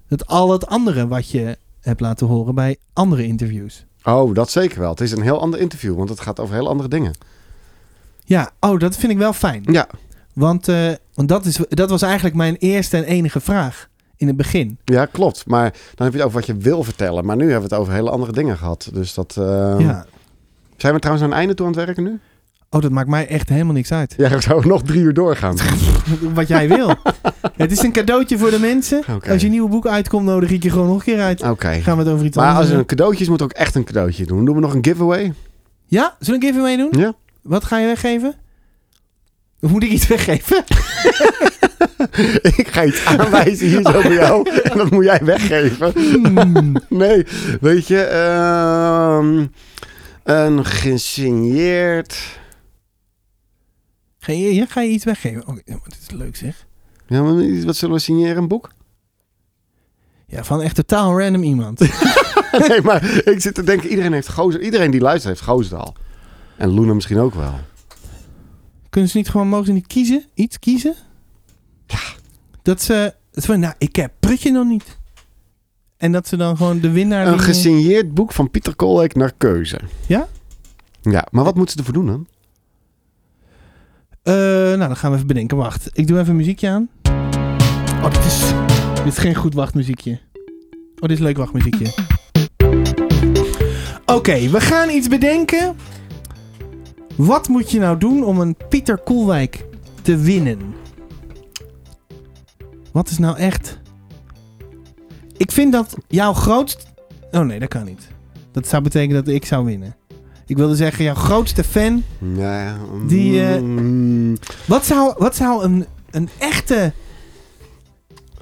Speaker 2: het al het andere wat je hebt laten horen bij andere interviews.
Speaker 1: Oh, dat zeker wel. Het is een heel ander interview, want het gaat over heel andere dingen.
Speaker 2: Ja, oh, dat vind ik wel fijn.
Speaker 1: Ja,
Speaker 2: Want, eh, want dat, is, dat was eigenlijk mijn eerste en enige vraag in het begin.
Speaker 1: ja klopt. Maar dan heb je het over wat je wil vertellen. Maar nu hebben we het over hele andere dingen gehad. Dus dat... eh,
Speaker 2: Ja.
Speaker 1: Zijn we trouwens aan het einde toe aan het werken nu?
Speaker 2: Oh, dat maakt mij echt helemaal niks uit.
Speaker 1: Ja, we zouden nog drie uur doorgaan.
Speaker 2: Wat jij wil. het is een cadeautje voor de mensen.
Speaker 1: Oké.
Speaker 2: Als je nieuwe boek uitkomt, nodig ik je gewoon nog een keer uit.
Speaker 1: Oké.
Speaker 2: Gaan we het over iets
Speaker 1: Maar
Speaker 2: anders
Speaker 1: als er
Speaker 2: doen.
Speaker 1: een cadeautje is, moet ook echt een cadeautje doen. Doen we nog een giveaway?
Speaker 2: Ja, zullen we een keer even meedoen?
Speaker 1: Ja?
Speaker 2: Wat ga je weggeven? Of moet ik iets weggeven?
Speaker 1: ik ga iets aanwijzen hier zo bij jou. En dat moet jij weggeven. nee, weet je... ehm, een gesigneerd...
Speaker 2: Ga je, ja, ga je iets weggeven? Oh, ja, maar dit is leuk zeg.
Speaker 1: Ja, maar wat zullen we signeren? Een boek?
Speaker 2: Ja, van echt totaal random iemand.
Speaker 1: Nee, maar ik zit te denken, iedereen heeft gozer. Iedereen die luistert heeft gozer al. En Luna misschien ook wel.
Speaker 2: Kunnen ze niet gewoon, mogen ze niet kiezen? Iets kiezen? Ja. Dat ze, dat ze van, nou, ik heb prutje nog niet. En dat ze dan gewoon de winnaar...
Speaker 1: Een
Speaker 2: die-
Speaker 1: gesigneerd boek van Pieter Kolwijk naar keuze.
Speaker 2: Ja?
Speaker 1: Ja, maar wat moeten ze ervoor doen dan?
Speaker 2: Eh, nou, dan gaan we even bedenken. Wacht, ik doe even een muziekje aan. Oh, dit is, dit is geen goed wachtmuziekje. Oh, dit is leuk wachtmuziekje. Oké, we gaan iets bedenken. Wat moet je nou doen om een Pieter Koelwijk te winnen? Wat is nou echt... Ik vind dat jouw grootst... Oh nee, dat kan niet. Dat zou betekenen dat ik zou winnen. Ik wilde zeggen, jouw grootste fan
Speaker 1: Ja, mm,
Speaker 2: Die, eh,
Speaker 1: mm.
Speaker 2: wat zou, wat zou een, een echte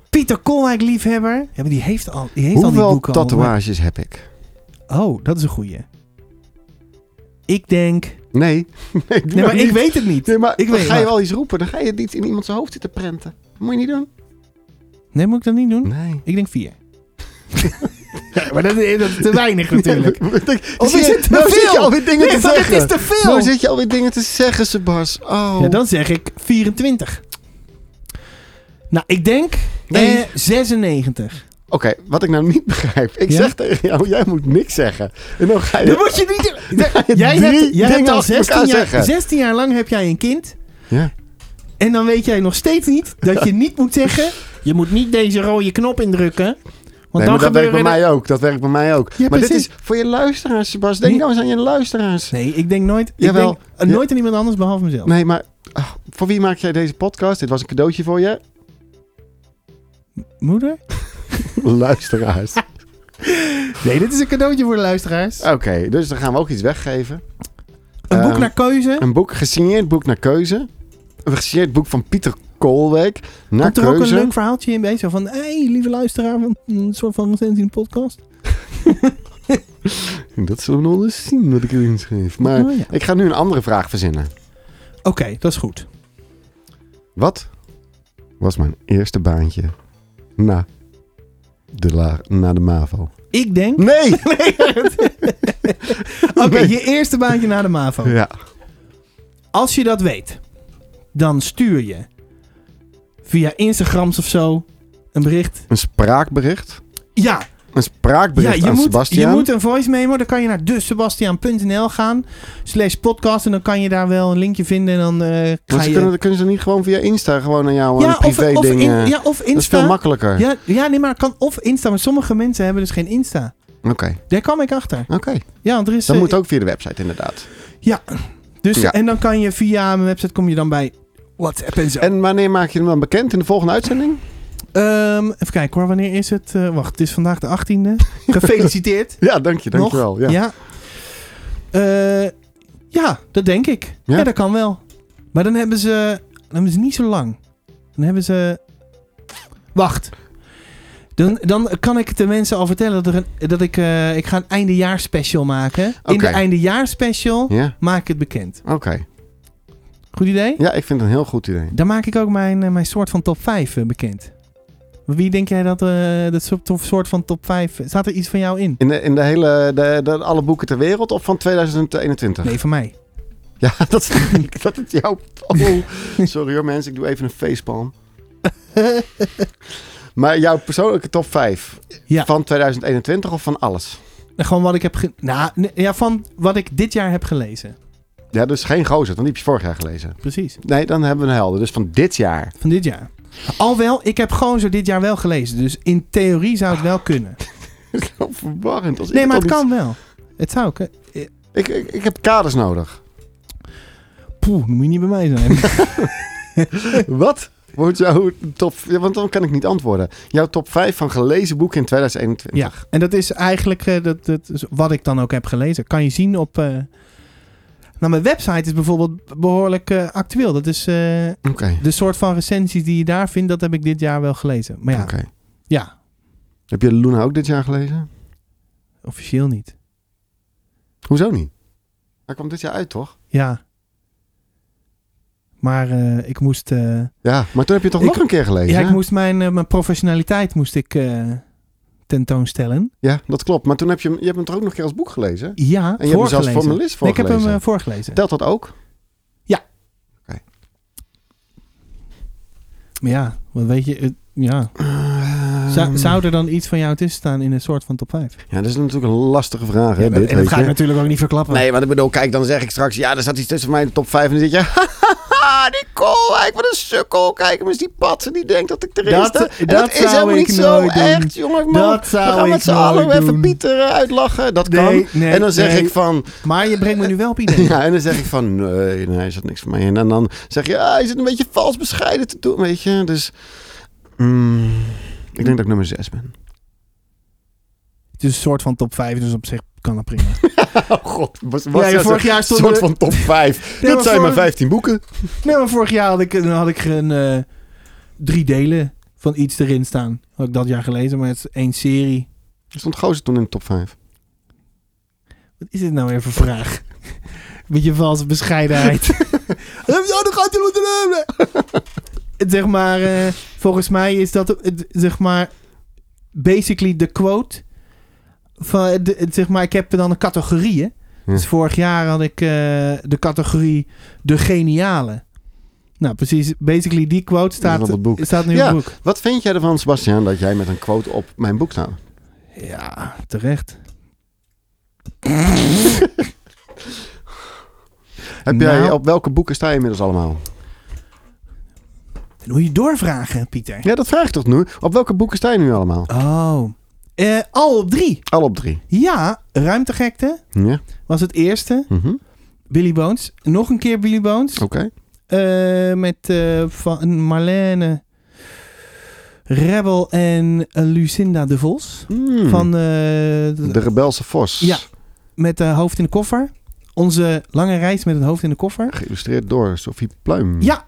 Speaker 2: Pieter Kolwijk liefhebber... Ja, maar die heeft al, die heeft al die
Speaker 1: Hoeveel
Speaker 2: boeken al, maar-
Speaker 1: tatoeages heb ik?
Speaker 2: Oh, dat is een goeie. Ik denk...
Speaker 1: Nee. nee, doe
Speaker 2: Nee, maar
Speaker 1: nou
Speaker 2: ik
Speaker 1: niet.
Speaker 2: weet het niet.
Speaker 1: Nee, maar
Speaker 2: Ik
Speaker 1: dan
Speaker 2: weet-
Speaker 1: ga je
Speaker 2: wacht.
Speaker 1: wel iets roepen. Dan ga je iets in iemands hoofd zitten prenten. Moet je niet doen.
Speaker 2: Nee, moet ik dat niet doen?
Speaker 1: Nee.
Speaker 2: Ik denk vier. Ja, maar dat, dat is te weinig natuurlijk. Of is het te
Speaker 1: nou zit je
Speaker 2: veel?
Speaker 1: alweer dingen
Speaker 2: Nee,
Speaker 1: te
Speaker 2: maar het
Speaker 1: zeggen.
Speaker 2: is te
Speaker 1: Nou
Speaker 2: veel.
Speaker 1: zit je alweer dingen te zeggen, Sebas. Oh.
Speaker 2: Ja, dan zeg ik 24. Nou, ik denk
Speaker 1: Nee.
Speaker 2: eh, 96.
Speaker 1: Oké, wat ik nou niet begrijp. Ik
Speaker 2: Ja?
Speaker 1: zeg tegen jou, jij moet niks zeggen. En dan ga je...
Speaker 2: Dat moet je niet doen.
Speaker 1: ga je
Speaker 2: Jij
Speaker 1: drie
Speaker 2: hebt, jij hebt
Speaker 1: dingen
Speaker 2: al
Speaker 1: achter elkaar
Speaker 2: 16 jaar,
Speaker 1: zeggen.
Speaker 2: 16 jaar lang heb jij een kind.
Speaker 1: Ja.
Speaker 2: En dan weet jij nog steeds niet dat je niet moet zeggen... Je moet niet deze rode knop indrukken. Want
Speaker 1: nee,
Speaker 2: dan
Speaker 1: maar dat werkt bij
Speaker 2: gebeuren er-
Speaker 1: mij ook. Dat werkt bij mij ook.
Speaker 2: Ja,
Speaker 1: maar dit
Speaker 2: precies.
Speaker 1: is voor je luisteraars, Sebas. Denk
Speaker 2: Nee.
Speaker 1: nou eens aan je luisteraars.
Speaker 2: Nee, ik denk nooit... Ik
Speaker 1: Jawel.
Speaker 2: denk, eh, nooit aan iemand anders behalve mezelf.
Speaker 1: Nee, maar ah, voor wie maak jij deze podcast? Dit was een cadeautje voor je.
Speaker 2: Moeder?
Speaker 1: Luisteraars.
Speaker 2: Nee, dit is een cadeautje voor de luisteraars.
Speaker 1: Oké, dus dan gaan we ook iets weggeven.
Speaker 2: een boek
Speaker 1: ehm,
Speaker 2: naar keuze.
Speaker 1: Een boek, gesigneerd boek naar keuze. Een gesigneerd boek van Pieter Koolwijk naar
Speaker 2: Komt er ook een
Speaker 1: keuze.
Speaker 2: leuk verhaaltje in bij? Zo van, hé, hey, lieve luisteraar, van een soort van recensie in de podcast.
Speaker 1: Dat zullen we nog eens zien wat ik erin schreef. Maar
Speaker 2: Oh, ja.
Speaker 1: ik ga nu een andere vraag verzinnen.
Speaker 2: Oké, dat is goed.
Speaker 1: Wat was mijn eerste baantje na de, la, na de MAVO?
Speaker 2: Ik denk...
Speaker 1: Nee!
Speaker 2: Oké, je eerste baantje na de MAVO.
Speaker 1: Ja.
Speaker 2: Als je dat weet, dan stuur je via Instagrams of zo een bericht.
Speaker 1: Een spraakbericht.
Speaker 2: Ja,
Speaker 1: Een
Speaker 2: ja
Speaker 1: spraakbericht
Speaker 2: je,
Speaker 1: aan
Speaker 2: moet, je
Speaker 1: Sebastian.
Speaker 2: moet een voice memo. Dan kan je naar dussebastian.nl gaan. Slash podcast. En dan kan je daar wel een linkje vinden. En dan eh,
Speaker 1: Maar
Speaker 2: ga
Speaker 1: ze
Speaker 2: je...
Speaker 1: kunnen, kunnen ze niet gewoon via Insta gewoon aan jou
Speaker 2: ja,
Speaker 1: een privé
Speaker 2: of, of,
Speaker 1: ding...
Speaker 2: in-
Speaker 1: eh,
Speaker 2: ja, of
Speaker 1: Dat is veel
Speaker 2: Insta.
Speaker 1: makkelijker.
Speaker 2: Ja, ja, nee, maar het kan of Insta. Maar sommige mensen hebben dus geen Insta.
Speaker 1: Oké,
Speaker 2: Daar kwam ik achter.
Speaker 1: oké.
Speaker 2: Ja, want er is...
Speaker 1: Dat
Speaker 2: eh,
Speaker 1: moet ook via de website inderdaad.
Speaker 2: dus,
Speaker 1: ja.
Speaker 2: En dan kan je via mijn website kom je dan bij WhatsApp en zo.
Speaker 1: En wanneer maak je hem dan bekend? In de volgende uitzending?
Speaker 2: Ehm, even kijken hoor, wanneer is het? Eh, wacht, het is vandaag de 18e. Gefeliciteerd.
Speaker 1: Ja, dank je, dank
Speaker 2: Nog?
Speaker 1: je wel. Ja.
Speaker 2: Ja. Ja. ja, dat denk ik. Ja?
Speaker 1: Ja?
Speaker 2: dat kan wel. Maar dan hebben ze, dan hebben ze niet zo lang. Dan hebben ze. Wacht. Dan, dan kan ik de mensen al vertellen dat, er een, dat ik, eh, ik ga een eindejaarspecial maken. In de
Speaker 1: Oké.
Speaker 2: eindejaarspecial
Speaker 1: Ja,
Speaker 2: maak ik het bekend.
Speaker 1: oké.
Speaker 2: Goed idee?
Speaker 1: Ja, ik vind het een heel goed idee.
Speaker 2: Dan maak ik ook mijn, eh, mijn soort van top 5 bekend. Wie denk jij dat eh, dat soort- of soort van top 5... Staat er iets van jou in?
Speaker 1: In, de, in de hele, de, de, alle boeken ter wereld of van 2021?
Speaker 2: Nee, van mij.
Speaker 1: Ja, dat is, dat is jouw... Oh, sorry hoor mensen, ik doe even een facepalm. maar jouw persoonlijke top 5
Speaker 2: Ja.
Speaker 1: van 2021 of van alles?
Speaker 2: Nou, Gewoon wat ik heb... ge- Nou, nee, ja, van wat ik dit jaar heb gelezen.
Speaker 1: Ja, dus geen gozer, want die heb je vorig jaar gelezen.
Speaker 2: Precies.
Speaker 1: Nee, dan hebben we een helder. Dus van dit jaar.
Speaker 2: Van dit jaar. Alwel, ik heb gewoon zo dit jaar wel gelezen. Dus in theorie zou het wel kunnen.
Speaker 1: Zo verwarrend. Als ik
Speaker 2: Nee, maar
Speaker 1: al
Speaker 2: het
Speaker 1: niet-
Speaker 2: kan wel. Het zou ook. hè.
Speaker 1: Ik, ik, ik heb kaders nodig.
Speaker 2: Poeh, dan moet je niet bij mij zijn.
Speaker 1: Wat? Wordt jouw top... Ja, want dan kan ik niet antwoorden. Jouw top 5 van gelezen boeken in 2021.
Speaker 2: ja. En dat is eigenlijk eh, dat, dat is wat ik dan ook heb gelezen. Kan je zien op... eh, Nou, mijn website is bijvoorbeeld behoorlijk eh, actueel. Dat is... eh,
Speaker 1: Oké.
Speaker 2: De soort van recensies die je daar vindt, dat heb ik dit jaar wel gelezen. Maar ja,
Speaker 1: Oké.
Speaker 2: ja
Speaker 1: Heb je Luna ook dit jaar gelezen?
Speaker 2: officieel niet.
Speaker 1: Hoezo niet? Hij kwam dit jaar uit, toch?
Speaker 2: Ja. Maar eh, ik moest... eh,
Speaker 1: Ja, maar toen heb je toch
Speaker 2: Ik-
Speaker 1: nog een keer gelezen?
Speaker 2: ja, ik
Speaker 1: hè?
Speaker 2: moest mijn, eh, mijn professionaliteit moest ik eh, tentoonstellen.
Speaker 1: ja, dat klopt. Maar toen heb je, hem- je hebt hem toch ook nog een keer als boek gelezen? En
Speaker 2: Ja,
Speaker 1: je hebt hem zelfs
Speaker 2: voorgelezen.
Speaker 1: formalist voor
Speaker 2: Nee, ik heb
Speaker 1: gelezen.
Speaker 2: hem eh, voorgelezen.
Speaker 1: Telt dat ook?
Speaker 2: Maar ja, wat weet je... het- ja. Zou,
Speaker 1: Ehm,
Speaker 2: zou er dan iets van jou tussen staan in een soort van top 5?
Speaker 1: Ja, dat is natuurlijk een lastige vraag, hè,
Speaker 2: en
Speaker 1: dit,
Speaker 2: dat
Speaker 1: weet
Speaker 2: ga
Speaker 1: je.
Speaker 2: ik natuurlijk ook niet verklappen.
Speaker 1: Nee, want ik bedoel, kijk, dan zeg ik straks... Ja, er zat iets tussen mij in de top 5 en dan zit je... ah, die Koolwijk, wat een sukkel. Kijk hem eens, die patsen die denkt dat ik erin
Speaker 2: Dat-
Speaker 1: sta. En
Speaker 2: dat
Speaker 1: is
Speaker 2: zou
Speaker 1: helemaal
Speaker 2: ik
Speaker 1: niet zo
Speaker 2: nooit doen.
Speaker 1: echt, jongen. Man.
Speaker 2: Dat zou
Speaker 1: We gaan
Speaker 2: ik
Speaker 1: met z'n allen
Speaker 2: nooit
Speaker 1: even
Speaker 2: doen.
Speaker 1: Pieter eh, uitlachen. Dat
Speaker 2: Nee,
Speaker 1: kan.
Speaker 2: nee,
Speaker 1: en dan zeg
Speaker 2: nee.
Speaker 1: ik van...
Speaker 2: Maar je brengt me nu wel op idee.
Speaker 1: Ja, en dan zeg ik van, nee, nee, is dat niks voor mij. En dan zeg je, ah, je zit een beetje vals bescheiden te doen, weet je. Dus, mm, ik denk dat ik nummer 6 ben.
Speaker 2: Het is een soort van top 5, dus op zich kan dat prima.
Speaker 1: Oh god, was,
Speaker 2: Ja,
Speaker 1: ja,
Speaker 2: vorig jaar
Speaker 1: een
Speaker 2: stond
Speaker 1: soort van top 5.
Speaker 2: Nee,
Speaker 1: dat
Speaker 2: maar
Speaker 1: zijn maar
Speaker 2: vorig-
Speaker 1: 15 boeken.
Speaker 2: Nee, maar vorig jaar had ik, had ik een, eh, drie delen van iets erin staan. Had ik dat jaar gelezen, maar het is één serie.
Speaker 1: Er stond Gozer toen in de top 5.
Speaker 2: Wat is dit nou weer voor vraag? Beetje valse bescheidenheid. Ja, dan gaat hij wat doen. Het, Zeg maar, eh, volgens mij is dat het, zeg maar basically de quote van het- het, zeg maar, ik heb dan een categorieën.
Speaker 1: Ja.
Speaker 2: Dus vorig jaar had ik eh, de categorie de geniale. Nou, precies, basically die quote
Speaker 1: Dat is
Speaker 2: staat,
Speaker 1: op het boek.
Speaker 2: staat nu
Speaker 1: Ja.
Speaker 2: op het boek.
Speaker 1: Wat vind jij ervan, Sebastian, dat jij met een quote op mijn boek staat?
Speaker 2: Ja, terecht.
Speaker 1: Heb jij,
Speaker 2: Nou.
Speaker 1: op welke boeken sta je inmiddels allemaal?
Speaker 2: Dan moet je doorvragen, Pieter.
Speaker 1: Ja, dat vraag ik toch nu. Op welke boeken sta je nu allemaal?
Speaker 2: Oh. Eh, al op drie.
Speaker 1: Al op drie.
Speaker 2: Ja, Ruimtegekte
Speaker 1: Ja.
Speaker 2: was het eerste.
Speaker 1: Mhm.
Speaker 2: Billy Bones. Nog een keer Billy Bones.
Speaker 1: Oké.
Speaker 2: Eh, met eh, van Marlene, Rebel en Lucinda de Vos.
Speaker 1: Hmm.
Speaker 2: Van, eh,
Speaker 1: De Rebelse Vos.
Speaker 2: Ja. met eh, Hoofd in de Koffer. Onze lange reis met het hoofd in de koffer.
Speaker 1: Geïllustreerd door Sophie Pluim.
Speaker 2: Ja,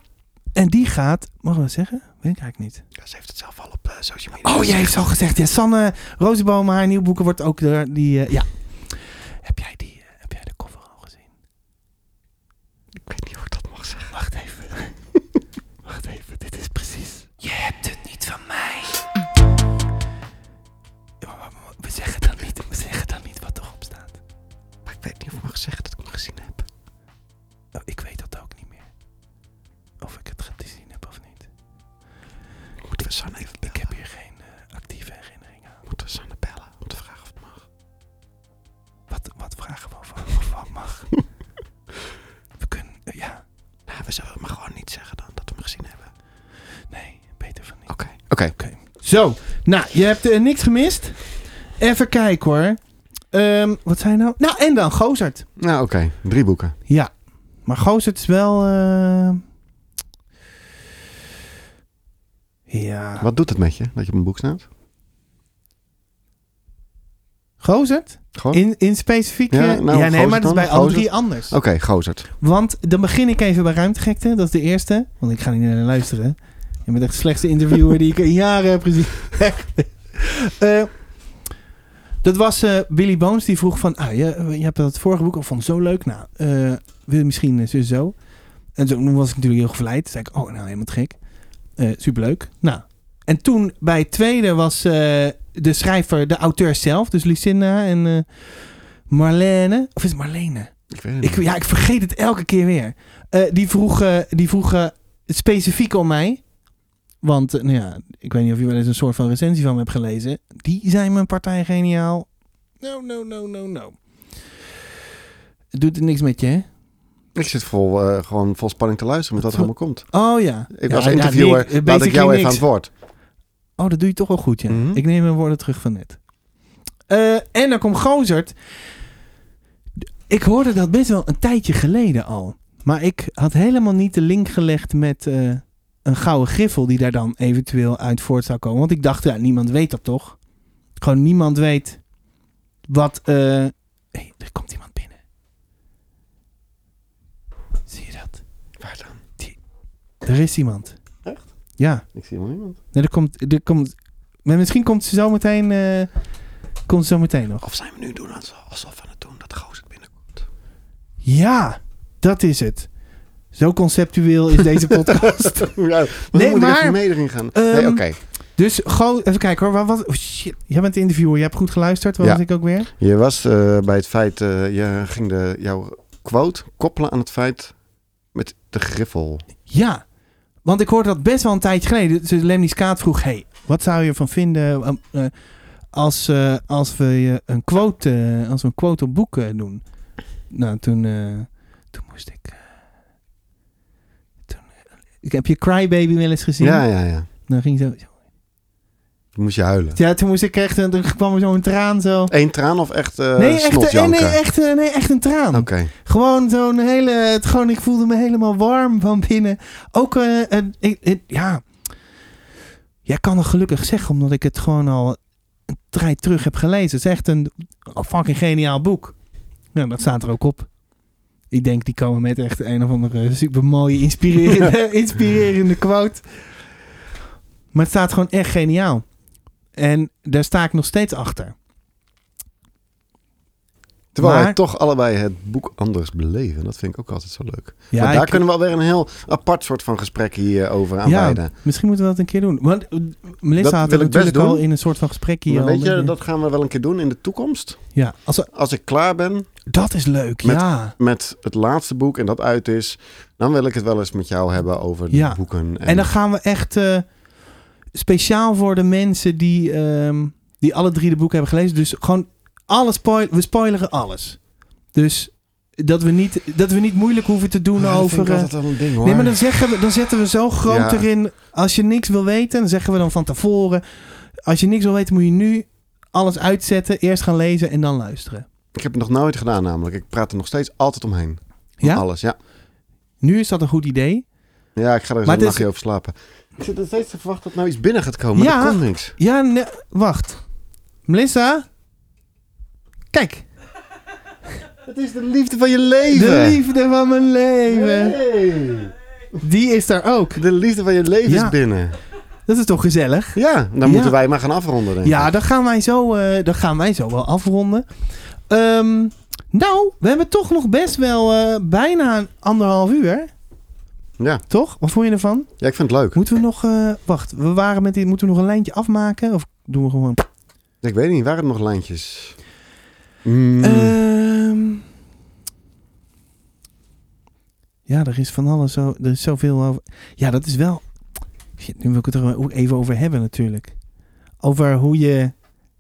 Speaker 2: en die gaat... Mogen we dat zeggen? Weet ik eigenlijk niet.
Speaker 1: Ze heeft het zelf al op eh, social media.
Speaker 2: Oh, jij heeft al gezegd. Ja, Sanne Rozenboom, haar nieuw boeken wordt ook door die... eh, ja. Heb jij, die, eh, heb jij de koffer al gezien?
Speaker 1: Ik weet niet hoe ik dat mag zeggen.
Speaker 2: Wacht even. Wacht even, dit is precies... Je hebt het niet van mij. We zeggen dan niet, we zeggen dan niet wat erop staat.
Speaker 1: Maar ik weet niet of ik mag zeggen dat ik hem gezien heb.
Speaker 2: Oh, ik weet dat ook niet meer. Of ik het gezien heb of niet.
Speaker 1: Moeten we Sanne even
Speaker 2: Ik
Speaker 1: bellen?
Speaker 2: heb hier geen eh, actieve herinnering aan.
Speaker 1: Moeten we Sanne bellen om te vragen of het mag?
Speaker 2: Wat, wat vragen we of, of wat mag? We kunnen, eh, ja,
Speaker 1: Nou, we zullen maar gewoon niet zeggen dan dat we hem gezien hebben.
Speaker 2: nee, beter van niet.
Speaker 1: Oké. Oké.
Speaker 2: Zo, nou, je hebt eh, niks gemist. Even kijken hoor. Ehm, wat zijn nou? Nou, en dan Gozert.
Speaker 1: Nou, oké. Drie boeken.
Speaker 2: Ja, maar Gozert is wel... eh, Ja.
Speaker 1: Wat doet het met je dat je op een boek staat?
Speaker 2: Gozert?
Speaker 1: Gewoon?
Speaker 2: In, in specifiek...
Speaker 1: Ja,
Speaker 2: eh,
Speaker 1: nou,
Speaker 2: Ja, nee,
Speaker 1: Gozert
Speaker 2: maar dat
Speaker 1: dan,
Speaker 2: is bij alle
Speaker 1: Gozert.
Speaker 2: drie anders.
Speaker 1: Oké, Gozert.
Speaker 2: Want dan begin ik even bij Ruimtegekte. Dat is de eerste. Want ik ga niet naar luisteren. Je bent echt de slechtste interviewer die ik in jaren heb gezien. Echt. Eh, dat was eh, Billy Bones die vroeg van... Ah, je, je hebt dat vorige boek al vond het zo leuk. Nou, eh, wil je misschien eh, zo zo? En zo, toen was ik natuurlijk heel gevleid. Toen zei ik, oh, nou, helemaal te gek. Eh, superleuk. Nou, en toen bij het tweede was eh, de schrijver, de auteur zelf. Dus Lucinda en eh, Marlene. Of is het Marlene?
Speaker 1: Ik weet het
Speaker 2: Ik, ja, ik vergeet het elke keer weer. Eh, die vroegen die vroegen specifiek om mij. Want eh, nou ja, ik weet niet of je wel eens een soort van recensie van me hebt gelezen. Die zijn mijn partij geniaal. No, no, no, no, no. Het doet er niks met je, hè?
Speaker 1: Ik zit vol, eh, gewoon vol spanning te luisteren met wat er
Speaker 2: Zo-
Speaker 1: allemaal komt.
Speaker 2: Oh ja.
Speaker 1: Ik
Speaker 2: Ja,
Speaker 1: was
Speaker 2: ja,
Speaker 1: interviewer,
Speaker 2: nee, eh,
Speaker 1: laat ik
Speaker 2: basically
Speaker 1: jou even
Speaker 2: niks.
Speaker 1: aan het woord.
Speaker 2: Oh, dat doe je toch wel goed, ja.
Speaker 1: Mhm.
Speaker 2: Ik neem mijn woorden terug van net. Eh, en dan komt Gozert. Ik hoorde dat best wel een tijdje geleden al. Maar ik had helemaal niet de link gelegd met eh, een gouden griffel die daar dan eventueel uit voort zou komen. Want ik dacht, ja, niemand weet dat toch? Gewoon niemand weet wat... eh hey, er komt iemand binnen. Zie je dat?
Speaker 1: Waar dan?
Speaker 2: Er is iemand.
Speaker 1: Echt?
Speaker 2: Ja.
Speaker 1: Ik zie helemaal niemand.
Speaker 2: Nee, er komt, er komt, maar misschien komt ze zo meteen, eh, komt ze zo meteen nog.
Speaker 1: Of zijn we nu doen alsof, alsof we het doen dat Gozert binnenkomt?
Speaker 2: Ja, dat is het. Zo conceptueel is deze podcast.
Speaker 1: ja,
Speaker 2: Nee,
Speaker 1: nee, moet maar... ik
Speaker 2: maar-
Speaker 1: even mee erin gaan?
Speaker 2: Ehm,
Speaker 1: nee, oké.
Speaker 2: dus gewoon, even kijken hoor. Wat, wat, oh shit, jij bent de interviewer, je hebt goed geluisterd. Wat
Speaker 1: Ja.
Speaker 2: was ik ook weer?
Speaker 1: Je was eh, bij het feit, eh, je ging de, jouw quote koppelen aan het feit met de griffel.
Speaker 2: Ja, want ik hoorde dat best wel een tijdje geleden. Dus Lemnie Skaat vroeg, hey, wat zou je ervan vinden um, eh, als, eh, als, we je een quote, eh, als we een quote op boek eh, doen? Nou, toen, eh, toen moest ik... eh, toen, eh, Ik heb je Crybaby wel eens gezien.
Speaker 1: Ja, ja, ja.
Speaker 2: Dan ging zo.
Speaker 1: Toen moest je huilen.
Speaker 2: Ja, toen moest ik echt. een- Toen kwam er zo'n traan zo.
Speaker 1: Eén traan of echt eh
Speaker 2: nee, echt, nee,
Speaker 1: snotjanken?
Speaker 2: nee, echt, eh, nee, echt een traan.
Speaker 1: Oké.
Speaker 2: Gewoon zo'n hele. Het, gewoon, ik voelde me helemaal warm van binnen. Ook. eh, een- ik- ik- ja. Jij kan het gelukkig zeggen, omdat ik het gewoon al een tijd terug heb gelezen. Het is echt een fucking geniaal boek. Nou, dat staat er ook op. Ik denk, die komen met echt een of andere supermooie, inspirerende, inspirerende quote. Maar het staat gewoon echt geniaal. En daar sta ik nog steeds achter.
Speaker 1: Terwijl wij
Speaker 2: Maar-
Speaker 1: toch allebei het boek anders beleven. Dat vind ik ook altijd zo leuk.
Speaker 2: Ja,
Speaker 1: maar daar
Speaker 2: ik-
Speaker 1: kunnen we alweer een heel apart soort van gesprek eh, hierover aan
Speaker 2: Ja,
Speaker 1: wijden.
Speaker 2: Misschien moeten we dat een keer doen. Want eh,
Speaker 1: Dat
Speaker 2: Melissa had
Speaker 1: wil
Speaker 2: het
Speaker 1: ik best
Speaker 2: natuurlijk al
Speaker 1: doen.
Speaker 2: in een soort van gesprek hier.
Speaker 1: Maar
Speaker 2: al
Speaker 1: weet je,
Speaker 2: een-
Speaker 1: dat gaan we wel een keer doen in de toekomst.
Speaker 2: ja, als,
Speaker 1: Als ik klaar ben
Speaker 2: dat is leuk.
Speaker 1: Met-
Speaker 2: ja.
Speaker 1: met het laatste boek en dat uit is, dan wil ik het wel eens met jou hebben over de
Speaker 2: Ja.
Speaker 1: boeken. En,
Speaker 2: En dan gaan we echt eh, speciaal voor de mensen die, ehm, die alle drie de boeken hebben gelezen. Dus gewoon alles spoil we spoileren alles. Dus dat we niet, dat we niet moeilijk hoeven te doen
Speaker 1: Ah, dat
Speaker 2: over.
Speaker 1: Vind ik
Speaker 2: eh,
Speaker 1: altijd wel een ding hoor.
Speaker 2: Nee, maar dan, zeggen we, dan zetten we zo groot
Speaker 1: Ja.
Speaker 2: erin. Als je niks wil weten, dan zeggen we dan van tevoren. Als je niks wil weten, moet je nu alles uitzetten. Eerst gaan lezen en dan luisteren.
Speaker 1: Ik heb het nog nooit gedaan namelijk. Ik praat er nog steeds altijd omheen. Om
Speaker 2: Ja?
Speaker 1: Alles, ja.
Speaker 2: Nu is dat een goed idee.
Speaker 1: Ja, ik ga er eens
Speaker 2: Maar
Speaker 1: een
Speaker 2: het is-
Speaker 1: nachtje over slapen. Ik zit nog steeds te verwachten dat nou iets binnen gaat komen.
Speaker 2: Ja.
Speaker 1: Ja. Er komt niks.
Speaker 2: Ja, ne- wacht. Melissa? Kijk.
Speaker 1: Het is de liefde van je leven.
Speaker 2: De liefde van mijn leven.
Speaker 1: Hey.
Speaker 2: Die is daar ook.
Speaker 1: De liefde van je leven
Speaker 2: Ja.
Speaker 1: is binnen.
Speaker 2: Dat is toch gezellig?
Speaker 1: Ja, dan
Speaker 2: Ja.
Speaker 1: moeten wij maar gaan afronden, denk
Speaker 2: Ja,
Speaker 1: ik.
Speaker 2: dan gaan wij zo, eh, dan gaan wij zo wel afronden. Ehm, nou, we hebben toch nog best wel eh, bijna een anderhalf uur.
Speaker 1: Ja.
Speaker 2: Toch? Wat vond je ervan?
Speaker 1: ja, ik vind het leuk.
Speaker 2: Moeten we nog... eh, wacht, we waren met dit... Moeten we nog een lijntje afmaken? Of doen we gewoon...
Speaker 1: Ik weet niet, waren er nog lijntjes? Mm.
Speaker 2: Ehm. ja, er is van alles zo. Er is zoveel over. Ja, dat is wel. Shit, nu wil ik het er ook even over hebben, natuurlijk. Over hoe je.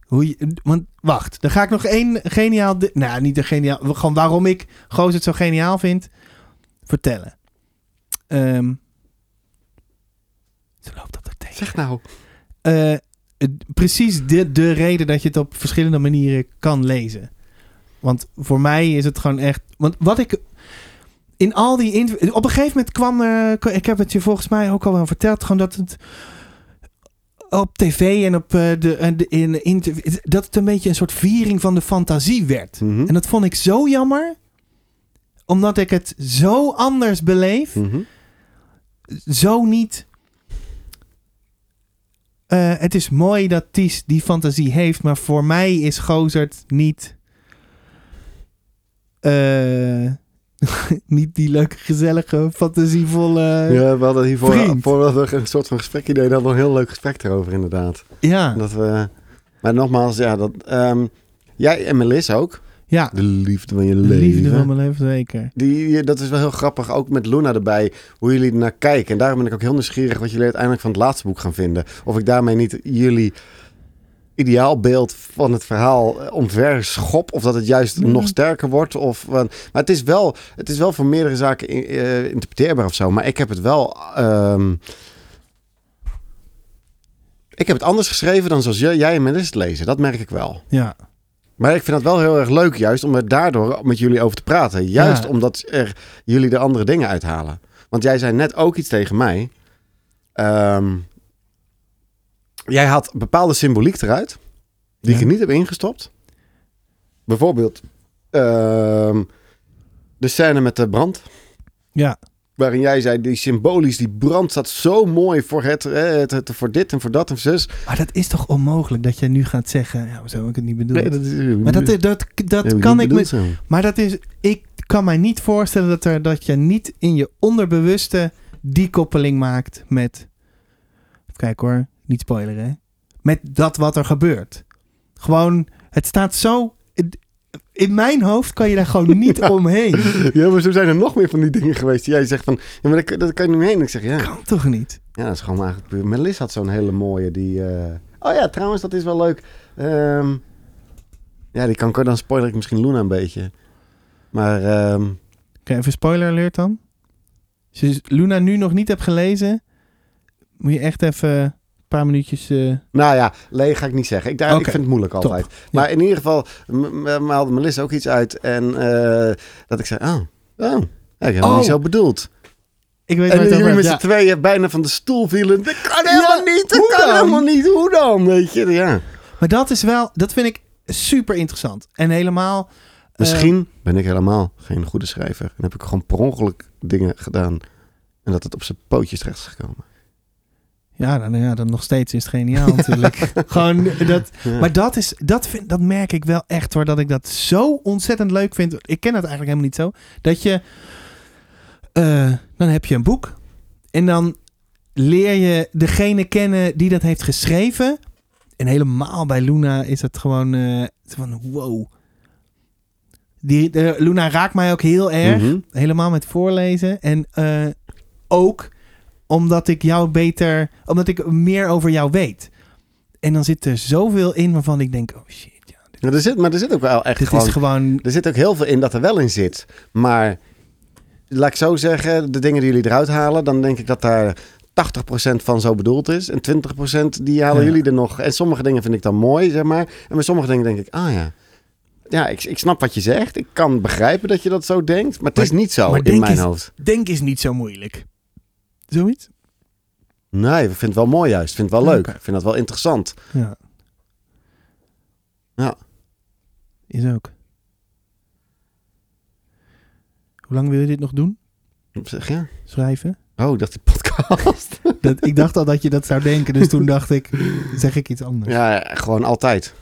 Speaker 2: Hoe je want wacht, dan ga ik nog één geniaal. di- Nou, niet een geniaal. Gewoon waarom ik Goos het zo geniaal vind. Vertellen. Ehm ze loopt op de thee.
Speaker 1: Zeg nou.
Speaker 2: Eh, het- precies de, de reden dat je het op verschillende manieren kan lezen. Want voor mij is het gewoon echt. Want wat ik. In al die. inter- Op een gegeven moment kwam er. Ik heb het je volgens mij ook al wel verteld. Gewoon dat het. Op tv en op eh, de, en de in interview. Dat het een beetje een soort viering van de fantasie werd.
Speaker 1: Mhm.
Speaker 2: En dat vond ik zo jammer. Omdat ik het zo anders beleef
Speaker 1: Mhm.
Speaker 2: zo niet. Eh, het is mooi dat Ties die fantasie heeft, maar voor mij is Gozert niet. eh, niet die leuke, gezellige, fantasievolle. Ja.
Speaker 1: Ja, we hadden hiervoor,
Speaker 2: Vriend.
Speaker 1: voordat we een soort van gesprek idee hadden, we een heel leuk gesprek erover inderdaad.
Speaker 2: Ja,
Speaker 1: Dat we, maar nogmaals, ja, dat, ehm, jij en Melissa ook. De liefde van je
Speaker 2: de
Speaker 1: leven.
Speaker 2: liefde van mijn leven, zeker.
Speaker 1: Die, dat is wel heel grappig, ook met Luna erbij, hoe jullie ernaar kijken. En daarom ben ik ook heel nieuwsgierig wat jullie uiteindelijk van het laatste boek gaan vinden. Of ik daarmee niet jullie ideaalbeeld van het verhaal eh, omver schop. Of dat het juist
Speaker 2: Ja.
Speaker 1: nog sterker wordt. Of, want- maar het is, wel, het is wel voor meerdere zaken in- eh, interpreteerbaar of zo. Maar ik heb het wel... ehm, ik heb het anders geschreven dan zoals j- jij en Melissa het lezen. Dat merk ik wel.
Speaker 2: Ja.
Speaker 1: Maar ik vind dat wel heel erg leuk, juist om er daardoor met jullie over te praten. Juist
Speaker 2: Ja.
Speaker 1: omdat er, jullie er andere dingen uithalen. Want jij zei net ook iets tegen mij. Ehm, jij had bepaalde symboliek eruit, die
Speaker 2: Ja.
Speaker 1: ik er niet heb ingestopt. Bijvoorbeeld ehm, de scène met de brand.
Speaker 2: Ja.
Speaker 1: Waarin jij zei, die symbolisch, die brand staat zo mooi voor, het, eh, het, het- voor dit en voor dat en zus.
Speaker 2: Maar dat is toch onmogelijk dat jij nu gaat zeggen. Ja, zo heb ik het niet bedoeld.
Speaker 1: is,
Speaker 2: maar dat, dat, dat, kan ik me Maar dat is, ik kan mij niet voorstellen dat, er, dat je niet in je onderbewuste die koppeling maakt met. Even kijken hoor, niet spoileren. Hè? Met dat wat er gebeurt. Gewoon, het staat zo. In mijn hoofd kan je daar gewoon niet omheen.
Speaker 1: Ja, maar zo zijn er nog meer van die dingen geweest. Die jij zegt van, ja, maar dat, dat kan je niet meer heen. Ik zeg, ja.
Speaker 2: Kan toch niet?
Speaker 1: Ja, dat is gewoon eigenlijk puur. Melis had zo'n hele mooie die... eh, Oh ja, trouwens, dat is wel leuk. Ehm, Ja, die kan ik dan spoiler ik misschien Luna een beetje. Maar ehm,
Speaker 2: Oké, even spoiler alert dan.
Speaker 4: Als je Luna nu nog niet hebt gelezen, moet je echt even een paar minuutjes... eh,
Speaker 1: Nou ja, leeg ga ik niet zeggen. Ik, daar, ik
Speaker 4: Oké,
Speaker 1: vind het moeilijk altijd. Maar in ieder geval m- m- maalde Melissa ook iets uit. En eh, dat ik zei, oh, oh. Ja, ik heb het
Speaker 4: Oh.
Speaker 1: niet zo bedoeld.
Speaker 4: ik weet waar
Speaker 1: En
Speaker 4: het over
Speaker 1: jullie met
Speaker 4: hebt,
Speaker 1: z'n
Speaker 4: ja.
Speaker 1: tweeën bijna van de stoel vielen. Dat kan helemaal niet, dat
Speaker 2: hoe
Speaker 1: kan
Speaker 2: dan?
Speaker 1: helemaal niet. Hoe dan, weet je? Ja.
Speaker 4: Eh.
Speaker 2: Maar dat is wel, dat vind ik super interessant. En helemaal,
Speaker 1: Misschien ben ik helemaal geen goede schrijver. En heb ik gewoon per ongeluk dingen gedaan. En dat het op zijn pootjes terecht is gekomen.
Speaker 2: ja, dan, ja, dan nog steeds is het geniaal natuurlijk. Gewoon dat, maar dat is, dat, vind, dat merk ik wel echt hoor, dat ik dat zo ontzettend leuk vind. Ik ken dat eigenlijk helemaal niet zo. Dat je, eh, dan heb je een boek en dan leer je degene kennen die dat heeft geschreven. En helemaal bij Luna is dat gewoon eh, van wow. Die, eh, Luna raakt mij ook heel erg.
Speaker 1: Mhm.
Speaker 2: Helemaal met voorlezen. En eh, ook omdat ik jou beter, omdat ik meer over jou weet. En dan zit er zoveel in waarvan ik denk, oh shit, ja, dit,
Speaker 1: Maar er zit, maar er zit ook wel echt
Speaker 2: dit
Speaker 1: gewoon...
Speaker 2: is gewoon.
Speaker 1: Er zit ook heel veel in dat er wel in zit. Maar laat ik zo zeggen, de dingen die jullie eruit halen, dan denk ik dat daar 80% van zo bedoeld is. En 20% die halen
Speaker 2: Ja.
Speaker 1: jullie er nog. En sommige dingen vind ik dan mooi, zeg maar. En bij sommige dingen denk ik, ah ja. Ja, ik, ik snap wat je zegt. Ik kan begrijpen dat je dat zo denkt. Maar het
Speaker 2: Maar-
Speaker 1: is niet zo
Speaker 2: maar
Speaker 1: in
Speaker 2: denk
Speaker 1: mijn
Speaker 2: eens-
Speaker 1: hoofd.
Speaker 2: Denk is niet zo moeilijk. Zoiets?
Speaker 1: Nee, ik vind het wel mooi juist. Ik vind het wel leuk.
Speaker 2: Oké.
Speaker 1: Ik vind dat wel interessant.
Speaker 2: Ja.
Speaker 1: Ja.
Speaker 2: Is ook. Hoe lang wil je dit nog doen?
Speaker 1: Op zich, ja.
Speaker 2: Schrijven?
Speaker 1: Oh, ik dacht die podcast.
Speaker 2: Dat, ik dacht al dat je dat zou denken, dus toen dacht ik, zeg ik iets anders.
Speaker 1: ja, ja, gewoon altijd.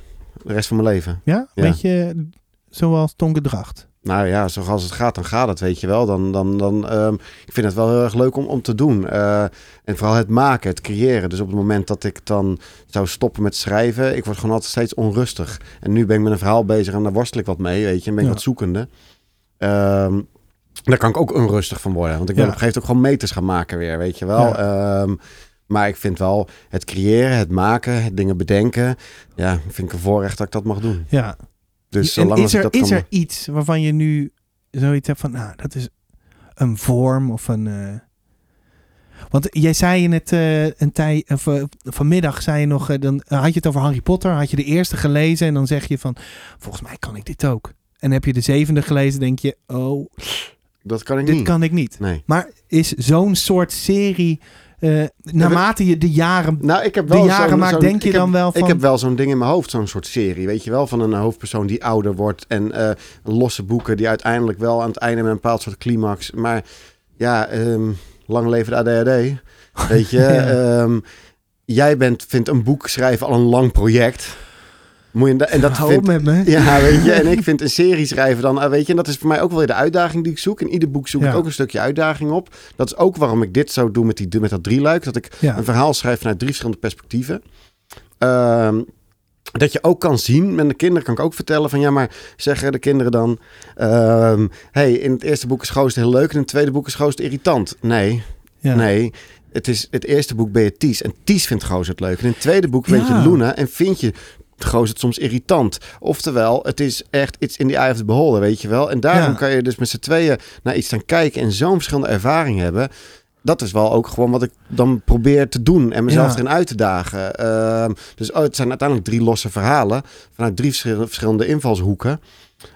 Speaker 1: De rest van mijn leven.
Speaker 2: Ja?
Speaker 1: Ja.
Speaker 2: Weet je, zoals Tonke Dracht.
Speaker 1: Nou ja, zoals het gaat, dan gaat het, weet je wel. Dan, dan, dan, ehm, ik vind het wel heel erg leuk om, om te doen. Eh, en vooral het maken, het creëren. Dus op het moment dat ik dan zou stoppen met schrijven, ik word gewoon altijd steeds onrustig. En nu ben ik met een verhaal bezig en daar worstel ik wat mee, weet je. En ben ik
Speaker 2: Ja.
Speaker 1: wat zoekende. Ehm, daar kan ik ook onrustig van worden. Want ik wil
Speaker 2: Ja.
Speaker 1: op een gegeven moment ook gewoon meters gaan maken weer, weet je wel.
Speaker 2: Ja.
Speaker 1: Ehm, maar ik vind wel het creëren, het maken, het dingen bedenken. Ja, vind ik een voorrecht dat ik dat mag doen.
Speaker 2: Ja,
Speaker 1: Dus
Speaker 2: En
Speaker 1: zolang
Speaker 2: is
Speaker 1: als ik
Speaker 2: er,
Speaker 1: dat
Speaker 2: is
Speaker 1: kan...
Speaker 2: er iets waarvan je nu zoiets hebt van, nou, dat is een vorm of een. eh, Want jij zei in het eh, een tij, of, eh, vanmiddag zei je nog, eh, dan had je het over Harry Potter, had je de eerste gelezen en dan zeg je van, volgens mij kan ik dit ook. En heb je de zevende gelezen, denk je, oh,
Speaker 1: Dat kan ik
Speaker 2: dit
Speaker 1: niet.
Speaker 2: kan ik niet.
Speaker 1: Nee.
Speaker 2: Maar is zo'n soort serie, eh, naarmate je de jaren
Speaker 1: Nou, ik heb
Speaker 2: De
Speaker 1: wel
Speaker 2: jaren
Speaker 1: zo'n-
Speaker 2: maakt,
Speaker 1: zo'n-
Speaker 2: denk je
Speaker 1: ik heb-
Speaker 2: dan wel van-
Speaker 1: Ik heb wel zo'n ding in mijn hoofd, zo'n soort serie, weet je wel? Van een hoofdpersoon die ouder wordt en eh, losse boeken die uiteindelijk wel aan het einde met een bepaald soort climax. Maar ja, ehm, lang leven de ADHD, weet je.
Speaker 2: Ja.
Speaker 1: ehm, jij bent, vindt een boek schrijven al een lang project. Moet je, da- en dat
Speaker 2: Hou
Speaker 1: vindt,
Speaker 2: op met me.
Speaker 1: ja, weet je. En ik vind een serie schrijven dan, eh, weet je. En dat is voor mij ook wel weer de uitdaging die ik zoek. In ieder boek zoek
Speaker 2: Ja.
Speaker 1: ik ook een stukje uitdaging op. Dat is ook waarom ik dit zou doen met, die, met dat drieluik. Dat ik
Speaker 2: Ja.
Speaker 1: een verhaal schrijf vanuit drie verschillende perspectieven. Ehm, dat je ook kan zien, met de kinderen kan ik ook vertellen van ja, maar zeggen de kinderen dan: ehm, hey, in het eerste boek is Joost heel leuk en in het tweede boek is Joost irritant. Nee,
Speaker 2: Ja.
Speaker 1: nee. Het, is, het eerste boek ben je Ties en Ties vindt Goos het leuk. En in het tweede boek weet
Speaker 2: Ja.
Speaker 1: je Luna en vind je Goos het soms irritant. Oftewel, het is echt iets in the eye of the beholder, weet je wel. En daarom
Speaker 2: Ja.
Speaker 1: kan je dus met z'n tweeën naar iets gaan kijken en zo'n verschillende ervaring hebben. Dat is wel ook gewoon wat ik dan probeer te doen en mezelf
Speaker 2: Ja.
Speaker 1: erin uit te dagen. Ehm, dus oh, het zijn uiteindelijk drie losse verhalen vanuit drie verschil- verschillende invalshoeken.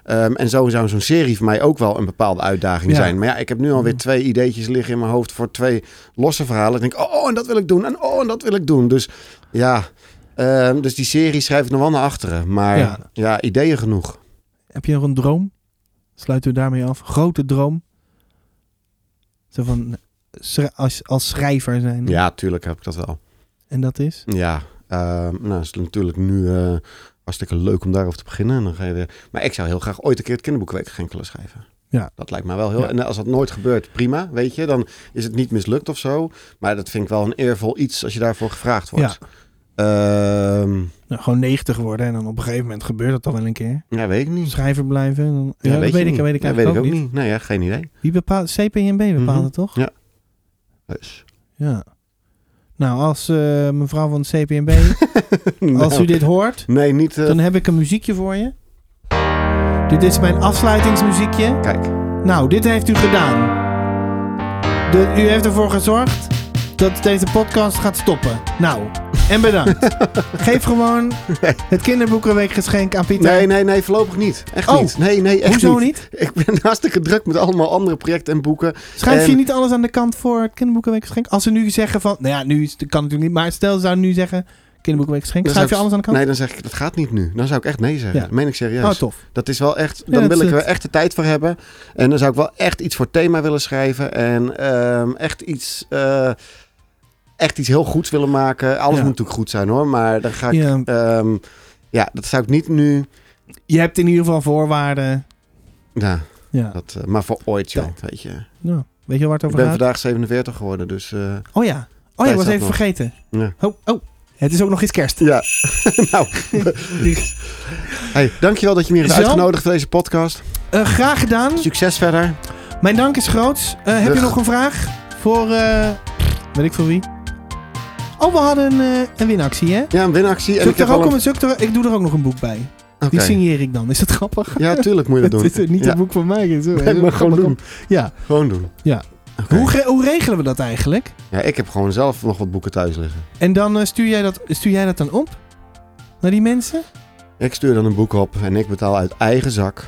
Speaker 1: Ehm, en zo zou zo'n serie voor mij ook wel een bepaalde uitdaging
Speaker 2: Ja.
Speaker 1: zijn. Maar ja, ik heb nu alweer twee ideetjes liggen in mijn hoofd voor twee losse verhalen. Ik denk, oh, oh, en dat wil ik doen. En oh, en dat wil ik doen. Dus ja, ehm, dus die serie schrijf ik nog wel naar achteren. Maar
Speaker 2: Ja.
Speaker 1: ja, ideeën genoeg.
Speaker 2: Heb je nog een droom? Sluiten we daarmee af. Grote droom. Zo van schri- als, als schrijver zijn.
Speaker 1: Ja, tuurlijk heb ik dat wel.
Speaker 2: En dat is.
Speaker 1: Ja, ehm, nou is het natuurlijk nu eh, hartstikke leuk om daarover te beginnen. En dan ga je weer- Maar ik zou heel graag ooit een keer het kinderboekweek gaan kunnen schrijven.
Speaker 2: Ja.
Speaker 1: Dat lijkt mij wel heel...
Speaker 2: Ja.
Speaker 1: En als dat nooit gebeurt, prima, weet je. Dan is het niet mislukt of zo. Maar dat vind ik wel een eervol iets als je daarvoor gevraagd wordt. Ehm, Ja,
Speaker 2: Nou, gewoon 90 worden en dan op een gegeven moment gebeurt dat dan wel een keer.
Speaker 1: ja weet ik niet.
Speaker 2: Schrijver blijven. en Dan, ja,
Speaker 1: Ja,
Speaker 2: dat
Speaker 1: je
Speaker 2: weet ik,
Speaker 1: niet.
Speaker 2: dat weet ik
Speaker 1: Ja,
Speaker 2: eigenlijk ook, niet.
Speaker 1: Nee, ja, geen idee.
Speaker 2: Wie bepaalt, CPNB bepaalt
Speaker 1: Mhm.
Speaker 2: het toch?
Speaker 1: Ja. Dus.
Speaker 2: Ja. Nou, als eh, mevrouw van het CPNB, Nou,
Speaker 1: Nou.
Speaker 2: als u dit hoort,
Speaker 1: Nee, niet... eh,
Speaker 2: dan heb ik een muziekje voor je. Dit is mijn afsluitingsmuziekje.
Speaker 1: Kijk.
Speaker 2: Nou, dit heeft u gedaan. De- u heeft ervoor gezorgd dat deze podcast gaat stoppen. Nou, en bedankt. Geef gewoon het kinderboekenweekgeschenk aan Pieter.
Speaker 1: Nee, nee, nee, voorlopig niet. Echt
Speaker 2: Oh.
Speaker 1: niet. Nee, nee, echt
Speaker 2: Hoezo
Speaker 1: Ik ben hartstikke druk met allemaal andere projecten en boeken.
Speaker 2: Schrijf je
Speaker 1: En-
Speaker 2: niet alles aan de kant voor het kinderboekenweekgeschenk? Als ze nu zeggen van... Nou ja, nu is, kan natuurlijk niet. Maar stel ze zouden nu zeggen... Kinderboekenweekgeschenk.
Speaker 1: Dan
Speaker 2: Schrijf je
Speaker 1: zou ik-
Speaker 2: alles aan de kant?
Speaker 1: Nee, dan zeg ik, dat gaat niet nu. Dan zou ik echt nee zeggen.
Speaker 2: Ja.
Speaker 1: Dat meen ik serieus.
Speaker 2: Oh, tof.
Speaker 1: Dat is wel echt,
Speaker 2: dat
Speaker 1: dan wil
Speaker 2: is
Speaker 1: ik er
Speaker 2: het.
Speaker 1: echt de tijd voor hebben. En dan zou ik wel echt iets voor thema willen schrijven. En ehm, echt iets... eh, Echt iets heel goeds willen maken. Alles
Speaker 2: Ja.
Speaker 1: moet natuurlijk goed zijn hoor. Maar dan ga ik.
Speaker 2: Ja.
Speaker 1: ehm, ja dat zou ik niet nu.
Speaker 2: Je hebt in ieder geval voorwaarden.
Speaker 1: Ja,
Speaker 2: Ja.
Speaker 1: dat, eh, maar voor ooit, joh. Weet je.
Speaker 2: Nou, weet je waar het
Speaker 1: Ik
Speaker 2: over
Speaker 1: ben
Speaker 2: gaat?
Speaker 1: vandaag 47 geworden, dus. eh,
Speaker 2: Oh ja. Oh ja,
Speaker 1: Tijd
Speaker 2: ik was
Speaker 1: zat
Speaker 2: even
Speaker 1: nog.
Speaker 2: vergeten.
Speaker 1: Ja.
Speaker 2: Oh, oh. Het is ook nog eens kerst.
Speaker 1: Ja, nou. hey, dankjewel dat je me hier hebt
Speaker 2: Zo.
Speaker 1: uitgenodigd voor deze podcast.
Speaker 2: Eh, graag gedaan.
Speaker 1: Succes verder.
Speaker 2: Mijn dank is groots. Eh, heb je
Speaker 1: Rug.
Speaker 2: nog een vraag? Voor, eh, weet ik voor wie? Oh, we hadden een, eh, een winactie, hè?
Speaker 1: Ja, een winactie. En
Speaker 2: Zul ik,
Speaker 1: ik heb
Speaker 2: daar ook
Speaker 1: al een...
Speaker 2: een... zul ik er- ik doe er ook nog een boek bij.
Speaker 1: Oké.
Speaker 2: Die signeer ik dan. Is dat grappig?
Speaker 1: Ja, tuurlijk moet je dat
Speaker 2: Het
Speaker 1: doen.
Speaker 2: is niet
Speaker 1: Ja.
Speaker 2: een boek van mij. het is-
Speaker 1: Nee, maar gewoon
Speaker 2: Kom,
Speaker 1: doen.
Speaker 2: kom. Ja.
Speaker 1: Gewoon doen.
Speaker 2: Ja.
Speaker 1: Oké.
Speaker 2: Hoe, ge- hoe regelen we dat eigenlijk?
Speaker 1: Ja, ik heb gewoon zelf nog wat boeken thuis liggen.
Speaker 2: En dan eh, stuur, jij dat, stuur jij dat dan op? Naar die mensen?
Speaker 1: Ik stuur dan een boek op en ik betaal uit eigen zak.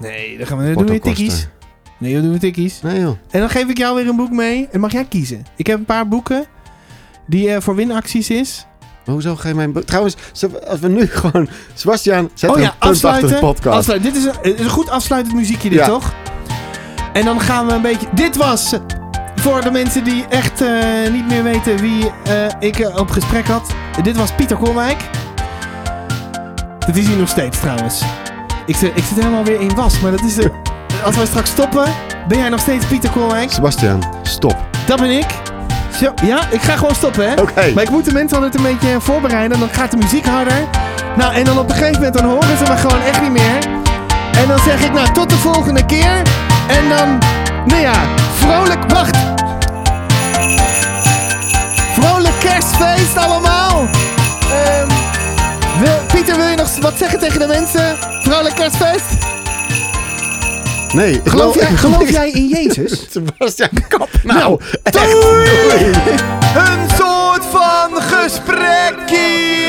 Speaker 2: Nee, dan gaan we, dan doen we
Speaker 1: portokosten.
Speaker 2: tikkies. Nee, dan doen we tikkies.
Speaker 1: Nee joh.
Speaker 2: En dan geef ik jou weer een boek mee. En mag jij kiezen. Ik heb een paar boeken die eh, voor winacties is.
Speaker 1: Maar hoezo ga je mijn boek... Trouwens, ze- als we nu gewoon... Sebastian, zet
Speaker 2: oh
Speaker 1: een
Speaker 2: ja,
Speaker 1: punt achter
Speaker 2: afsluiten.
Speaker 1: de podcast.
Speaker 2: Afsluiten. Dit is een, het is een goed afsluitend muziekje, dit
Speaker 1: Ja.
Speaker 2: toch? En dan gaan we een beetje. Dit was voor de mensen die echt eh, niet meer weten wie eh, ik eh, op gesprek had. Dit was Pieter Kolwijk. Dat is hij nog steeds trouwens. Ik zit, ik zit helemaal weer in was, maar dat is de. Als wij straks stoppen, ben jij nog steeds Pieter Kolwijk?
Speaker 1: Sebastian, stop.
Speaker 2: Dat ben ik. Zo, ja, ik ga gewoon stoppen, hè?
Speaker 1: Oké.
Speaker 2: Maar ik moet de mensen altijd een beetje voorbereiden. Dan gaat de muziek harder. Nou, en dan op een gegeven moment dan horen ze me gewoon echt niet meer. En dan zeg ik, nou, tot de volgende keer. En dan, nou ja, vrolijk, wacht. Vrolijk kerstfeest allemaal. Ehm, wil- Pieter, wil je nog wat zeggen tegen de mensen? Vrolijk kerstfeest.
Speaker 1: Nee. ik
Speaker 2: Geloof
Speaker 1: wil-
Speaker 2: jij, geloof jij in Jezus?
Speaker 1: Sebastian, kap nou.
Speaker 2: Nou,
Speaker 1: echt.
Speaker 2: doei!
Speaker 1: Doei.
Speaker 2: Een soort van gesprekje.